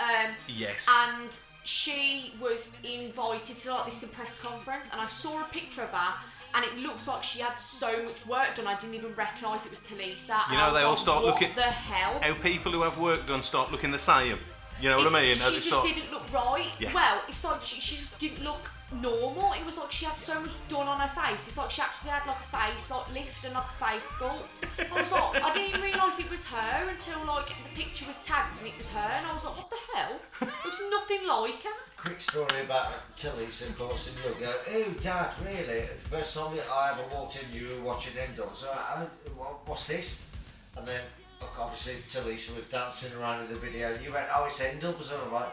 Speaker 3: Um,
Speaker 1: Yes.
Speaker 3: and she was invited to like this press conference and I saw a picture of her and it looked like she had so much work done I didn't even recognise it was Talisa.
Speaker 1: You
Speaker 3: and
Speaker 1: know,
Speaker 3: I was
Speaker 1: they all
Speaker 3: like,
Speaker 1: start
Speaker 3: what
Speaker 1: looking-
Speaker 3: the hell?
Speaker 1: How people who have work done start looking the same. You know what I
Speaker 3: It's-
Speaker 1: mean?
Speaker 3: She
Speaker 1: It's
Speaker 3: just
Speaker 1: not-
Speaker 3: didn't look right.
Speaker 1: Yeah.
Speaker 3: Well, it's like she, she just didn't look normal. It was like she had so much done on her face. It's like she actually had like a face like lift and like a face sculpt. I was like, I didn't even realise it was her until like the picture was tagged and it was her, and I was like, what the hell? Looks nothing like her.
Speaker 2: Quick story about Tilly's, of course, and you'll go, oh, Dad, really? The first time I ever walked in, you were watching indoors. So, I, what, what's this? And then, look, obviously, Tilly's was dancing around in the video, and you went, oh, it's indoors. And I'm like,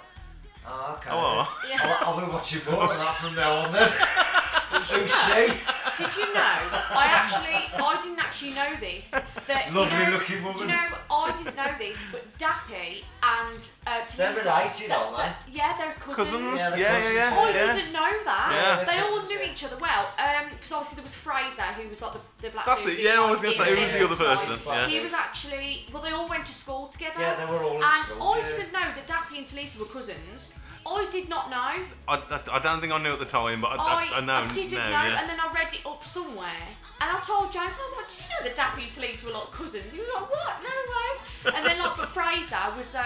Speaker 2: oh, okay.
Speaker 1: Oh.
Speaker 3: Yeah.
Speaker 2: I'll, I'll be watching more of that from now on then. Oh, Who's she?
Speaker 3: Did you know? I actually, I didn't actually know this. That,
Speaker 2: Lovely
Speaker 3: you know,
Speaker 2: looking woman.
Speaker 3: Do you know? I didn't know this, but Dappy and uh,
Speaker 2: They're
Speaker 3: Talisa-
Speaker 2: related,
Speaker 3: that-
Speaker 2: aren't they?
Speaker 3: that- Yeah, they're cousins.
Speaker 1: Cousins? Yeah,
Speaker 2: Yeah, the
Speaker 1: yeah,
Speaker 2: cousins.
Speaker 1: yeah.
Speaker 3: I
Speaker 1: yeah.
Speaker 3: didn't know that.
Speaker 1: Yeah.
Speaker 3: They all knew
Speaker 2: Yeah.
Speaker 3: each other well. Because obviously there was Fraser, who was like the, the black.
Speaker 1: That's
Speaker 3: dude
Speaker 1: it,
Speaker 3: who
Speaker 1: yeah, I was going to
Speaker 3: in
Speaker 1: say, who was the other
Speaker 3: Midlands,
Speaker 1: person?
Speaker 3: like,
Speaker 1: Yeah.
Speaker 3: He was actually. Well, they all went to school together.
Speaker 2: Yeah, they were all in
Speaker 3: And
Speaker 2: school,
Speaker 3: I
Speaker 2: yeah.
Speaker 3: didn't know that Dappy and Talisa were cousins. I did not know.
Speaker 1: I, I, I don't think I knew at the time, but I,
Speaker 3: Oh, I,
Speaker 1: I, I know
Speaker 3: I didn't
Speaker 1: now.
Speaker 3: know,
Speaker 1: yeah.
Speaker 3: and then I read it up somewhere, and I told James, and I was like, "Did you know that Dappy and Talisa were like cousins?" He was like, "What? No way!" And then like, but Fraser was um,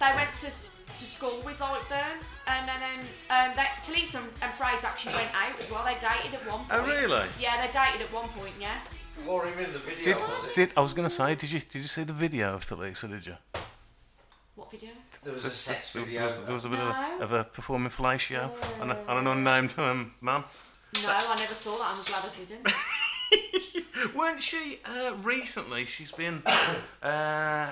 Speaker 3: they went to s- to school with like them, and, and then um, they, Talisa and, and Fraser actually went out as well. They dated at one point.
Speaker 1: Oh, really?
Speaker 3: Yeah, they dated at one point. Yeah.
Speaker 2: Wore him in the video, was it?
Speaker 1: I was going to say, did you did you see the video of Talisa? Did you?
Speaker 3: What video?
Speaker 2: There was a sex video.
Speaker 1: There was, there was a bit
Speaker 3: No.
Speaker 1: of, of a performing fellatio and, a, and an unnamed um, man.
Speaker 3: No, I never saw that. I'm glad I didn't.
Speaker 1: Weren't she uh, recently? She's been uh,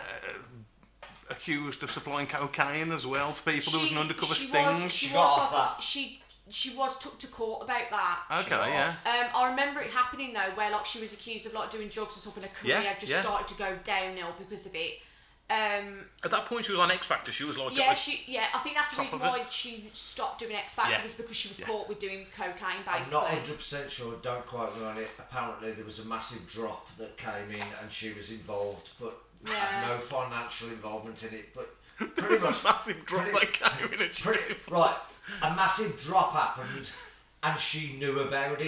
Speaker 1: accused of supplying cocaine as well to people. there was an undercover
Speaker 3: she
Speaker 1: sting.
Speaker 3: Was,
Speaker 2: She
Speaker 3: she, was,
Speaker 2: got off
Speaker 3: like,
Speaker 2: that.
Speaker 3: she she was took to court about that.
Speaker 1: okay, yeah.
Speaker 3: Um, I remember it happening though, where like she was accused of like doing drugs and stuff, and her career
Speaker 1: Yeah,
Speaker 3: just
Speaker 1: yeah.
Speaker 3: started to go downhill because of it. Um,
Speaker 1: At that point, she was on X Factor. She was like,
Speaker 3: yeah, she yeah, I think that's the
Speaker 1: top
Speaker 3: reason
Speaker 1: of it.
Speaker 3: why she stopped doing X Factor
Speaker 1: Yeah.
Speaker 3: was because she was
Speaker 1: Yeah.
Speaker 3: caught with doing cocaine
Speaker 2: I'm not
Speaker 3: basically.
Speaker 2: 100% sure, don't quite know on it. Apparently, there was a massive drop that came in and she was involved, but
Speaker 3: Yeah.
Speaker 2: no financial involvement in it. But pretty much.
Speaker 1: massive drop
Speaker 2: pretty-
Speaker 1: that came in. And she
Speaker 2: pretty, right, a massive drop happened and she knew about it,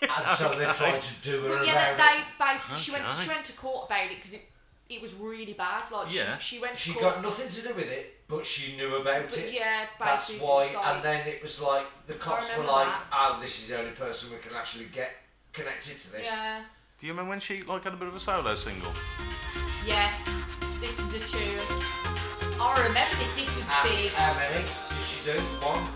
Speaker 2: and so they tried to do her
Speaker 3: But
Speaker 2: about
Speaker 3: yeah,
Speaker 2: it.
Speaker 3: they, they basically she went
Speaker 1: Okay.
Speaker 3: she went to court about it because it it was really bad. Like
Speaker 1: Yeah.
Speaker 3: she, she went to
Speaker 2: She
Speaker 3: court.
Speaker 2: got nothing to do with it, but she knew about
Speaker 3: but
Speaker 2: it.
Speaker 3: yeah,
Speaker 2: That's
Speaker 3: basically,
Speaker 2: why.
Speaker 3: it's like,
Speaker 2: and then it was like the cops were
Speaker 3: remember
Speaker 2: like,
Speaker 3: that.
Speaker 2: "Oh, this is the only person we can actually get connected to this."
Speaker 3: yeah,
Speaker 1: Do you remember when she like had a bit of a solo single?
Speaker 3: yes, this is a tune. I remember it. This was
Speaker 2: And
Speaker 3: big.
Speaker 2: how many did she do? One.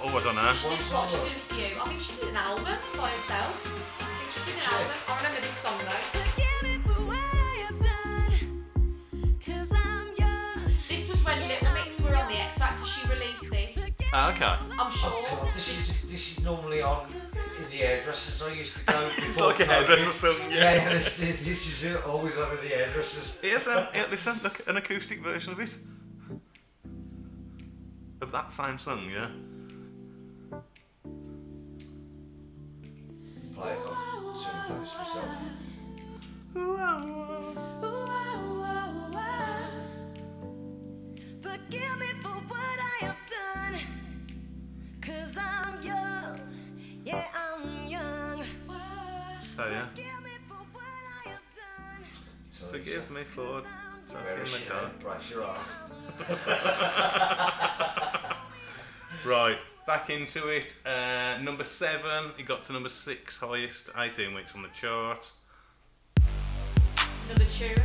Speaker 1: Oh, I don't know.
Speaker 3: She
Speaker 2: one
Speaker 3: did what? She
Speaker 2: solo.
Speaker 3: did a few. I think she did an album by herself. I think she did an
Speaker 2: Sure.
Speaker 3: album. I remember this song though.
Speaker 5: Forgive me for what I've done, 'cause I'm young.
Speaker 3: This was when Little Mix were on the X Factor. She released this.
Speaker 1: Ah, okay.
Speaker 3: I'm
Speaker 2: Oh,
Speaker 3: sure.
Speaker 2: God, this is this is normally on in the hairdressers. I used to go before.
Speaker 1: It's like a
Speaker 2: COVID.
Speaker 1: hairdresser song,
Speaker 2: Yeah,
Speaker 1: yeah.
Speaker 2: this, this is it, always on in the hairdressers.
Speaker 1: Here's um, here, listen, look, an acoustic version of it. Of that same song, yeah.
Speaker 2: Play it on. So I post myself.
Speaker 5: oh, Forgive me for what I have done, 'cause I'm young. Yeah, I'm young.
Speaker 1: So yeah.
Speaker 5: Forgive me for what I have done.
Speaker 2: So
Speaker 1: Forgive me for
Speaker 2: Where
Speaker 1: sucking
Speaker 2: is she?
Speaker 1: the cock.
Speaker 2: Brace your eyes.
Speaker 1: Right, back into it. Uh, number seven, it got to number six, highest, 18 weeks on the chart.
Speaker 3: Another tune.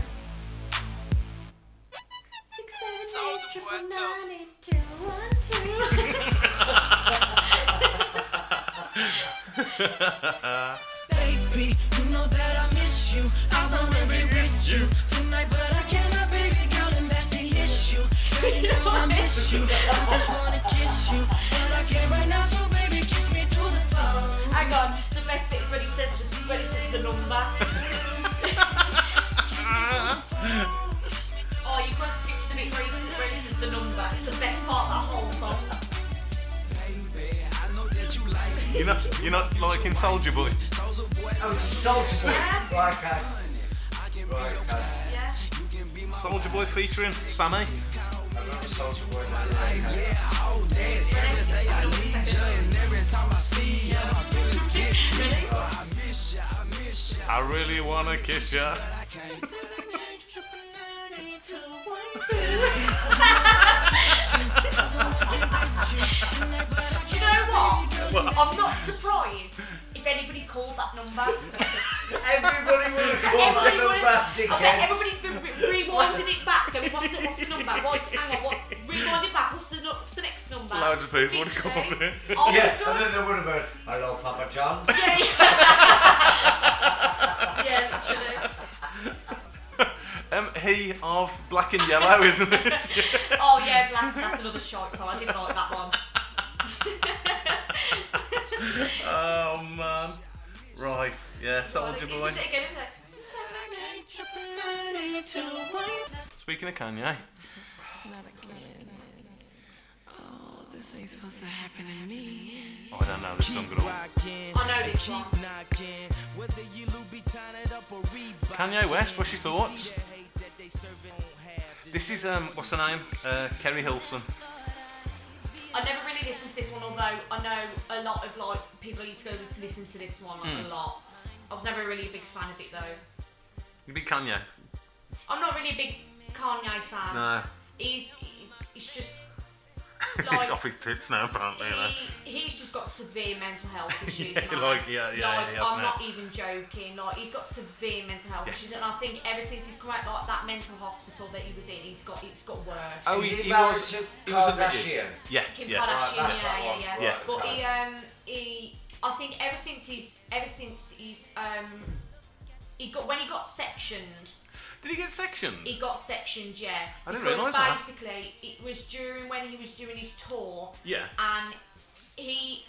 Speaker 5: Six, seven, eight, triple nine, eight, two, one, two.
Speaker 4: Baby, you know that I miss you. I wanna be with you tonight, but I cannot, baby girl, and that's the issue. Girl, you know I miss you. I just wanna kiss you, but I can't right now, so baby, kiss me through the phone.
Speaker 3: Hang on, the best bit is when he says the, when he says the number. oh, you've got to skip to it where he says- where he says the number. It's the best part of that whole song.
Speaker 4: Baby, I know that you like me.
Speaker 1: You're not, you're not liking Soldier Boy.
Speaker 4: Soldier boy,
Speaker 2: Oh, soldier boy. Right, okay.
Speaker 4: I can be
Speaker 2: Right, okay.
Speaker 3: Yeah.
Speaker 4: you can be my
Speaker 1: Soldier Boy featuring Sammy.
Speaker 2: I remember soldier boy. Right, okay.
Speaker 4: all day, every day I need you, and every time I see you, my feelings get
Speaker 3: Really?
Speaker 4: I miss you, I miss you,
Speaker 1: I really wanna kiss ya.
Speaker 4: I can't.
Speaker 3: Do you know what? I'm not surprised if anybody called that number.
Speaker 2: Everybody would have called
Speaker 3: Everybody
Speaker 2: them
Speaker 3: would
Speaker 2: about
Speaker 3: have. I bet
Speaker 2: dickheads.
Speaker 3: everybody's been re- rewinding it back. Going, what's the, what's the number? Right, hang on. What? Rewind it back. What's the, nu- what's the next number?
Speaker 1: Loads of people would have
Speaker 3: Literally. Oh,
Speaker 1: called it.
Speaker 3: I would
Speaker 2: Yeah,
Speaker 3: have
Speaker 2: and
Speaker 3: done
Speaker 2: then they would have heard, hello, Papa John's.
Speaker 3: Yeah, yeah. yeah, literally.
Speaker 1: Um, he of Black and Yellow, isn't it?
Speaker 3: Oh yeah, black. That's another shot. So I didn't like that one.
Speaker 1: oh man. Right, yeah, Soldier
Speaker 3: This is
Speaker 1: Boy.
Speaker 3: it again, isn't it?
Speaker 1: Speaking of Kanye,
Speaker 9: Oh, this ain't supposed to happen to me.
Speaker 1: oh, I don't know this song at all.
Speaker 3: I know this one.
Speaker 4: knocking. Whether you Louboutin it up or Reebok.
Speaker 1: Kanye West, what's your thoughts?
Speaker 4: The hate that they serving won't have this
Speaker 1: This is um, what's her name? Uh, Kerry Hilson.
Speaker 3: I never really listened to this one, although I know a lot of like people used to go to listen to this one like a
Speaker 1: Hmm.
Speaker 3: lot. I was never really a big fan of it though.
Speaker 1: You be Kanye?
Speaker 3: I'm not really a big Kanye fan.
Speaker 1: No,
Speaker 3: He's he- he's just
Speaker 1: he's
Speaker 3: like
Speaker 1: off his tits now, apparently. You know.
Speaker 3: he, he's just got severe mental health issues.
Speaker 1: Yeah,
Speaker 3: man.
Speaker 1: like, yeah, yeah,
Speaker 3: Like,
Speaker 1: he has
Speaker 3: I'm
Speaker 1: now.
Speaker 3: not even joking. Like, he's got severe mental health
Speaker 1: Yeah.
Speaker 3: issues, and I think ever since he's come out like that mental hospital that he was in, he's got it's got worse.
Speaker 1: Oh,
Speaker 2: Is
Speaker 1: he-
Speaker 2: he
Speaker 1: he
Speaker 2: married
Speaker 1: was-
Speaker 2: to
Speaker 1: he was a biggie.
Speaker 2: Kardashian?
Speaker 1: Yeah,
Speaker 3: Kim
Speaker 1: yeah.
Speaker 3: Kardashian,
Speaker 2: Right, that's
Speaker 3: yeah,
Speaker 2: that
Speaker 3: yeah,
Speaker 2: one.
Speaker 3: yeah,
Speaker 2: Yeah.
Speaker 3: But
Speaker 2: Okay.
Speaker 3: he, um, he, I think ever since he's, ever since he's, um, he got when he got sectioned,
Speaker 1: Did he get sectioned?
Speaker 3: he got sectioned, yeah.
Speaker 1: I didn't
Speaker 3: because
Speaker 1: realise that.
Speaker 3: basically it was during when he was doing his tour,
Speaker 1: Yeah.
Speaker 3: and he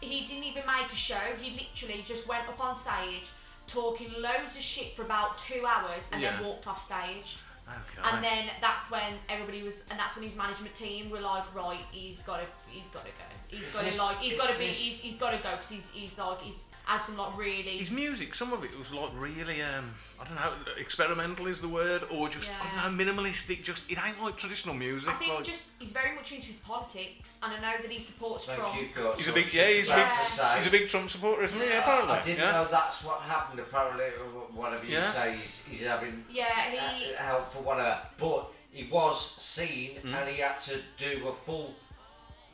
Speaker 3: he didn't even make a show. He literally just went up on stage talking loads of shit for about two hours and
Speaker 1: Yeah.
Speaker 3: then walked off stage.
Speaker 1: Okay.
Speaker 3: And then that's when everybody was, and that's when his management team were like, right, he's got to, he's got to go, he's
Speaker 1: Is
Speaker 3: got
Speaker 1: this-
Speaker 3: to like, he's
Speaker 1: is
Speaker 3: got to be,
Speaker 1: this-
Speaker 3: he's, he's got to go because he's, he's like, he's had some like really.
Speaker 1: His music, some of it was like really, um, I don't know, experimental is the word, or just I
Speaker 3: Yeah.
Speaker 1: don't know, minimalistic. Just it ain't like traditional music.
Speaker 3: I think
Speaker 1: like,
Speaker 3: just he's very much into his politics, and I know that he supports
Speaker 2: Thank
Speaker 3: Trump.
Speaker 2: you, God.
Speaker 1: He's
Speaker 2: So
Speaker 1: a big,
Speaker 2: it's
Speaker 1: yeah,
Speaker 2: just
Speaker 1: he's a
Speaker 2: about to
Speaker 1: big,
Speaker 2: say-
Speaker 1: he's a big Trump supporter, isn't he? Apparently,
Speaker 2: I didn't
Speaker 1: yeah.
Speaker 2: know that's what happened. Apparently, wh- whatever you
Speaker 1: Yeah.
Speaker 2: say, he's, he's having
Speaker 3: Yeah,
Speaker 2: uh,
Speaker 3: he-
Speaker 2: help for whatever. But he was seen,
Speaker 1: Mm.
Speaker 2: and he had to do a full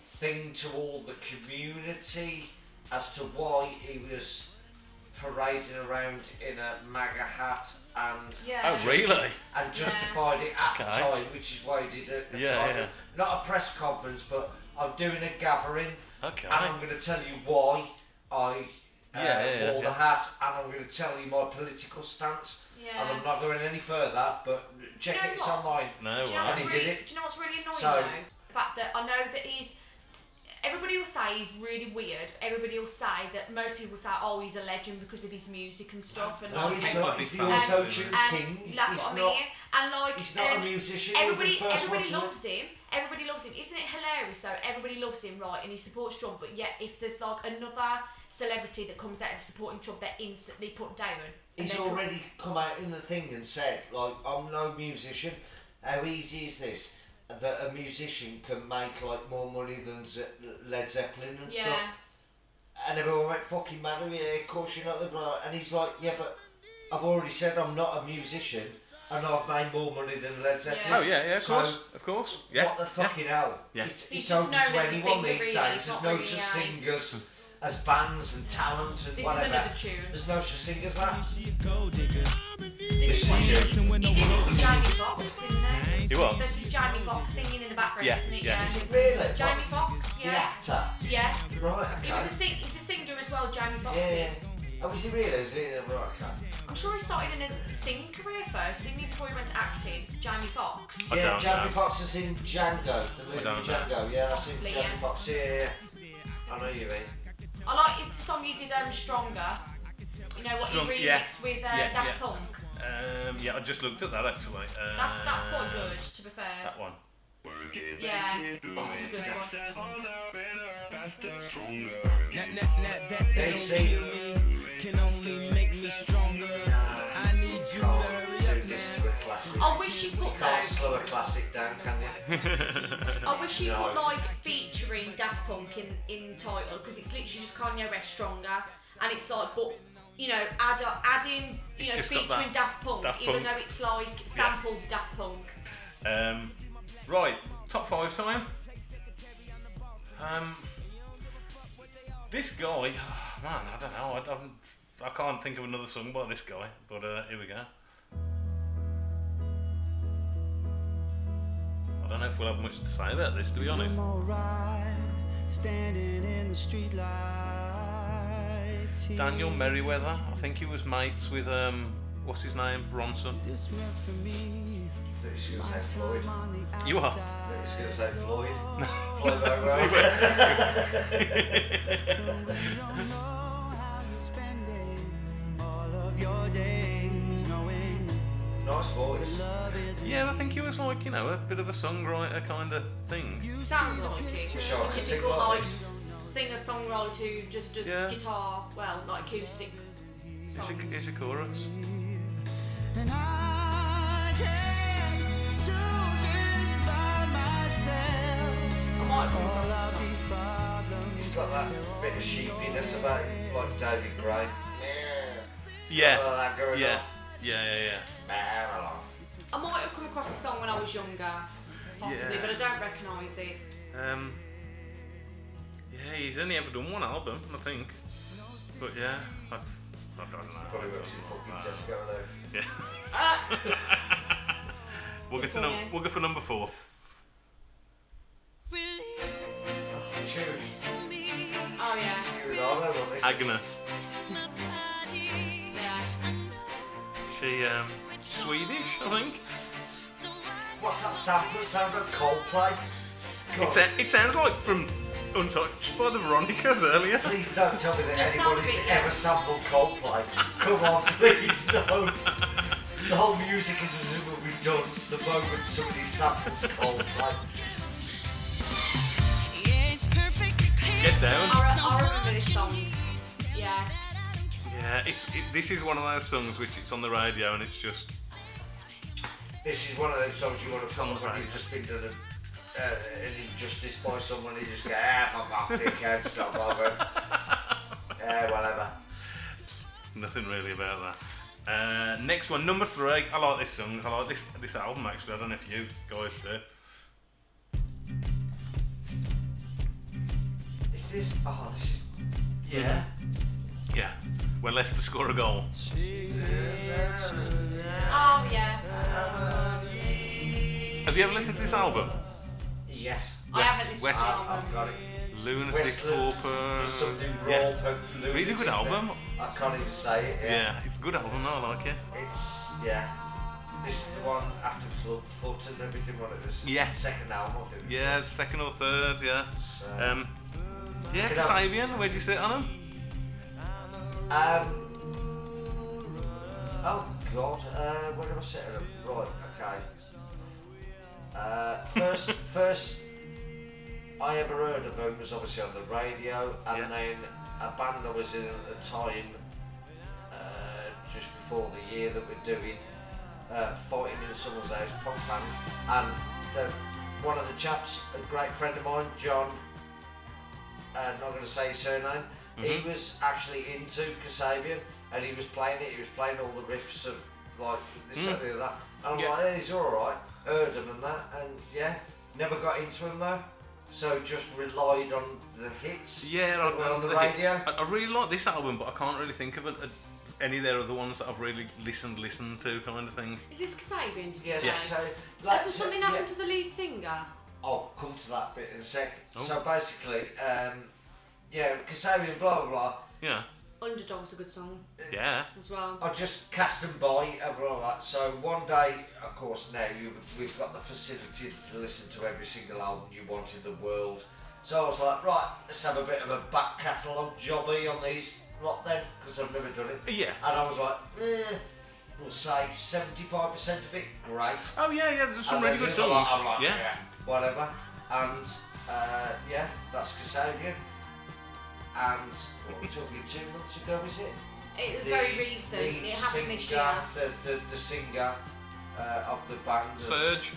Speaker 2: thing to all the community as to why he was parading around in a MAGA hat and
Speaker 1: Yeah. Oh, really?
Speaker 2: and justified it at
Speaker 1: Okay.
Speaker 2: the time, which is why he did it.
Speaker 1: Yeah,
Speaker 2: kind of-
Speaker 1: yeah.
Speaker 2: Not a press conference, but I'm doing a gathering,
Speaker 1: Okay.
Speaker 2: and I'm going to tell you why I uh,
Speaker 1: Yeah, yeah, yeah,
Speaker 2: wore
Speaker 1: yeah.
Speaker 2: the hat, and I'm going to tell you my political stance, and
Speaker 3: Yeah.
Speaker 2: I'm not going any further. But check
Speaker 3: You know
Speaker 2: it, it's
Speaker 3: what?
Speaker 2: online.
Speaker 1: No,
Speaker 3: Do you know
Speaker 2: and
Speaker 3: what's
Speaker 2: he
Speaker 3: really,
Speaker 2: did it.
Speaker 3: Do you know what's really annoying
Speaker 2: Oh, So-
Speaker 3: though? The fact that I know that he's. Everybody will say he's really weird. Everybody will say that most people say, "Oh, he's a legend because of his music and stuff." And
Speaker 2: No,
Speaker 3: like,
Speaker 2: he's not. He's the
Speaker 3: And-
Speaker 2: auto-tune
Speaker 3: and
Speaker 2: king.
Speaker 3: Um, That's
Speaker 2: He's
Speaker 3: what I
Speaker 2: not-
Speaker 3: mean. And like,
Speaker 2: he's not a
Speaker 3: um,
Speaker 2: musician. He'll be
Speaker 3: Everybody,
Speaker 2: the first
Speaker 3: everybody
Speaker 2: one to
Speaker 3: loves him. Everybody loves him. Isn't it hilarious though? Everybody loves him, right? And he supports Trump. But yet, if there's like another celebrity that comes out and supporting Trump, they're instantly put down. And
Speaker 2: He's
Speaker 3: they put-
Speaker 2: already come out in the thing and said, like, I'm no musician. How easy is this? That a musician can make like more money than Ze- Led Zeppelin and stuff.
Speaker 3: Yeah.
Speaker 2: And everyone went fucking mad. Oh, yeah, of course you're not the blah. And he's like, yeah, but I've already said I'm not a musician, and I've made more money than Led Zeppelin.
Speaker 1: Oh yeah, yeah, of
Speaker 2: So
Speaker 1: course, of course. Yeah.
Speaker 2: What the fucking hell?
Speaker 1: Yeah.
Speaker 2: It's,
Speaker 3: He's
Speaker 2: it's
Speaker 3: just
Speaker 2: open
Speaker 3: known
Speaker 2: to
Speaker 3: as a
Speaker 2: anyone
Speaker 3: singer,
Speaker 2: these
Speaker 3: really,
Speaker 2: days.
Speaker 3: he's
Speaker 2: There's
Speaker 3: not
Speaker 2: no
Speaker 3: really
Speaker 2: such
Speaker 3: out.
Speaker 2: thing as, as bands and talent and
Speaker 3: This is
Speaker 2: whatever.
Speaker 3: another tune.
Speaker 2: There's no such thing as that.
Speaker 3: This is what he does. He did this with Jamie Foxx, didn't he?
Speaker 1: He what?
Speaker 3: This is Jamie Foxx singing in the background,
Speaker 1: Yeah,
Speaker 3: isn't it?
Speaker 1: yeah. Is
Speaker 2: it really?
Speaker 3: Jamie Foxx,
Speaker 2: The
Speaker 3: yeah.
Speaker 2: actor.
Speaker 3: Yeah.
Speaker 2: Right, okay.
Speaker 3: He was a sing- he's a singer as well, Jamie Foxx
Speaker 2: Yeah, yeah.
Speaker 3: is.
Speaker 2: Oh, was he really? Is he? Right, okay.
Speaker 3: I'm sure he started in a singing career first, didn't he, before he went to acting? Jamie Foxx.
Speaker 1: I
Speaker 2: yeah,
Speaker 1: don't
Speaker 2: Jamie
Speaker 1: know.
Speaker 2: Fox is in Django. The movie
Speaker 1: don't know.
Speaker 2: Django. Yeah, that's in
Speaker 3: Possibly,
Speaker 2: Jamie
Speaker 3: yes.
Speaker 2: Fox. Yeah, yeah, yeah. I know you mean.
Speaker 3: I like his song he did, um, Stronger. You know what
Speaker 1: Strong-
Speaker 3: he remixed
Speaker 1: yeah.
Speaker 3: with uh,
Speaker 1: Yeah,
Speaker 3: Daft
Speaker 1: yeah.
Speaker 3: Punk.
Speaker 1: Um, yeah, I just looked at that actually. Um,
Speaker 3: That's that's quite good, to be fair.
Speaker 1: That one.
Speaker 3: Yeah, this is a good one.
Speaker 5: Nah, nah, nah, that
Speaker 2: They
Speaker 5: don't
Speaker 2: say-
Speaker 5: kill me, can only make me stronger. I need you to hurry
Speaker 2: Do
Speaker 5: up
Speaker 2: this
Speaker 5: now.
Speaker 2: to a classic.
Speaker 3: I wish you put
Speaker 2: Can't
Speaker 3: though.
Speaker 2: slow a classic down, can you?
Speaker 3: I wish you
Speaker 2: No.
Speaker 3: put like featuring Daft Punk in in title because it's literally just Kanye West stronger, and it's like but you know add add in
Speaker 1: It's
Speaker 3: you know
Speaker 1: just got
Speaker 3: featuring
Speaker 1: that
Speaker 3: Daft Punk,
Speaker 1: Daft
Speaker 3: even
Speaker 1: Punk.
Speaker 3: though it's like sampled Daft Punk.
Speaker 1: Um, right, top five time. Um, this guy, man, I don't know. I, don't, I can't think of another song by this guy, but uh, here we go. I don't know if we'll have much to say about this, to be honest.
Speaker 5: I'm alright, standing in the streetlights. here.
Speaker 1: Daniel Merriweather, I think he was mates with um, what's his name, Bronson.
Speaker 5: This meant for me.
Speaker 2: Thought you was gonna say Floyd. Thought
Speaker 5: On the
Speaker 1: You are.
Speaker 5: outside,
Speaker 2: you was gonna say Floyd. Floyd Merriweather.
Speaker 5: you don't know how you're spending all of your days, knowing
Speaker 2: Nice voice.
Speaker 5: love is
Speaker 1: Yeah, I think he was like you know a bit of a songwriter kind of thing.
Speaker 3: Sounds like it.
Speaker 2: Sure, I can sing
Speaker 3: Typical
Speaker 2: like
Speaker 3: like
Speaker 2: this.
Speaker 3: singer songwriter who just does
Speaker 1: Yeah.
Speaker 3: guitar well, like acoustic
Speaker 1: Is a,
Speaker 3: songs.
Speaker 1: it's a chorus.
Speaker 5: And I can do this by myself.
Speaker 3: I might have come
Speaker 5: All
Speaker 3: across
Speaker 5: of
Speaker 3: this song.
Speaker 5: these problems.
Speaker 2: He's got that bit of sheepiness about him, like David Gray.
Speaker 1: Yeah.
Speaker 2: All that going
Speaker 1: Yeah. Yeah, yeah,
Speaker 2: on.
Speaker 3: I might have come across the song when I was younger, possibly,
Speaker 1: Yeah.
Speaker 3: but I don't recognise it.
Speaker 1: yeah. Um, yeah, he's only ever done one album, I think. But yeah, I, I don't know.
Speaker 2: Probably works in fucking Tesco though.
Speaker 1: Yeah.
Speaker 3: Uh,
Speaker 1: We'll get to num- we'll go for number four.
Speaker 2: Tunes.
Speaker 3: oh yeah,
Speaker 2: You know, I know this.
Speaker 1: Agnes.
Speaker 3: yeah.
Speaker 1: She um Swedish, I think.
Speaker 2: What's that sample? It sounds like Coldplay.
Speaker 1: It,
Speaker 2: God,
Speaker 1: sa- it sounds like from Untouched by the Veronicas earlier.
Speaker 2: please don't tell me that
Speaker 3: Does sound
Speaker 2: anybody's
Speaker 3: a bit-
Speaker 2: ever sampled Coldplay. Come on, please, no. The whole music industry will be done the moment somebody samples cold like
Speaker 1: Get down.
Speaker 3: I, re- I remember this song. Yeah.
Speaker 1: Yeah, it's it, this is one of those songs which it's on the radio and it's just
Speaker 2: This is one of those songs you want to come when you've just been done a, uh, an injustice by someone. You just go, ah, fuck off, dickhead, stop bothering. yeah, whatever.
Speaker 1: nothing really about that. Uh, next one, number three. I like this song. I like this this album actually. I don't know if you guys do.
Speaker 2: Is this? Oh, this is. Yeah.
Speaker 1: Yeah, where Leicester score a goal.
Speaker 3: Oh yeah.
Speaker 1: Have you ever listened to this album?
Speaker 2: Yes.
Speaker 3: I haven't listened
Speaker 1: West-
Speaker 3: to the album.
Speaker 2: I've got it.
Speaker 1: Lunatic
Speaker 2: Whistler,
Speaker 1: Pauper.
Speaker 2: There's something
Speaker 1: Yeah.
Speaker 2: raw, potent,
Speaker 1: Really
Speaker 2: lunatic
Speaker 1: good
Speaker 2: there.
Speaker 1: album.
Speaker 2: I can't even say it. Yeah.
Speaker 1: Yeah, it's a good album. though, I like it.
Speaker 2: It's yeah. This is the one after Club Foot and everything. One of this.
Speaker 1: Yeah.
Speaker 2: Second album. I think.
Speaker 1: Yeah, second or third. Yeah.
Speaker 2: So-
Speaker 1: Um, yeah,
Speaker 2: Good album.
Speaker 1: Kasabian. Where'd you sit on him?
Speaker 2: Um. Oh God, uh, where am I sitting? Right, okay. Uh, first, first I ever heard of them was obviously on the radio, and
Speaker 1: Yeah.
Speaker 2: then a band I was in at the time, uh, just before the year that we're doing, uh, fighting in someone's house, punk band, and the, one of the chaps, a great friend of mine, John uh, not going to say his surname.
Speaker 1: Mm-hmm.
Speaker 2: He was actually into Kasabian, and he was playing it. He was playing all the riffs of like this that, and the other. And I'm
Speaker 1: Mm. Yeah.
Speaker 2: like, yeah, he's all right. Heard him and that, and yeah, never got into him though. So just relied on the hits.
Speaker 1: Yeah,
Speaker 2: that
Speaker 1: I,
Speaker 2: were
Speaker 1: I,
Speaker 2: on the
Speaker 1: I-
Speaker 2: radio.
Speaker 1: I, I really like this album, but I can't really think of a, a, any of their other ones that I've really listened listened to, kind of thing.
Speaker 3: Is this Kasabian? Did you
Speaker 2: Yes,
Speaker 3: say?
Speaker 2: so like,
Speaker 3: Has there something
Speaker 2: yeah.
Speaker 3: happened to the lead singer?
Speaker 2: I'll come to that bit in a sec.
Speaker 1: Oh.
Speaker 2: So basically, um, yeah, Kasabian, blah blah blah.
Speaker 1: Yeah,
Speaker 3: Underdog's a good song
Speaker 1: yeah.
Speaker 3: as well.
Speaker 2: I just cast them by and all that. So one day, of course, now you, we've got the facility to listen to every single album you want in the world. So I was like, right, let's have a bit of a back catalogue jobby on these lot then, because I've never done it.
Speaker 1: Yeah.
Speaker 2: And I was like, eh, we'll save 75% of it, great.
Speaker 1: Oh yeah, yeah. There's some
Speaker 2: And
Speaker 1: really
Speaker 2: then
Speaker 1: good
Speaker 2: the
Speaker 1: songs.
Speaker 2: other lot, I'm like,
Speaker 1: yeah.
Speaker 2: whatever. And uh, yeah, that's Kasabian. And what we're talking two months ago, is it?
Speaker 3: It was
Speaker 2: the
Speaker 3: very recent.
Speaker 2: lead
Speaker 3: It happened this
Speaker 2: singer,
Speaker 3: year.
Speaker 2: The, the, the singer uh, of the band. has-
Speaker 1: Surge.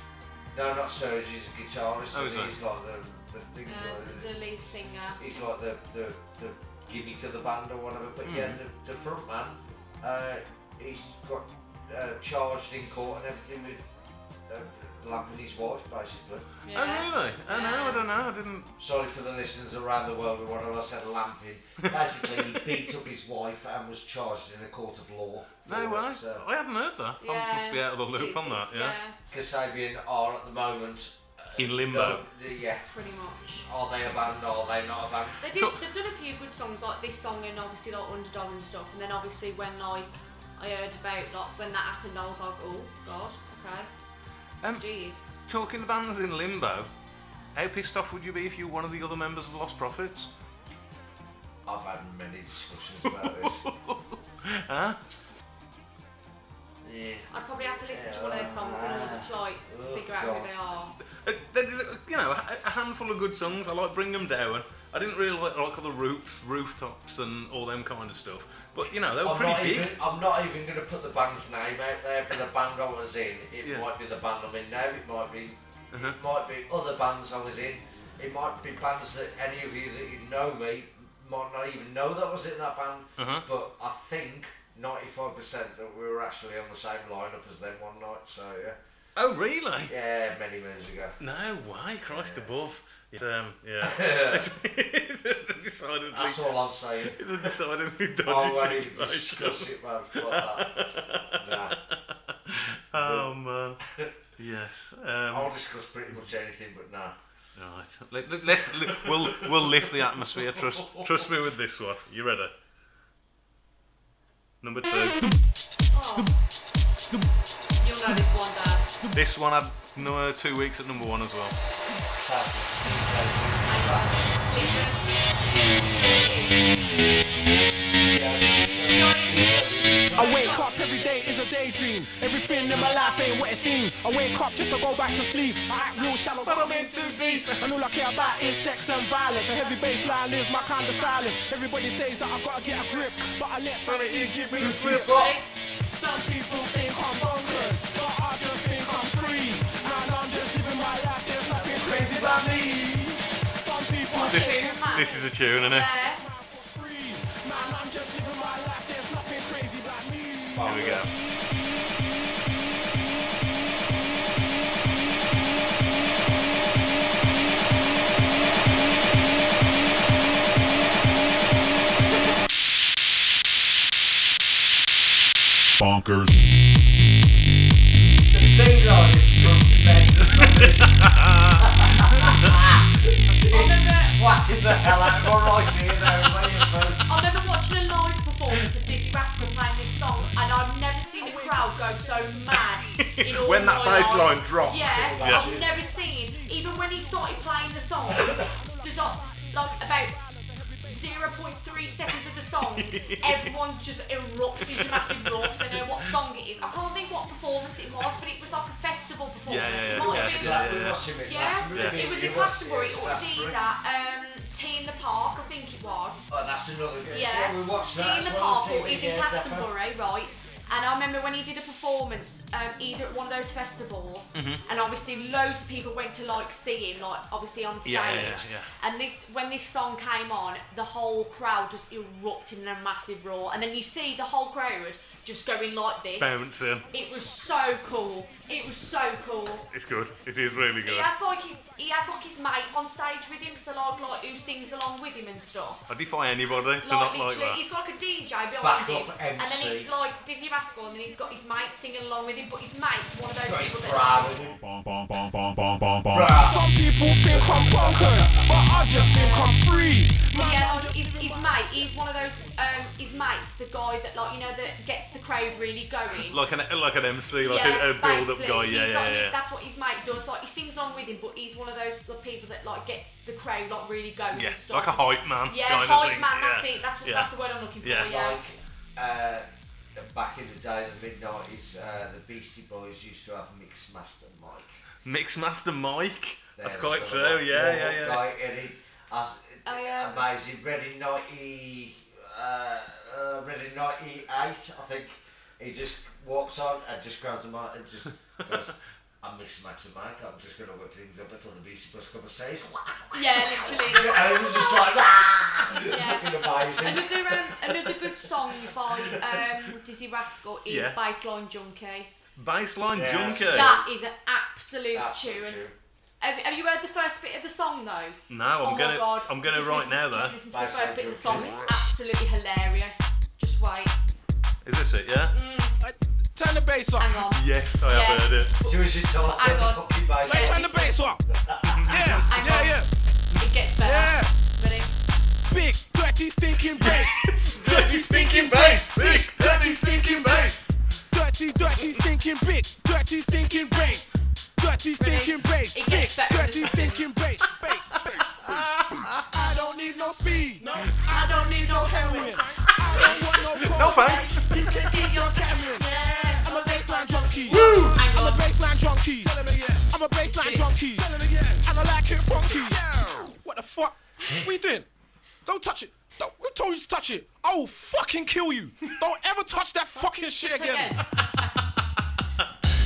Speaker 2: No, not Serge, he's a guitarist.
Speaker 1: Oh,
Speaker 2: and
Speaker 1: is he?
Speaker 2: he's like the, the thing.
Speaker 3: Uh,
Speaker 2: like,
Speaker 3: the lead singer.
Speaker 2: he's like the, the, the gimmick of the band or whatever. But yeah,
Speaker 1: Mm.
Speaker 2: the, the front man, uh, he's got uh, charged in court and everything with uh, lamping his wife, basically.
Speaker 3: Yeah.
Speaker 1: Oh really? Oh no, I don't know. I didn't.
Speaker 2: Sorry for the listeners around the world with whatever I said, lamping. Basically, he beat up his wife and was charged in a court of law. for
Speaker 1: No
Speaker 2: it,
Speaker 1: way.
Speaker 2: so-
Speaker 1: I hadn't heard that.
Speaker 3: Yeah.
Speaker 1: I must be out of the loop
Speaker 3: It
Speaker 1: on
Speaker 3: is,
Speaker 1: that. Yeah.
Speaker 2: Kasabian are at the moment uh,
Speaker 1: In limbo.
Speaker 2: no, yeah,
Speaker 3: Pretty much.
Speaker 2: are they a band? Are they not a band?
Speaker 3: They did,
Speaker 1: So-
Speaker 3: they've done a few good songs like this song and obviously like Underdog and stuff and then obviously when like I heard about like when that happened I was like oh god okay
Speaker 1: Um,
Speaker 3: jeez
Speaker 1: Talking to bands in limbo, how pissed off would you be if you were one of the other members of Lost Prophets?
Speaker 2: I've had many discussions about this.
Speaker 1: Huh?
Speaker 2: Yeah.
Speaker 3: I'd probably have to listen to one of their songs in order to like figure out who they are
Speaker 1: Uh, they did, uh, you know, a a handful of good songs. I like Bring 'Em Down. I didn't really like, like all the roofs, rooftops, and all them kind of stuff. But you know, they were
Speaker 2: I'm
Speaker 1: pretty
Speaker 2: not,
Speaker 1: big.
Speaker 2: even, I'm not even going to put the band's name out there, but the band I was in, it
Speaker 1: Yeah. Uh-huh.
Speaker 2: might be the band I'm in now, it might be, it might be other bands I was in, it might be bands that any of you that you know me might not even know that I was in that band,
Speaker 1: Uh-huh.
Speaker 2: but I think 95% that we were actually on the same lineup as them one night, so yeah.
Speaker 1: Oh really?
Speaker 2: Yeah, many moons ago.
Speaker 1: No way, Christ above. It's, um, yeah. it's, a decidedly,
Speaker 2: That's all I'm saying.
Speaker 1: it's a decidedly dodgy
Speaker 2: I won't even
Speaker 1: situation.
Speaker 2: discuss it, man. Fuck that. Nah.
Speaker 1: Oh man. Yes. Um,
Speaker 2: I'll discuss pretty much anything, but nah.
Speaker 1: right. Let, let, let's li- we'll we'll lift the atmosphere. Trust trust me with this one. You ready? Number two.
Speaker 3: Oh. you'll know this one dad
Speaker 1: This one had no, uh, two weeks at number one as well.
Speaker 3: listen
Speaker 7: I wake up every day is a daydream. Everything and my life ain't what it seems. I wake up just to go back to sleep. I act real shallow, but I'm in too deep. And all I care about is sex and violence. A heavy baseline is my kind of silence. Everybody says that I gotta get a grip, but I let sanity give me the slip. Some people think I'm bonkers, but I just think I'm free. Man, I'm just living my life. There's nothing crazy about me. Some people
Speaker 1: This,
Speaker 7: think
Speaker 1: this is a tune, isn't it?
Speaker 7: man, I'm just living my life. There's nothing crazy about me.
Speaker 1: Here we go.
Speaker 10: Bonkers.
Speaker 2: The theme line is tremendous on this. it's twatting the hell out of my right ear now, will you, folks?
Speaker 3: I remember watching a live performance of Dizzy Rascal playing this song, and I've never seen a crowd go so mad in all
Speaker 1: When that
Speaker 3: my
Speaker 1: bass
Speaker 3: life.
Speaker 1: line drops.
Speaker 3: Yeah,
Speaker 1: Yeah.
Speaker 3: I've never seen. Even when he started playing the song, there's like, like about 0.3 seconds of the song, everyone just erupts into massive rocks. I don't know what song it is. I can't think what performance it was, but it was like a festival performance.
Speaker 1: yeah,
Speaker 3: It
Speaker 1: yeah,
Speaker 3: might
Speaker 1: yeah,
Speaker 3: have been
Speaker 1: yeah, yeah, yeah.
Speaker 3: yeah,
Speaker 1: Yeah.
Speaker 3: it was in Glastonbury. It was either um, Tea in the Park, I think it was.
Speaker 2: Oh, that's another good.
Speaker 3: Yeah,
Speaker 2: Yeah, we watched that
Speaker 3: Tea in
Speaker 2: as
Speaker 3: the
Speaker 2: well on
Speaker 3: Park or
Speaker 2: TV,
Speaker 3: either
Speaker 2: yeah,
Speaker 3: Glastonbury, right? And I remember when he did a performance, um, either at one of those festivals,
Speaker 1: Mhm.
Speaker 2: Mm-hmm.
Speaker 3: and obviously loads of people went to like see him, like obviously on stage.
Speaker 1: Yeah, yeah, yeah, yeah.
Speaker 3: And this, when this song came on, the whole crowd just erupted in a massive roar, and then you see the whole crowd just going like this.
Speaker 1: Bouncing.
Speaker 3: It was so cool. It was so cool.
Speaker 1: It's good. It is really
Speaker 3: He
Speaker 1: good.
Speaker 3: has like his he has like his mate on stage with him, so like, like who sings along with him and stuff.
Speaker 1: I defy anybody to
Speaker 3: Like
Speaker 1: not like
Speaker 3: literally,
Speaker 1: that.
Speaker 3: he's got like a DJ behind
Speaker 1: Back
Speaker 3: him,
Speaker 1: up
Speaker 3: and then
Speaker 1: MC.
Speaker 3: he's like Dizzy Rascal, and then he's got his mate singing along with him. But his mate's one of those people that
Speaker 7: Some people think I'm bonkers, but I just think I'm free.
Speaker 3: yeah, like his, his mate. He's one of those um, his mates, the guy that like you know that gets the crowd really going.
Speaker 1: Like an like an MC, like
Speaker 3: yeah,
Speaker 1: a, a build-up
Speaker 3: basically,
Speaker 1: guy. Yeah,
Speaker 3: he's
Speaker 1: yeah,
Speaker 3: like, he-
Speaker 1: yeah.
Speaker 3: that's what his mate does. Like he sings along with him, but he's one of those like, people that like gets the crowd like really going.
Speaker 1: Yeah,
Speaker 3: and stuff.
Speaker 1: like a hype man.
Speaker 3: Yeah,
Speaker 1: kind
Speaker 3: hype
Speaker 1: of thing.
Speaker 3: man. That's
Speaker 1: yeah.
Speaker 3: it. That's what,
Speaker 1: yeah.
Speaker 3: that's the word I'm looking for.
Speaker 1: Yeah.
Speaker 3: Yeah.
Speaker 11: uh, back in the day, the mid nineties, uh, the Beastie Boys used to have mixed master mic.
Speaker 1: Mixmaster Mike.
Speaker 11: There's
Speaker 1: That's quite true.
Speaker 11: another
Speaker 1: Yeah,
Speaker 11: one.
Speaker 1: yeah,
Speaker 11: Warhol
Speaker 1: yeah.
Speaker 11: Guy, and he has
Speaker 3: Oh, yeah.
Speaker 11: amazing. Read in ninety, uh, uh, read in ninety eight, I think. He just walks on and just grabs the mic and just goes. I'm Miss Max and Mike. I'm just going to whip things up before the Beastie Boys come and say it's
Speaker 3: Yeah, literally.
Speaker 11: and it was just like, ah!
Speaker 3: Yeah.
Speaker 11: Fucking amazing.
Speaker 3: Another um, another good song by um, Dizzy Rascal is
Speaker 1: Yeah.
Speaker 3: Baseline Junkie.
Speaker 1: Baseline
Speaker 11: Yeah.
Speaker 1: Junkie.
Speaker 3: That is an absolute,
Speaker 11: Absolute
Speaker 3: tune.
Speaker 11: tune.
Speaker 3: Have, have you heard the first bit of the song though?
Speaker 1: No, I'm
Speaker 3: Oh my
Speaker 1: gonna-
Speaker 3: God.
Speaker 1: I'm gonna
Speaker 3: Just
Speaker 1: right
Speaker 3: listen-
Speaker 1: now, though.
Speaker 3: Just listen to the
Speaker 1: Baseline
Speaker 3: first bit of the song.
Speaker 1: Junkie.
Speaker 3: It's absolutely hilarious. Just wait.
Speaker 1: Is this it? Yeah.
Speaker 3: Mm.
Speaker 7: Turn the bass up. Hang
Speaker 3: on.
Speaker 1: Yes, I have heard it.
Speaker 11: Do as you told.
Speaker 3: Hang on.
Speaker 7: Hey, turn the bass up. Yeah,
Speaker 3: Hang
Speaker 7: yeah,
Speaker 3: on.
Speaker 7: yeah.
Speaker 3: It gets better.
Speaker 7: Yeah.
Speaker 3: Ready?
Speaker 7: Big, dirty, stinking bass. dirty, stinking bass. Big, dirty, stinking bass. Dirty, dirty, stinking big. Dirty, stinking bass. Dirty, stinking bass.
Speaker 3: It
Speaker 7: Big,
Speaker 3: gets better than
Speaker 7: dirty,
Speaker 3: that.
Speaker 7: stinking bass. Bass, bass, bass, bass. I don't need no speed. No, I don't need no heroin. I don't want no coke.
Speaker 1: No thanks.
Speaker 7: You can eat your Cameron. I'm a baseline junkie.
Speaker 1: Woo.
Speaker 7: I'm a baseline junkie. I'm a baseline junkie. And I like it funky. What the fuck? What you doing? Don't touch it. Don't, who told you to touch it? I will fucking kill you. Don't ever touch that fucking shit again.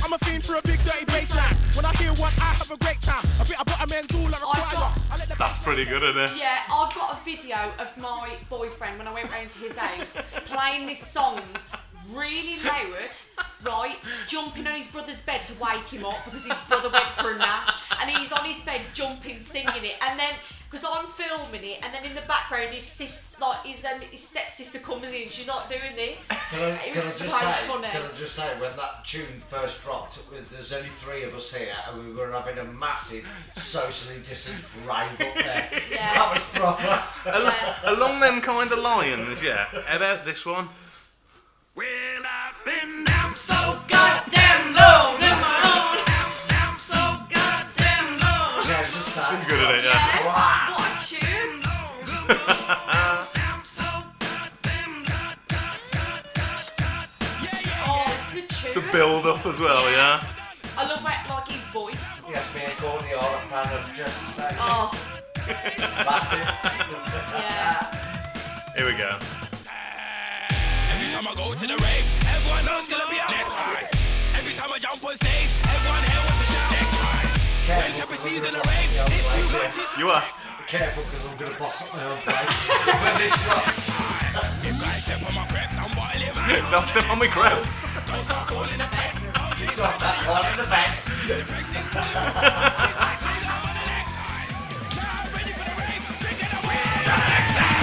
Speaker 7: I'm a fiend for a big dirty baseline. When I hear one, I have a great time. A bit of butter men's all I require.
Speaker 1: That's pretty good, isn't it?
Speaker 3: Yeah, I've got a video of my boyfriend when I went round to his house playing this song really loud, right? Jumping on his brother's bed to wake him up because his brother went for a nap and he's on his bed jumping, singing it, and then because I'm filming it, and then in the background his sis, like his um, his stepsister comes in, she's like doing this.
Speaker 11: Can I,
Speaker 3: it
Speaker 11: can I
Speaker 3: was
Speaker 11: just
Speaker 3: so
Speaker 11: say,
Speaker 3: funny.
Speaker 11: can I just say, when that tune first dropped, it was- there's only three of us here, and we were having a massive socially distant rave up there.
Speaker 3: Yeah.
Speaker 11: That was proper.
Speaker 1: Al- Along them kind of lines, yeah. How About this one.
Speaker 7: Well, I've been down so
Speaker 3: goddamn low in my own
Speaker 7: house. I'm so goddamn low.
Speaker 11: Yeah, it's just that.
Speaker 1: It's good, isn't it?
Speaker 3: Yes,
Speaker 1: Yeah.
Speaker 3: what a tune! Oh, it's a tune.
Speaker 1: The build up as well, yeah.
Speaker 3: I love that, like his voice.
Speaker 2: Yes, me and Courtney are a fan of Just Say.
Speaker 3: Oh,
Speaker 2: Massive.
Speaker 3: yeah.
Speaker 1: Here we go.
Speaker 7: Every time I go to the rave, everyone knows gonna be out. Next time. Every time I jump on stage, everyone here wants to shout. Next time. When
Speaker 2: Careful, 'cause
Speaker 7: Jeopardy's
Speaker 2: I'm
Speaker 7: in
Speaker 2: gonna
Speaker 7: the
Speaker 2: boss
Speaker 7: rave,
Speaker 2: my own
Speaker 7: it's too
Speaker 2: place
Speaker 7: much.
Speaker 2: here.
Speaker 7: It's
Speaker 1: You are.
Speaker 2: Careful, because I'm going to boss up my own place. when this drops.
Speaker 7: Guys, step on my crepes, I'm boiling my
Speaker 1: That's them on my grabs.
Speaker 7: Don't start calling the facts. Oh, jeez,
Speaker 2: Drop that one in the vent.
Speaker 7: ready for the rave. Drink it away.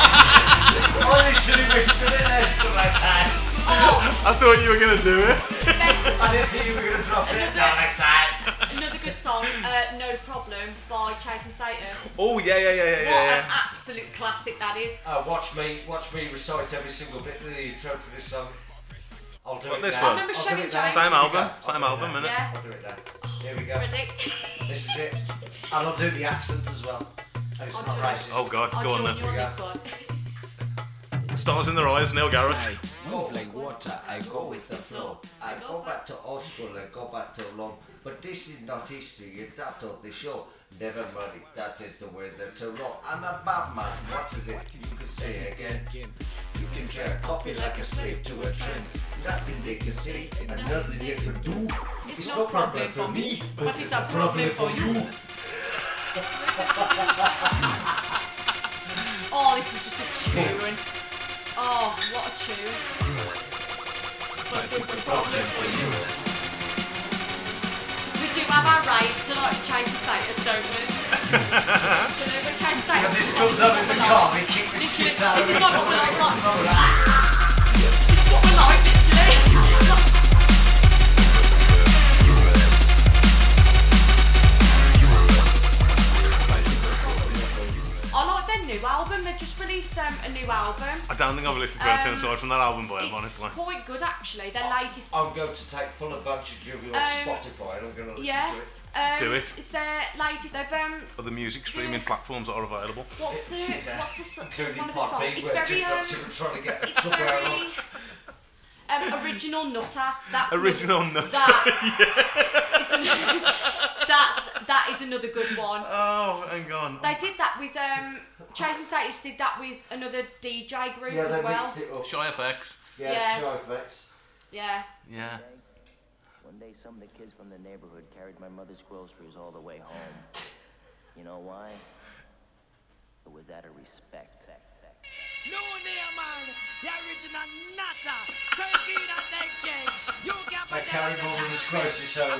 Speaker 2: I literally whispered it then to my side.
Speaker 1: I thought you were gonna do it.
Speaker 3: Best-
Speaker 2: I didn't think you were going to drop it down next time.
Speaker 3: another good song, uh, No Problem by Chasing Status.
Speaker 1: Oh yeah, yeah, yeah, yeah,
Speaker 3: What
Speaker 1: yeah.
Speaker 3: an absolute classic that is.
Speaker 2: Uh, watch me, watch me recite every single bit of the intro to this song. I'll do
Speaker 1: What,
Speaker 2: it
Speaker 1: this
Speaker 2: now.
Speaker 1: one? I
Speaker 3: remember
Speaker 2: I'll do
Speaker 3: Chevy
Speaker 2: it now.
Speaker 3: Chase.
Speaker 1: Same
Speaker 2: Here we
Speaker 1: album,
Speaker 2: go.
Speaker 1: same
Speaker 2: I'll do it
Speaker 1: album,
Speaker 2: now.
Speaker 1: innit?
Speaker 3: Yeah.
Speaker 2: I'll do it now. Here we go.
Speaker 3: Ready?
Speaker 2: This is it. And I'll do the accent as well. And it's
Speaker 3: I'll
Speaker 2: not
Speaker 3: do it.
Speaker 2: racist.
Speaker 1: Oh god,
Speaker 3: I'll
Speaker 1: go on
Speaker 3: join
Speaker 1: then.
Speaker 3: you on this one.
Speaker 1: Stars in their eyes, Neil Garrett.
Speaker 2: Move like water, I go with the flow. I go back to old school, I go back to long. But this is not history, it's after the show. Never mind, it, that is the way that to roll. I'm a bad man, what is it? You can say again. You can try a copy like a slave to a trend. Nothing they can say and nothing they can do. It's, no problem for me, but it's a problem for you.
Speaker 3: Oh, this is just a tune. Oh, what a tune. But it's a problem for you. We do have our rights to like Chasing Status, don't we? Do you know when Chasing Status?
Speaker 2: As this comes up in the car, they kick the
Speaker 3: This is
Speaker 2: shit out of
Speaker 3: this is
Speaker 2: me.
Speaker 3: not what we like. like- This is what we like, literally. I like their new album. They just released um, a new album.
Speaker 1: I don't think I've listened to anything
Speaker 3: Um,
Speaker 1: aside from that album by him,
Speaker 3: it's
Speaker 1: honestly.
Speaker 3: quite good actually.
Speaker 1: Oh,
Speaker 3: Their latest.
Speaker 2: I'm going to take full advantage of your
Speaker 3: Um,
Speaker 2: Spotify and I'm going to listen
Speaker 3: yeah.
Speaker 2: to it.
Speaker 3: Um,
Speaker 1: Do it.
Speaker 3: It's their latest. They've um.
Speaker 1: Other music streaming
Speaker 3: Yeah.
Speaker 1: platforms that are available.
Speaker 3: What's the
Speaker 2: Yeah.
Speaker 3: what's the so-
Speaker 2: Including
Speaker 3: one of the
Speaker 2: Pod
Speaker 3: songs?
Speaker 2: B,
Speaker 3: It's
Speaker 2: where
Speaker 3: very
Speaker 2: Jim
Speaker 3: um.
Speaker 2: Dotson were trying to get
Speaker 3: It's
Speaker 2: somewhere
Speaker 3: very
Speaker 2: along.
Speaker 3: um original nutter. That's another-
Speaker 1: Original Nutter,
Speaker 3: That. is an- that's that is another good one.
Speaker 1: Oh, hang on.
Speaker 3: They did that with um. Chasing Status did that with another DJ group
Speaker 2: Yeah,
Speaker 3: as
Speaker 2: they
Speaker 3: well.
Speaker 2: mixed it up.
Speaker 1: Shy FX.
Speaker 2: Yeah,
Speaker 3: Yeah.
Speaker 2: sure, thanks.
Speaker 3: Yeah.
Speaker 1: Yeah.
Speaker 8: One day, some of the kids from the neighborhood carried my mother's groceries all the way home. You know why? It was out of respect.
Speaker 7: No near man, the original nata. Turkey not take change. You got
Speaker 2: I
Speaker 7: my
Speaker 2: carried on with this grocery show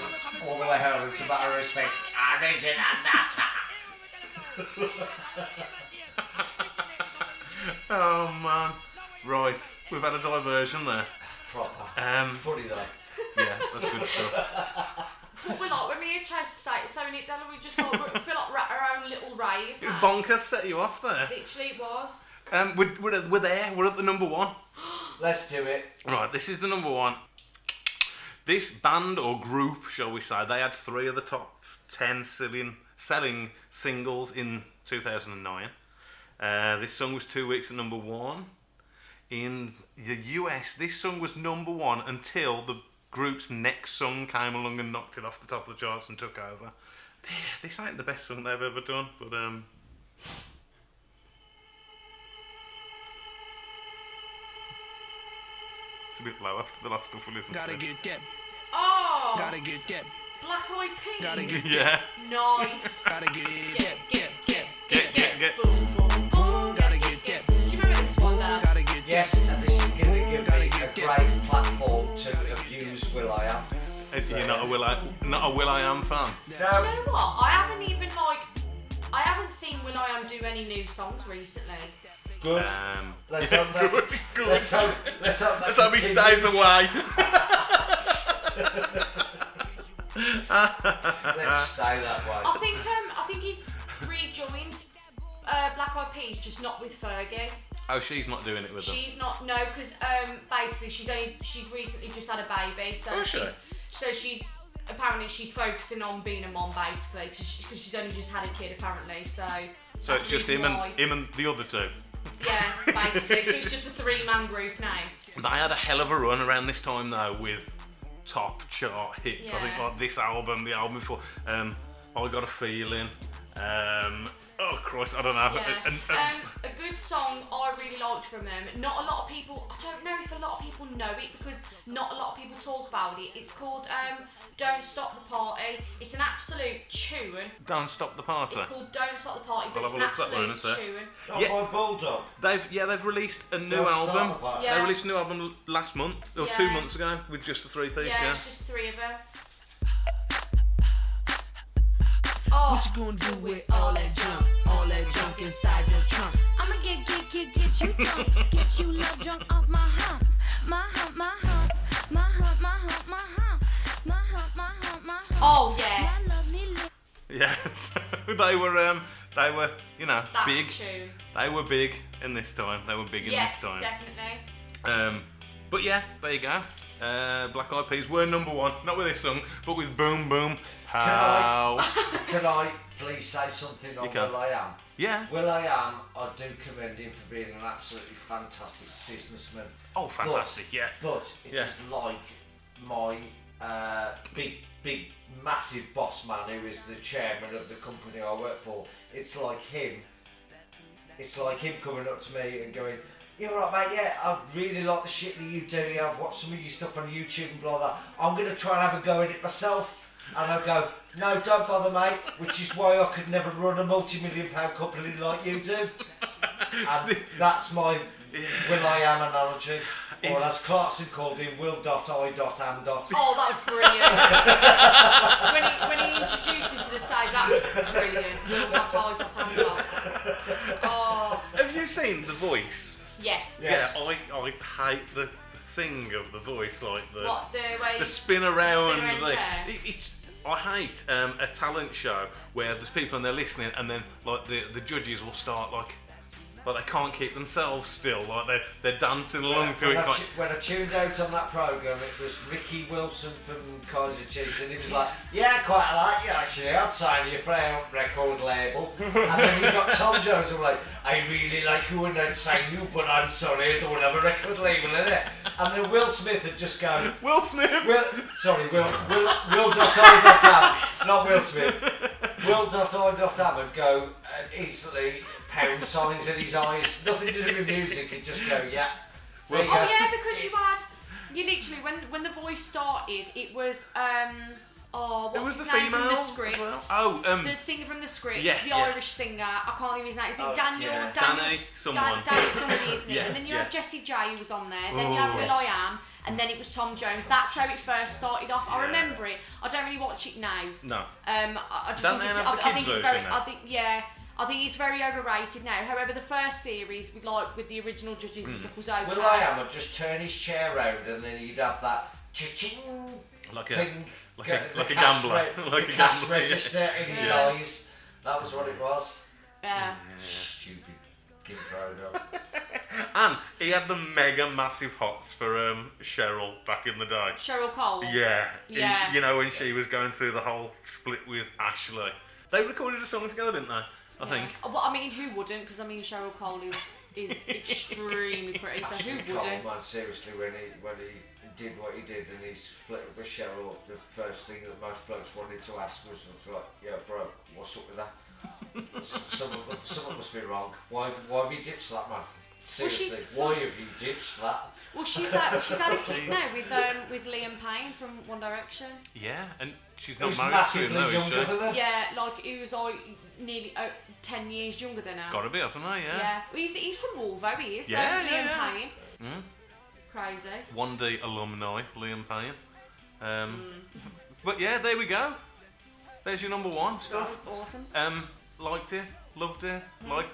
Speaker 2: all the way home. It's a matter of respect. I need you that.
Speaker 1: Oh man. Right, we've had a diversion there.
Speaker 2: Proper.
Speaker 1: Um,
Speaker 2: Funny though.
Speaker 1: yeah, that's good stuff.
Speaker 3: It's what we like when we hear Chasing Status, so in it, Della, we just like, we feel like we're at our own little rave.
Speaker 1: It was
Speaker 3: man.
Speaker 1: bonkers set you off there.
Speaker 3: Literally, it was.
Speaker 1: Um, we're, we're, we're there, we're at the number one.
Speaker 2: Let's do it.
Speaker 1: Right, this is the number one. This band or group, shall we say, they had three of the top ten selling, selling singles in 2009. Uh, this song was two weeks at number one. In the US, this song was number one until the group's next song came along and knocked it off the top of the charts and took over. This ain't the best song they've ever done, but um, it's a bit low after the last stuff we listened
Speaker 7: Gotta
Speaker 1: to.
Speaker 7: get that,
Speaker 3: Oh,
Speaker 7: gotta get that,
Speaker 3: Black Eyed Peas.
Speaker 7: gotta get that,
Speaker 1: Yeah.
Speaker 3: Nice.
Speaker 7: gotta get
Speaker 3: get,
Speaker 7: that,
Speaker 3: get, get,
Speaker 1: Get, get, get.
Speaker 3: Boom, boom, boom.
Speaker 7: gotta get that,
Speaker 3: Do you remember this one now?
Speaker 7: gotta get that.
Speaker 2: Yes, and this is going to give me a great platform to abuse Will I Am.
Speaker 1: Uh, You're not a Will I, not a Will I Am fan.
Speaker 3: Do you
Speaker 2: No,
Speaker 3: know what? I haven't even like, I haven't seen Will I Am do any new songs recently.
Speaker 2: good.
Speaker 1: Um,
Speaker 2: Let's
Speaker 1: yeah,
Speaker 2: hope that.
Speaker 1: good, good.
Speaker 2: Let's hope. Let's hope that.
Speaker 1: Let's hope he stays away.
Speaker 2: continues. Let's stay that way.
Speaker 3: I think um, I think he's rejoined uh, Black Eyed Peas, just not with Fergie.
Speaker 1: Oh, she's not doing it with them.
Speaker 3: She's not no, because um, basically she's only she's recently just had a baby, so
Speaker 1: Oh, is she?
Speaker 3: she's so she's apparently she's focusing on being a mom basically because she's only just had a kid apparently. So
Speaker 1: So
Speaker 3: that's
Speaker 1: it's
Speaker 3: the
Speaker 1: just
Speaker 3: reason
Speaker 1: him
Speaker 3: why.
Speaker 1: and him and the other two.
Speaker 3: yeah, basically. so it's just a three man group now.
Speaker 1: They had a hell of a run around this time though with top chart hits. I think
Speaker 3: Yeah.
Speaker 1: like this album, the album before, um, I got a feeling. Um, oh Christ, I don't know.
Speaker 3: Yeah.
Speaker 1: And- and-
Speaker 3: Um, a good song I really liked from them. Not a lot of people. I don't know if a lot of people know it because not a lot of people talk about it. It's called um, "Don't Stop the Party." It's an absolute tune.
Speaker 1: don't stop the party.
Speaker 3: It's called "Don't Stop the Party," but
Speaker 1: I'll
Speaker 3: it's
Speaker 1: have
Speaker 3: an
Speaker 1: a look at that one in a
Speaker 3: absolute
Speaker 1: sec.
Speaker 3: tune.
Speaker 2: Bulldog.
Speaker 1: They've yeah they've released a new
Speaker 2: Don't Stop
Speaker 1: album.
Speaker 2: the Party.
Speaker 3: Yeah.
Speaker 1: They released a new album l- last month or two
Speaker 3: Yeah.
Speaker 1: months ago with just the three piece.
Speaker 3: Yeah,
Speaker 1: Yeah.
Speaker 3: it's just three of them. Oh,
Speaker 8: What you gonna do with all that junk? All that junk inside your trunk.
Speaker 12: I'ma get, get, get, get you drunk. Get you love drunk off my hump. My hump, my hump. My hump, my hump, my hump. My hump, my hump, my hump.
Speaker 3: Oh, yeah.
Speaker 12: My lovely lip.
Speaker 1: Yeah, so they were um, they were you know
Speaker 3: That's
Speaker 1: big.
Speaker 3: the tune.
Speaker 1: They were big in this time. They were big in
Speaker 3: Yes,
Speaker 1: this time.
Speaker 3: definitely.
Speaker 1: Um, but yeah, there you go. Uh, Black Eyed Peas were number one, not with this song, but with Boom Boom. How?
Speaker 2: Can I please say something on
Speaker 1: You can.
Speaker 2: Will I Am?
Speaker 1: Yeah.
Speaker 2: Will I Am, I do commend him for being an absolutely fantastic businessman.
Speaker 1: Oh, fantastic, yeah.
Speaker 2: But it is
Speaker 1: Yeah.
Speaker 2: like my uh, big, big, massive boss man who is the chairman of the company I work for. It's like him. It's like him coming up to me and going, you're right, mate. Yeah, I really like the shit that you do. Yeah, I've watched some of your stuff on YouTube and blah blah. I'm gonna try and have a go at it myself. And I go, no, don't bother, mate. Which is why I could never run a multi-million pound company like you do. And that's my Will I Am analogy, or as Clarkson called him, Will dot I dot Am dot.
Speaker 3: Oh, that was brilliant. when, he, when he introduced him to the stage, that was brilliant. Little dot I dot am dot. Oh,
Speaker 1: Have you seen The Voice?
Speaker 3: yes.
Speaker 1: Yeah, I, I hate the thing of The Voice, like the
Speaker 3: What, the way-
Speaker 1: the spin around.
Speaker 3: the spin around chair?
Speaker 1: it- it's I hate um, a talent show where there's people and they're listening, and then like the the judges will start like. Like they can't keep themselves still, like they're, they're dancing along to it.
Speaker 2: When I,
Speaker 1: like-
Speaker 2: tu- when I tuned out on that program, it was Ricky Wilson from Kaiser Chiefs, and he was like, "Yeah, quite like you actually. I'd sign you for a record label." and then he got Tom Jones and like, "I really like you, and I'd sign you, but I'm sorry, I don't have a record label in it." And then Will Smith had just gone,
Speaker 1: "Will Smith,
Speaker 2: Will, sorry, Will, Will, Will dot I dot Am, not Will Smith." Will dot I dot Am would go and instantly pound signs in his eyes. Nothing to do with music. He'd just go, "Yeah." there you
Speaker 3: Oh
Speaker 2: go."
Speaker 3: yeah, because you had you literally when when the voice started, it was um oh
Speaker 1: It was
Speaker 3: what's his
Speaker 1: the
Speaker 3: name from the
Speaker 1: female as
Speaker 3: script?
Speaker 1: well. Oh, um,
Speaker 3: the singer from the script,
Speaker 1: yeah,
Speaker 3: the
Speaker 1: yeah.
Speaker 3: Irish singer. I can't even his name. Is it
Speaker 1: Oh,
Speaker 3: Daniel?
Speaker 1: yeah.
Speaker 3: Daniel,
Speaker 1: Danny
Speaker 3: Dan-
Speaker 1: someone.
Speaker 3: Danny somebody, isn't it?
Speaker 1: Yeah,
Speaker 3: and then you
Speaker 1: yeah.
Speaker 3: had Jesse J who was on there. Then you had
Speaker 1: Oh,
Speaker 3: Will
Speaker 1: yes.
Speaker 3: I Am, and then it was Tom Jones. That's how it first started off. I
Speaker 1: Yeah.
Speaker 3: remember it. I don't really watch it now.
Speaker 1: No.
Speaker 3: Um, I, I just
Speaker 1: Don't
Speaker 3: think,
Speaker 1: they
Speaker 3: it's,
Speaker 1: have
Speaker 3: I,
Speaker 1: the
Speaker 3: I
Speaker 1: kids
Speaker 3: think it's
Speaker 1: version
Speaker 3: very.
Speaker 1: now?
Speaker 3: I think yeah. I think it's very overrated now. However, the first series with like with the original judges and
Speaker 1: Hmm.
Speaker 2: Mm.
Speaker 3: stuff was okay.
Speaker 2: Will I am would just turn his chair round and then he'd have that cha-ching
Speaker 1: Like a-
Speaker 2: thing.
Speaker 1: like
Speaker 2: go-
Speaker 1: a-
Speaker 2: the
Speaker 1: like a
Speaker 2: cash
Speaker 1: gambler.
Speaker 2: re-
Speaker 1: Like
Speaker 2: the
Speaker 1: a
Speaker 2: cash
Speaker 1: gambler, yeah.
Speaker 2: register in his
Speaker 3: Yeah.
Speaker 2: eyes. That was what it was.
Speaker 3: Yeah.
Speaker 2: Stupid kid program.
Speaker 1: And he had the mega massive hots for um, Cheryl back in the day.
Speaker 3: Cheryl Cole.
Speaker 1: Yeah. He-
Speaker 3: Yeah.
Speaker 1: you know, when she was going through the whole split with Ashley. They recorded a song together, didn't they? I
Speaker 3: Yeah.
Speaker 1: think.
Speaker 3: Well, I mean, who wouldn't? Because I mean, Cheryl Cole is is extremely pretty. So
Speaker 2: Ashley
Speaker 3: who
Speaker 2: Cole,
Speaker 3: wouldn't?
Speaker 2: man, seriously, when he when he did what he did and he split up with Cheryl, the first thing that most blokes wanted to ask was, was like, "Yeah, bro, what's up with that? S- someone, someone must be wrong. Why, why have you ditched that man?
Speaker 3: she's-
Speaker 2: Seriously, why have you ditched that?"
Speaker 3: Well, she's had, she's had a kid now with um, with Liam Payne from One Direction.
Speaker 1: Yeah, and she's not
Speaker 2: Who's
Speaker 1: married to him,
Speaker 2: massively
Speaker 1: though, is she?
Speaker 2: younger than her.
Speaker 3: Yeah, like he was like nearly uh, ten years younger than her.
Speaker 1: Gotta be, hasn't he?
Speaker 3: Yeah.
Speaker 1: Yeah.
Speaker 3: Well, he's, he's from Wolvo, he is.
Speaker 1: Yeah,
Speaker 3: so
Speaker 1: yeah,
Speaker 3: Liam
Speaker 1: yeah.
Speaker 3: Payne.
Speaker 1: Mm.
Speaker 3: Crazy.
Speaker 1: One D alumni, Liam Payne. Um,
Speaker 3: Mm.
Speaker 1: But yeah, there we go. There's your number one stuff.
Speaker 3: Awesome.
Speaker 1: Um, liked it, loved it,
Speaker 3: Mm.
Speaker 1: liked.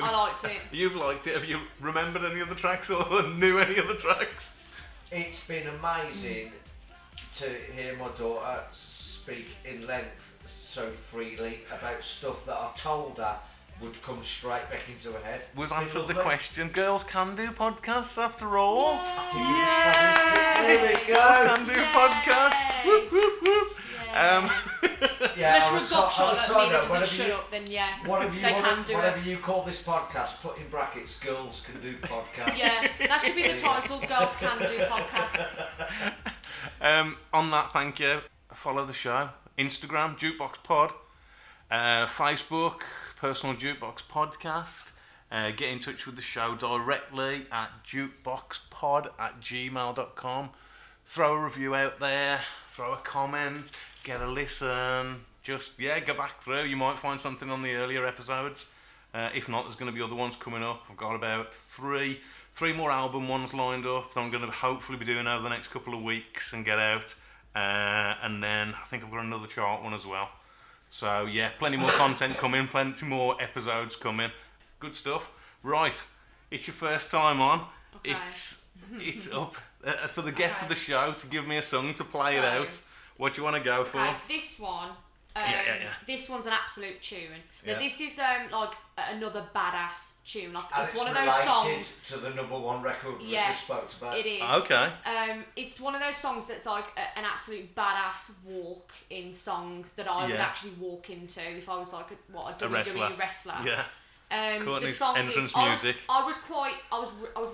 Speaker 3: I liked it.
Speaker 1: You've liked it. Have you remembered any of the tracks or knew any of the tracks?
Speaker 2: It's been amazing to hear my daughter speak in length so freely about stuff that I've told her would come straight back into her head.
Speaker 1: We've
Speaker 2: It's been
Speaker 1: answered the
Speaker 2: lovely.
Speaker 1: question. Girls can do podcasts after all.
Speaker 2: There we
Speaker 1: Girls
Speaker 2: go.
Speaker 1: can do podcasts. Whoop, whoop, whoop. Um,
Speaker 11: Yeah,
Speaker 3: Unless
Speaker 11: on
Speaker 3: you're
Speaker 11: a so- on a
Speaker 3: a gob shot like
Speaker 11: side
Speaker 3: me that
Speaker 11: note,
Speaker 3: doesn't
Speaker 11: whatever
Speaker 3: shut
Speaker 11: you-
Speaker 3: up, then yeah,
Speaker 11: Whatever you,
Speaker 3: they
Speaker 11: wanna-
Speaker 3: can do
Speaker 11: whatever
Speaker 3: it.
Speaker 11: you call this podcast, put in brackets, girls can do podcasts.
Speaker 3: Yeah, that should be the title. Girls can do podcasts.
Speaker 1: Um, on that, thank you. Follow the show. Instagram, Jukebox Pod. Uh, Facebook, Personal Jukebox Podcast. Uh, get in touch with the show directly at jukeboxpod at gmail.com. Throw a review out there, throw a comment, get a listen. Just, yeah, go back through. You might find something on the earlier episodes. Uh, if not, there's going to be other ones coming up. I've got about three, three more album ones lined up that I'm going to hopefully be doing over the next couple of weeks and get out. Uh, and then I think I've got another chart one as well. So yeah, plenty more content coming, plenty more episodes coming. Good stuff. Right, it's your first time on.
Speaker 3: Okay.
Speaker 1: It's it's up uh, for the guest of the show to give me a song to play it
Speaker 3: So-
Speaker 1: out. What do you want to go for?
Speaker 3: Okay, this one. Um,
Speaker 1: Yeah, yeah, yeah.
Speaker 3: This one's an absolute tune. Now,
Speaker 11: Yeah.
Speaker 3: this is um like another badass tune. Like
Speaker 11: And
Speaker 3: it's, one of
Speaker 11: related
Speaker 3: those songs.
Speaker 11: to the number one record we
Speaker 3: Yes,
Speaker 11: just spoke about.
Speaker 3: it is.
Speaker 1: Okay.
Speaker 3: Um, it's one of those songs that's like a, an absolute badass walk in song that I would
Speaker 1: Yeah.
Speaker 3: actually walk into if I was like a, what a,
Speaker 1: A
Speaker 3: WWE
Speaker 1: wrestler.
Speaker 3: E wrestler.
Speaker 1: Yeah.
Speaker 3: Um, the
Speaker 1: Courtney's
Speaker 3: song
Speaker 1: entrance
Speaker 3: is, I was-
Speaker 1: music.
Speaker 3: I was, quite. I was. re- I was.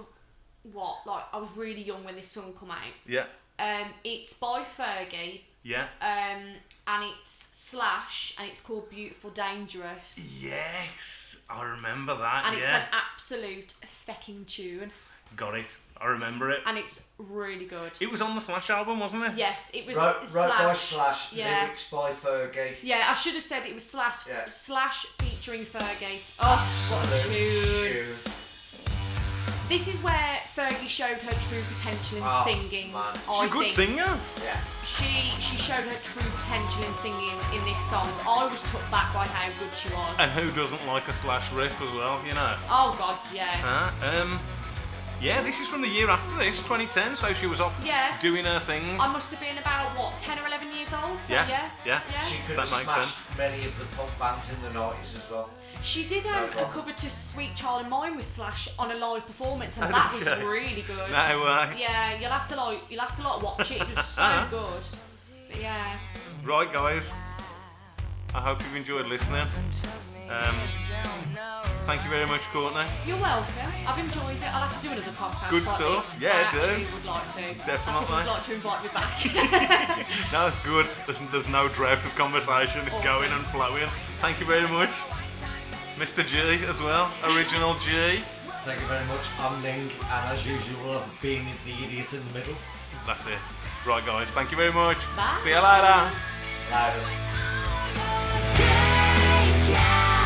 Speaker 3: What like I was really young when this song come out.
Speaker 1: Yeah.
Speaker 3: Um, it's by Fergie.
Speaker 1: Yeah.
Speaker 3: Um, and it's Slash, and it's called Beautiful Dangerous.
Speaker 1: Yes, I remember that.
Speaker 3: And it's
Speaker 1: yeah,
Speaker 3: an absolute fecking tune,
Speaker 1: got it. I remember it.
Speaker 3: and it's really good.
Speaker 1: It was on the Slash album, wasn't it?
Speaker 3: Yes, it was
Speaker 11: Wrote, wrote
Speaker 3: Slash.
Speaker 11: by Slash,
Speaker 3: yeah.
Speaker 11: lyrics by Fergie.
Speaker 3: Yeah, I should have said it was Slash
Speaker 11: Yeah.
Speaker 3: Slash featuring Fergie. Oh, what a tune. This is where Fergie showed her true potential in
Speaker 11: Oh,
Speaker 3: singing.
Speaker 11: man. She's
Speaker 3: I
Speaker 1: She's a good
Speaker 3: think.
Speaker 1: singer.
Speaker 11: Yeah.
Speaker 3: She she showed her true potential in singing in this song. I was took back by how good she was.
Speaker 1: And who doesn't like a Slash riff as well, you know?
Speaker 3: oh god, yeah.
Speaker 1: Huh? Um, yeah, this is from the year after this, 2010, so she was off
Speaker 3: Yes.
Speaker 1: doing her thing.
Speaker 3: I must have been about what, ten or eleven years old. So
Speaker 1: Yeah,
Speaker 3: yeah,
Speaker 1: yeah.
Speaker 11: She could
Speaker 1: That
Speaker 11: have
Speaker 1: makes
Speaker 11: smashed many of the punk bands in the 90s as well.
Speaker 3: She did um, a
Speaker 11: problem.
Speaker 3: cover to "Sweet Child of Mine" with Slash on a live performance,
Speaker 1: Oh,
Speaker 3: and that
Speaker 1: did
Speaker 3: was
Speaker 1: she?
Speaker 3: really good.
Speaker 1: No way.
Speaker 3: Yeah, you'll have to like you'll have to like watch it. It was so good. But yeah,
Speaker 1: Right, guys. I hope you've enjoyed listening. Um, thank you very much, Courtney.
Speaker 3: you're welcome. I've enjoyed it. I'll have to do another podcast.
Speaker 1: Good
Speaker 3: like
Speaker 1: stuff.
Speaker 3: This.
Speaker 1: Yeah,
Speaker 3: I
Speaker 1: do.
Speaker 3: actually would like to. I
Speaker 1: Definitely.
Speaker 3: would like to invite me back.
Speaker 1: No, it's good. There's, there's no drought of conversation. It's going and flowing. Thank you very much. Mr. G as well. Original G.
Speaker 11: Thank you very much. I'm Ning, and as usual, I've been the idiot in the middle.
Speaker 1: That's it. Right, guys. Thank you very much.
Speaker 3: Bye.
Speaker 1: See you later.
Speaker 11: Loud.
Speaker 5: Yeah.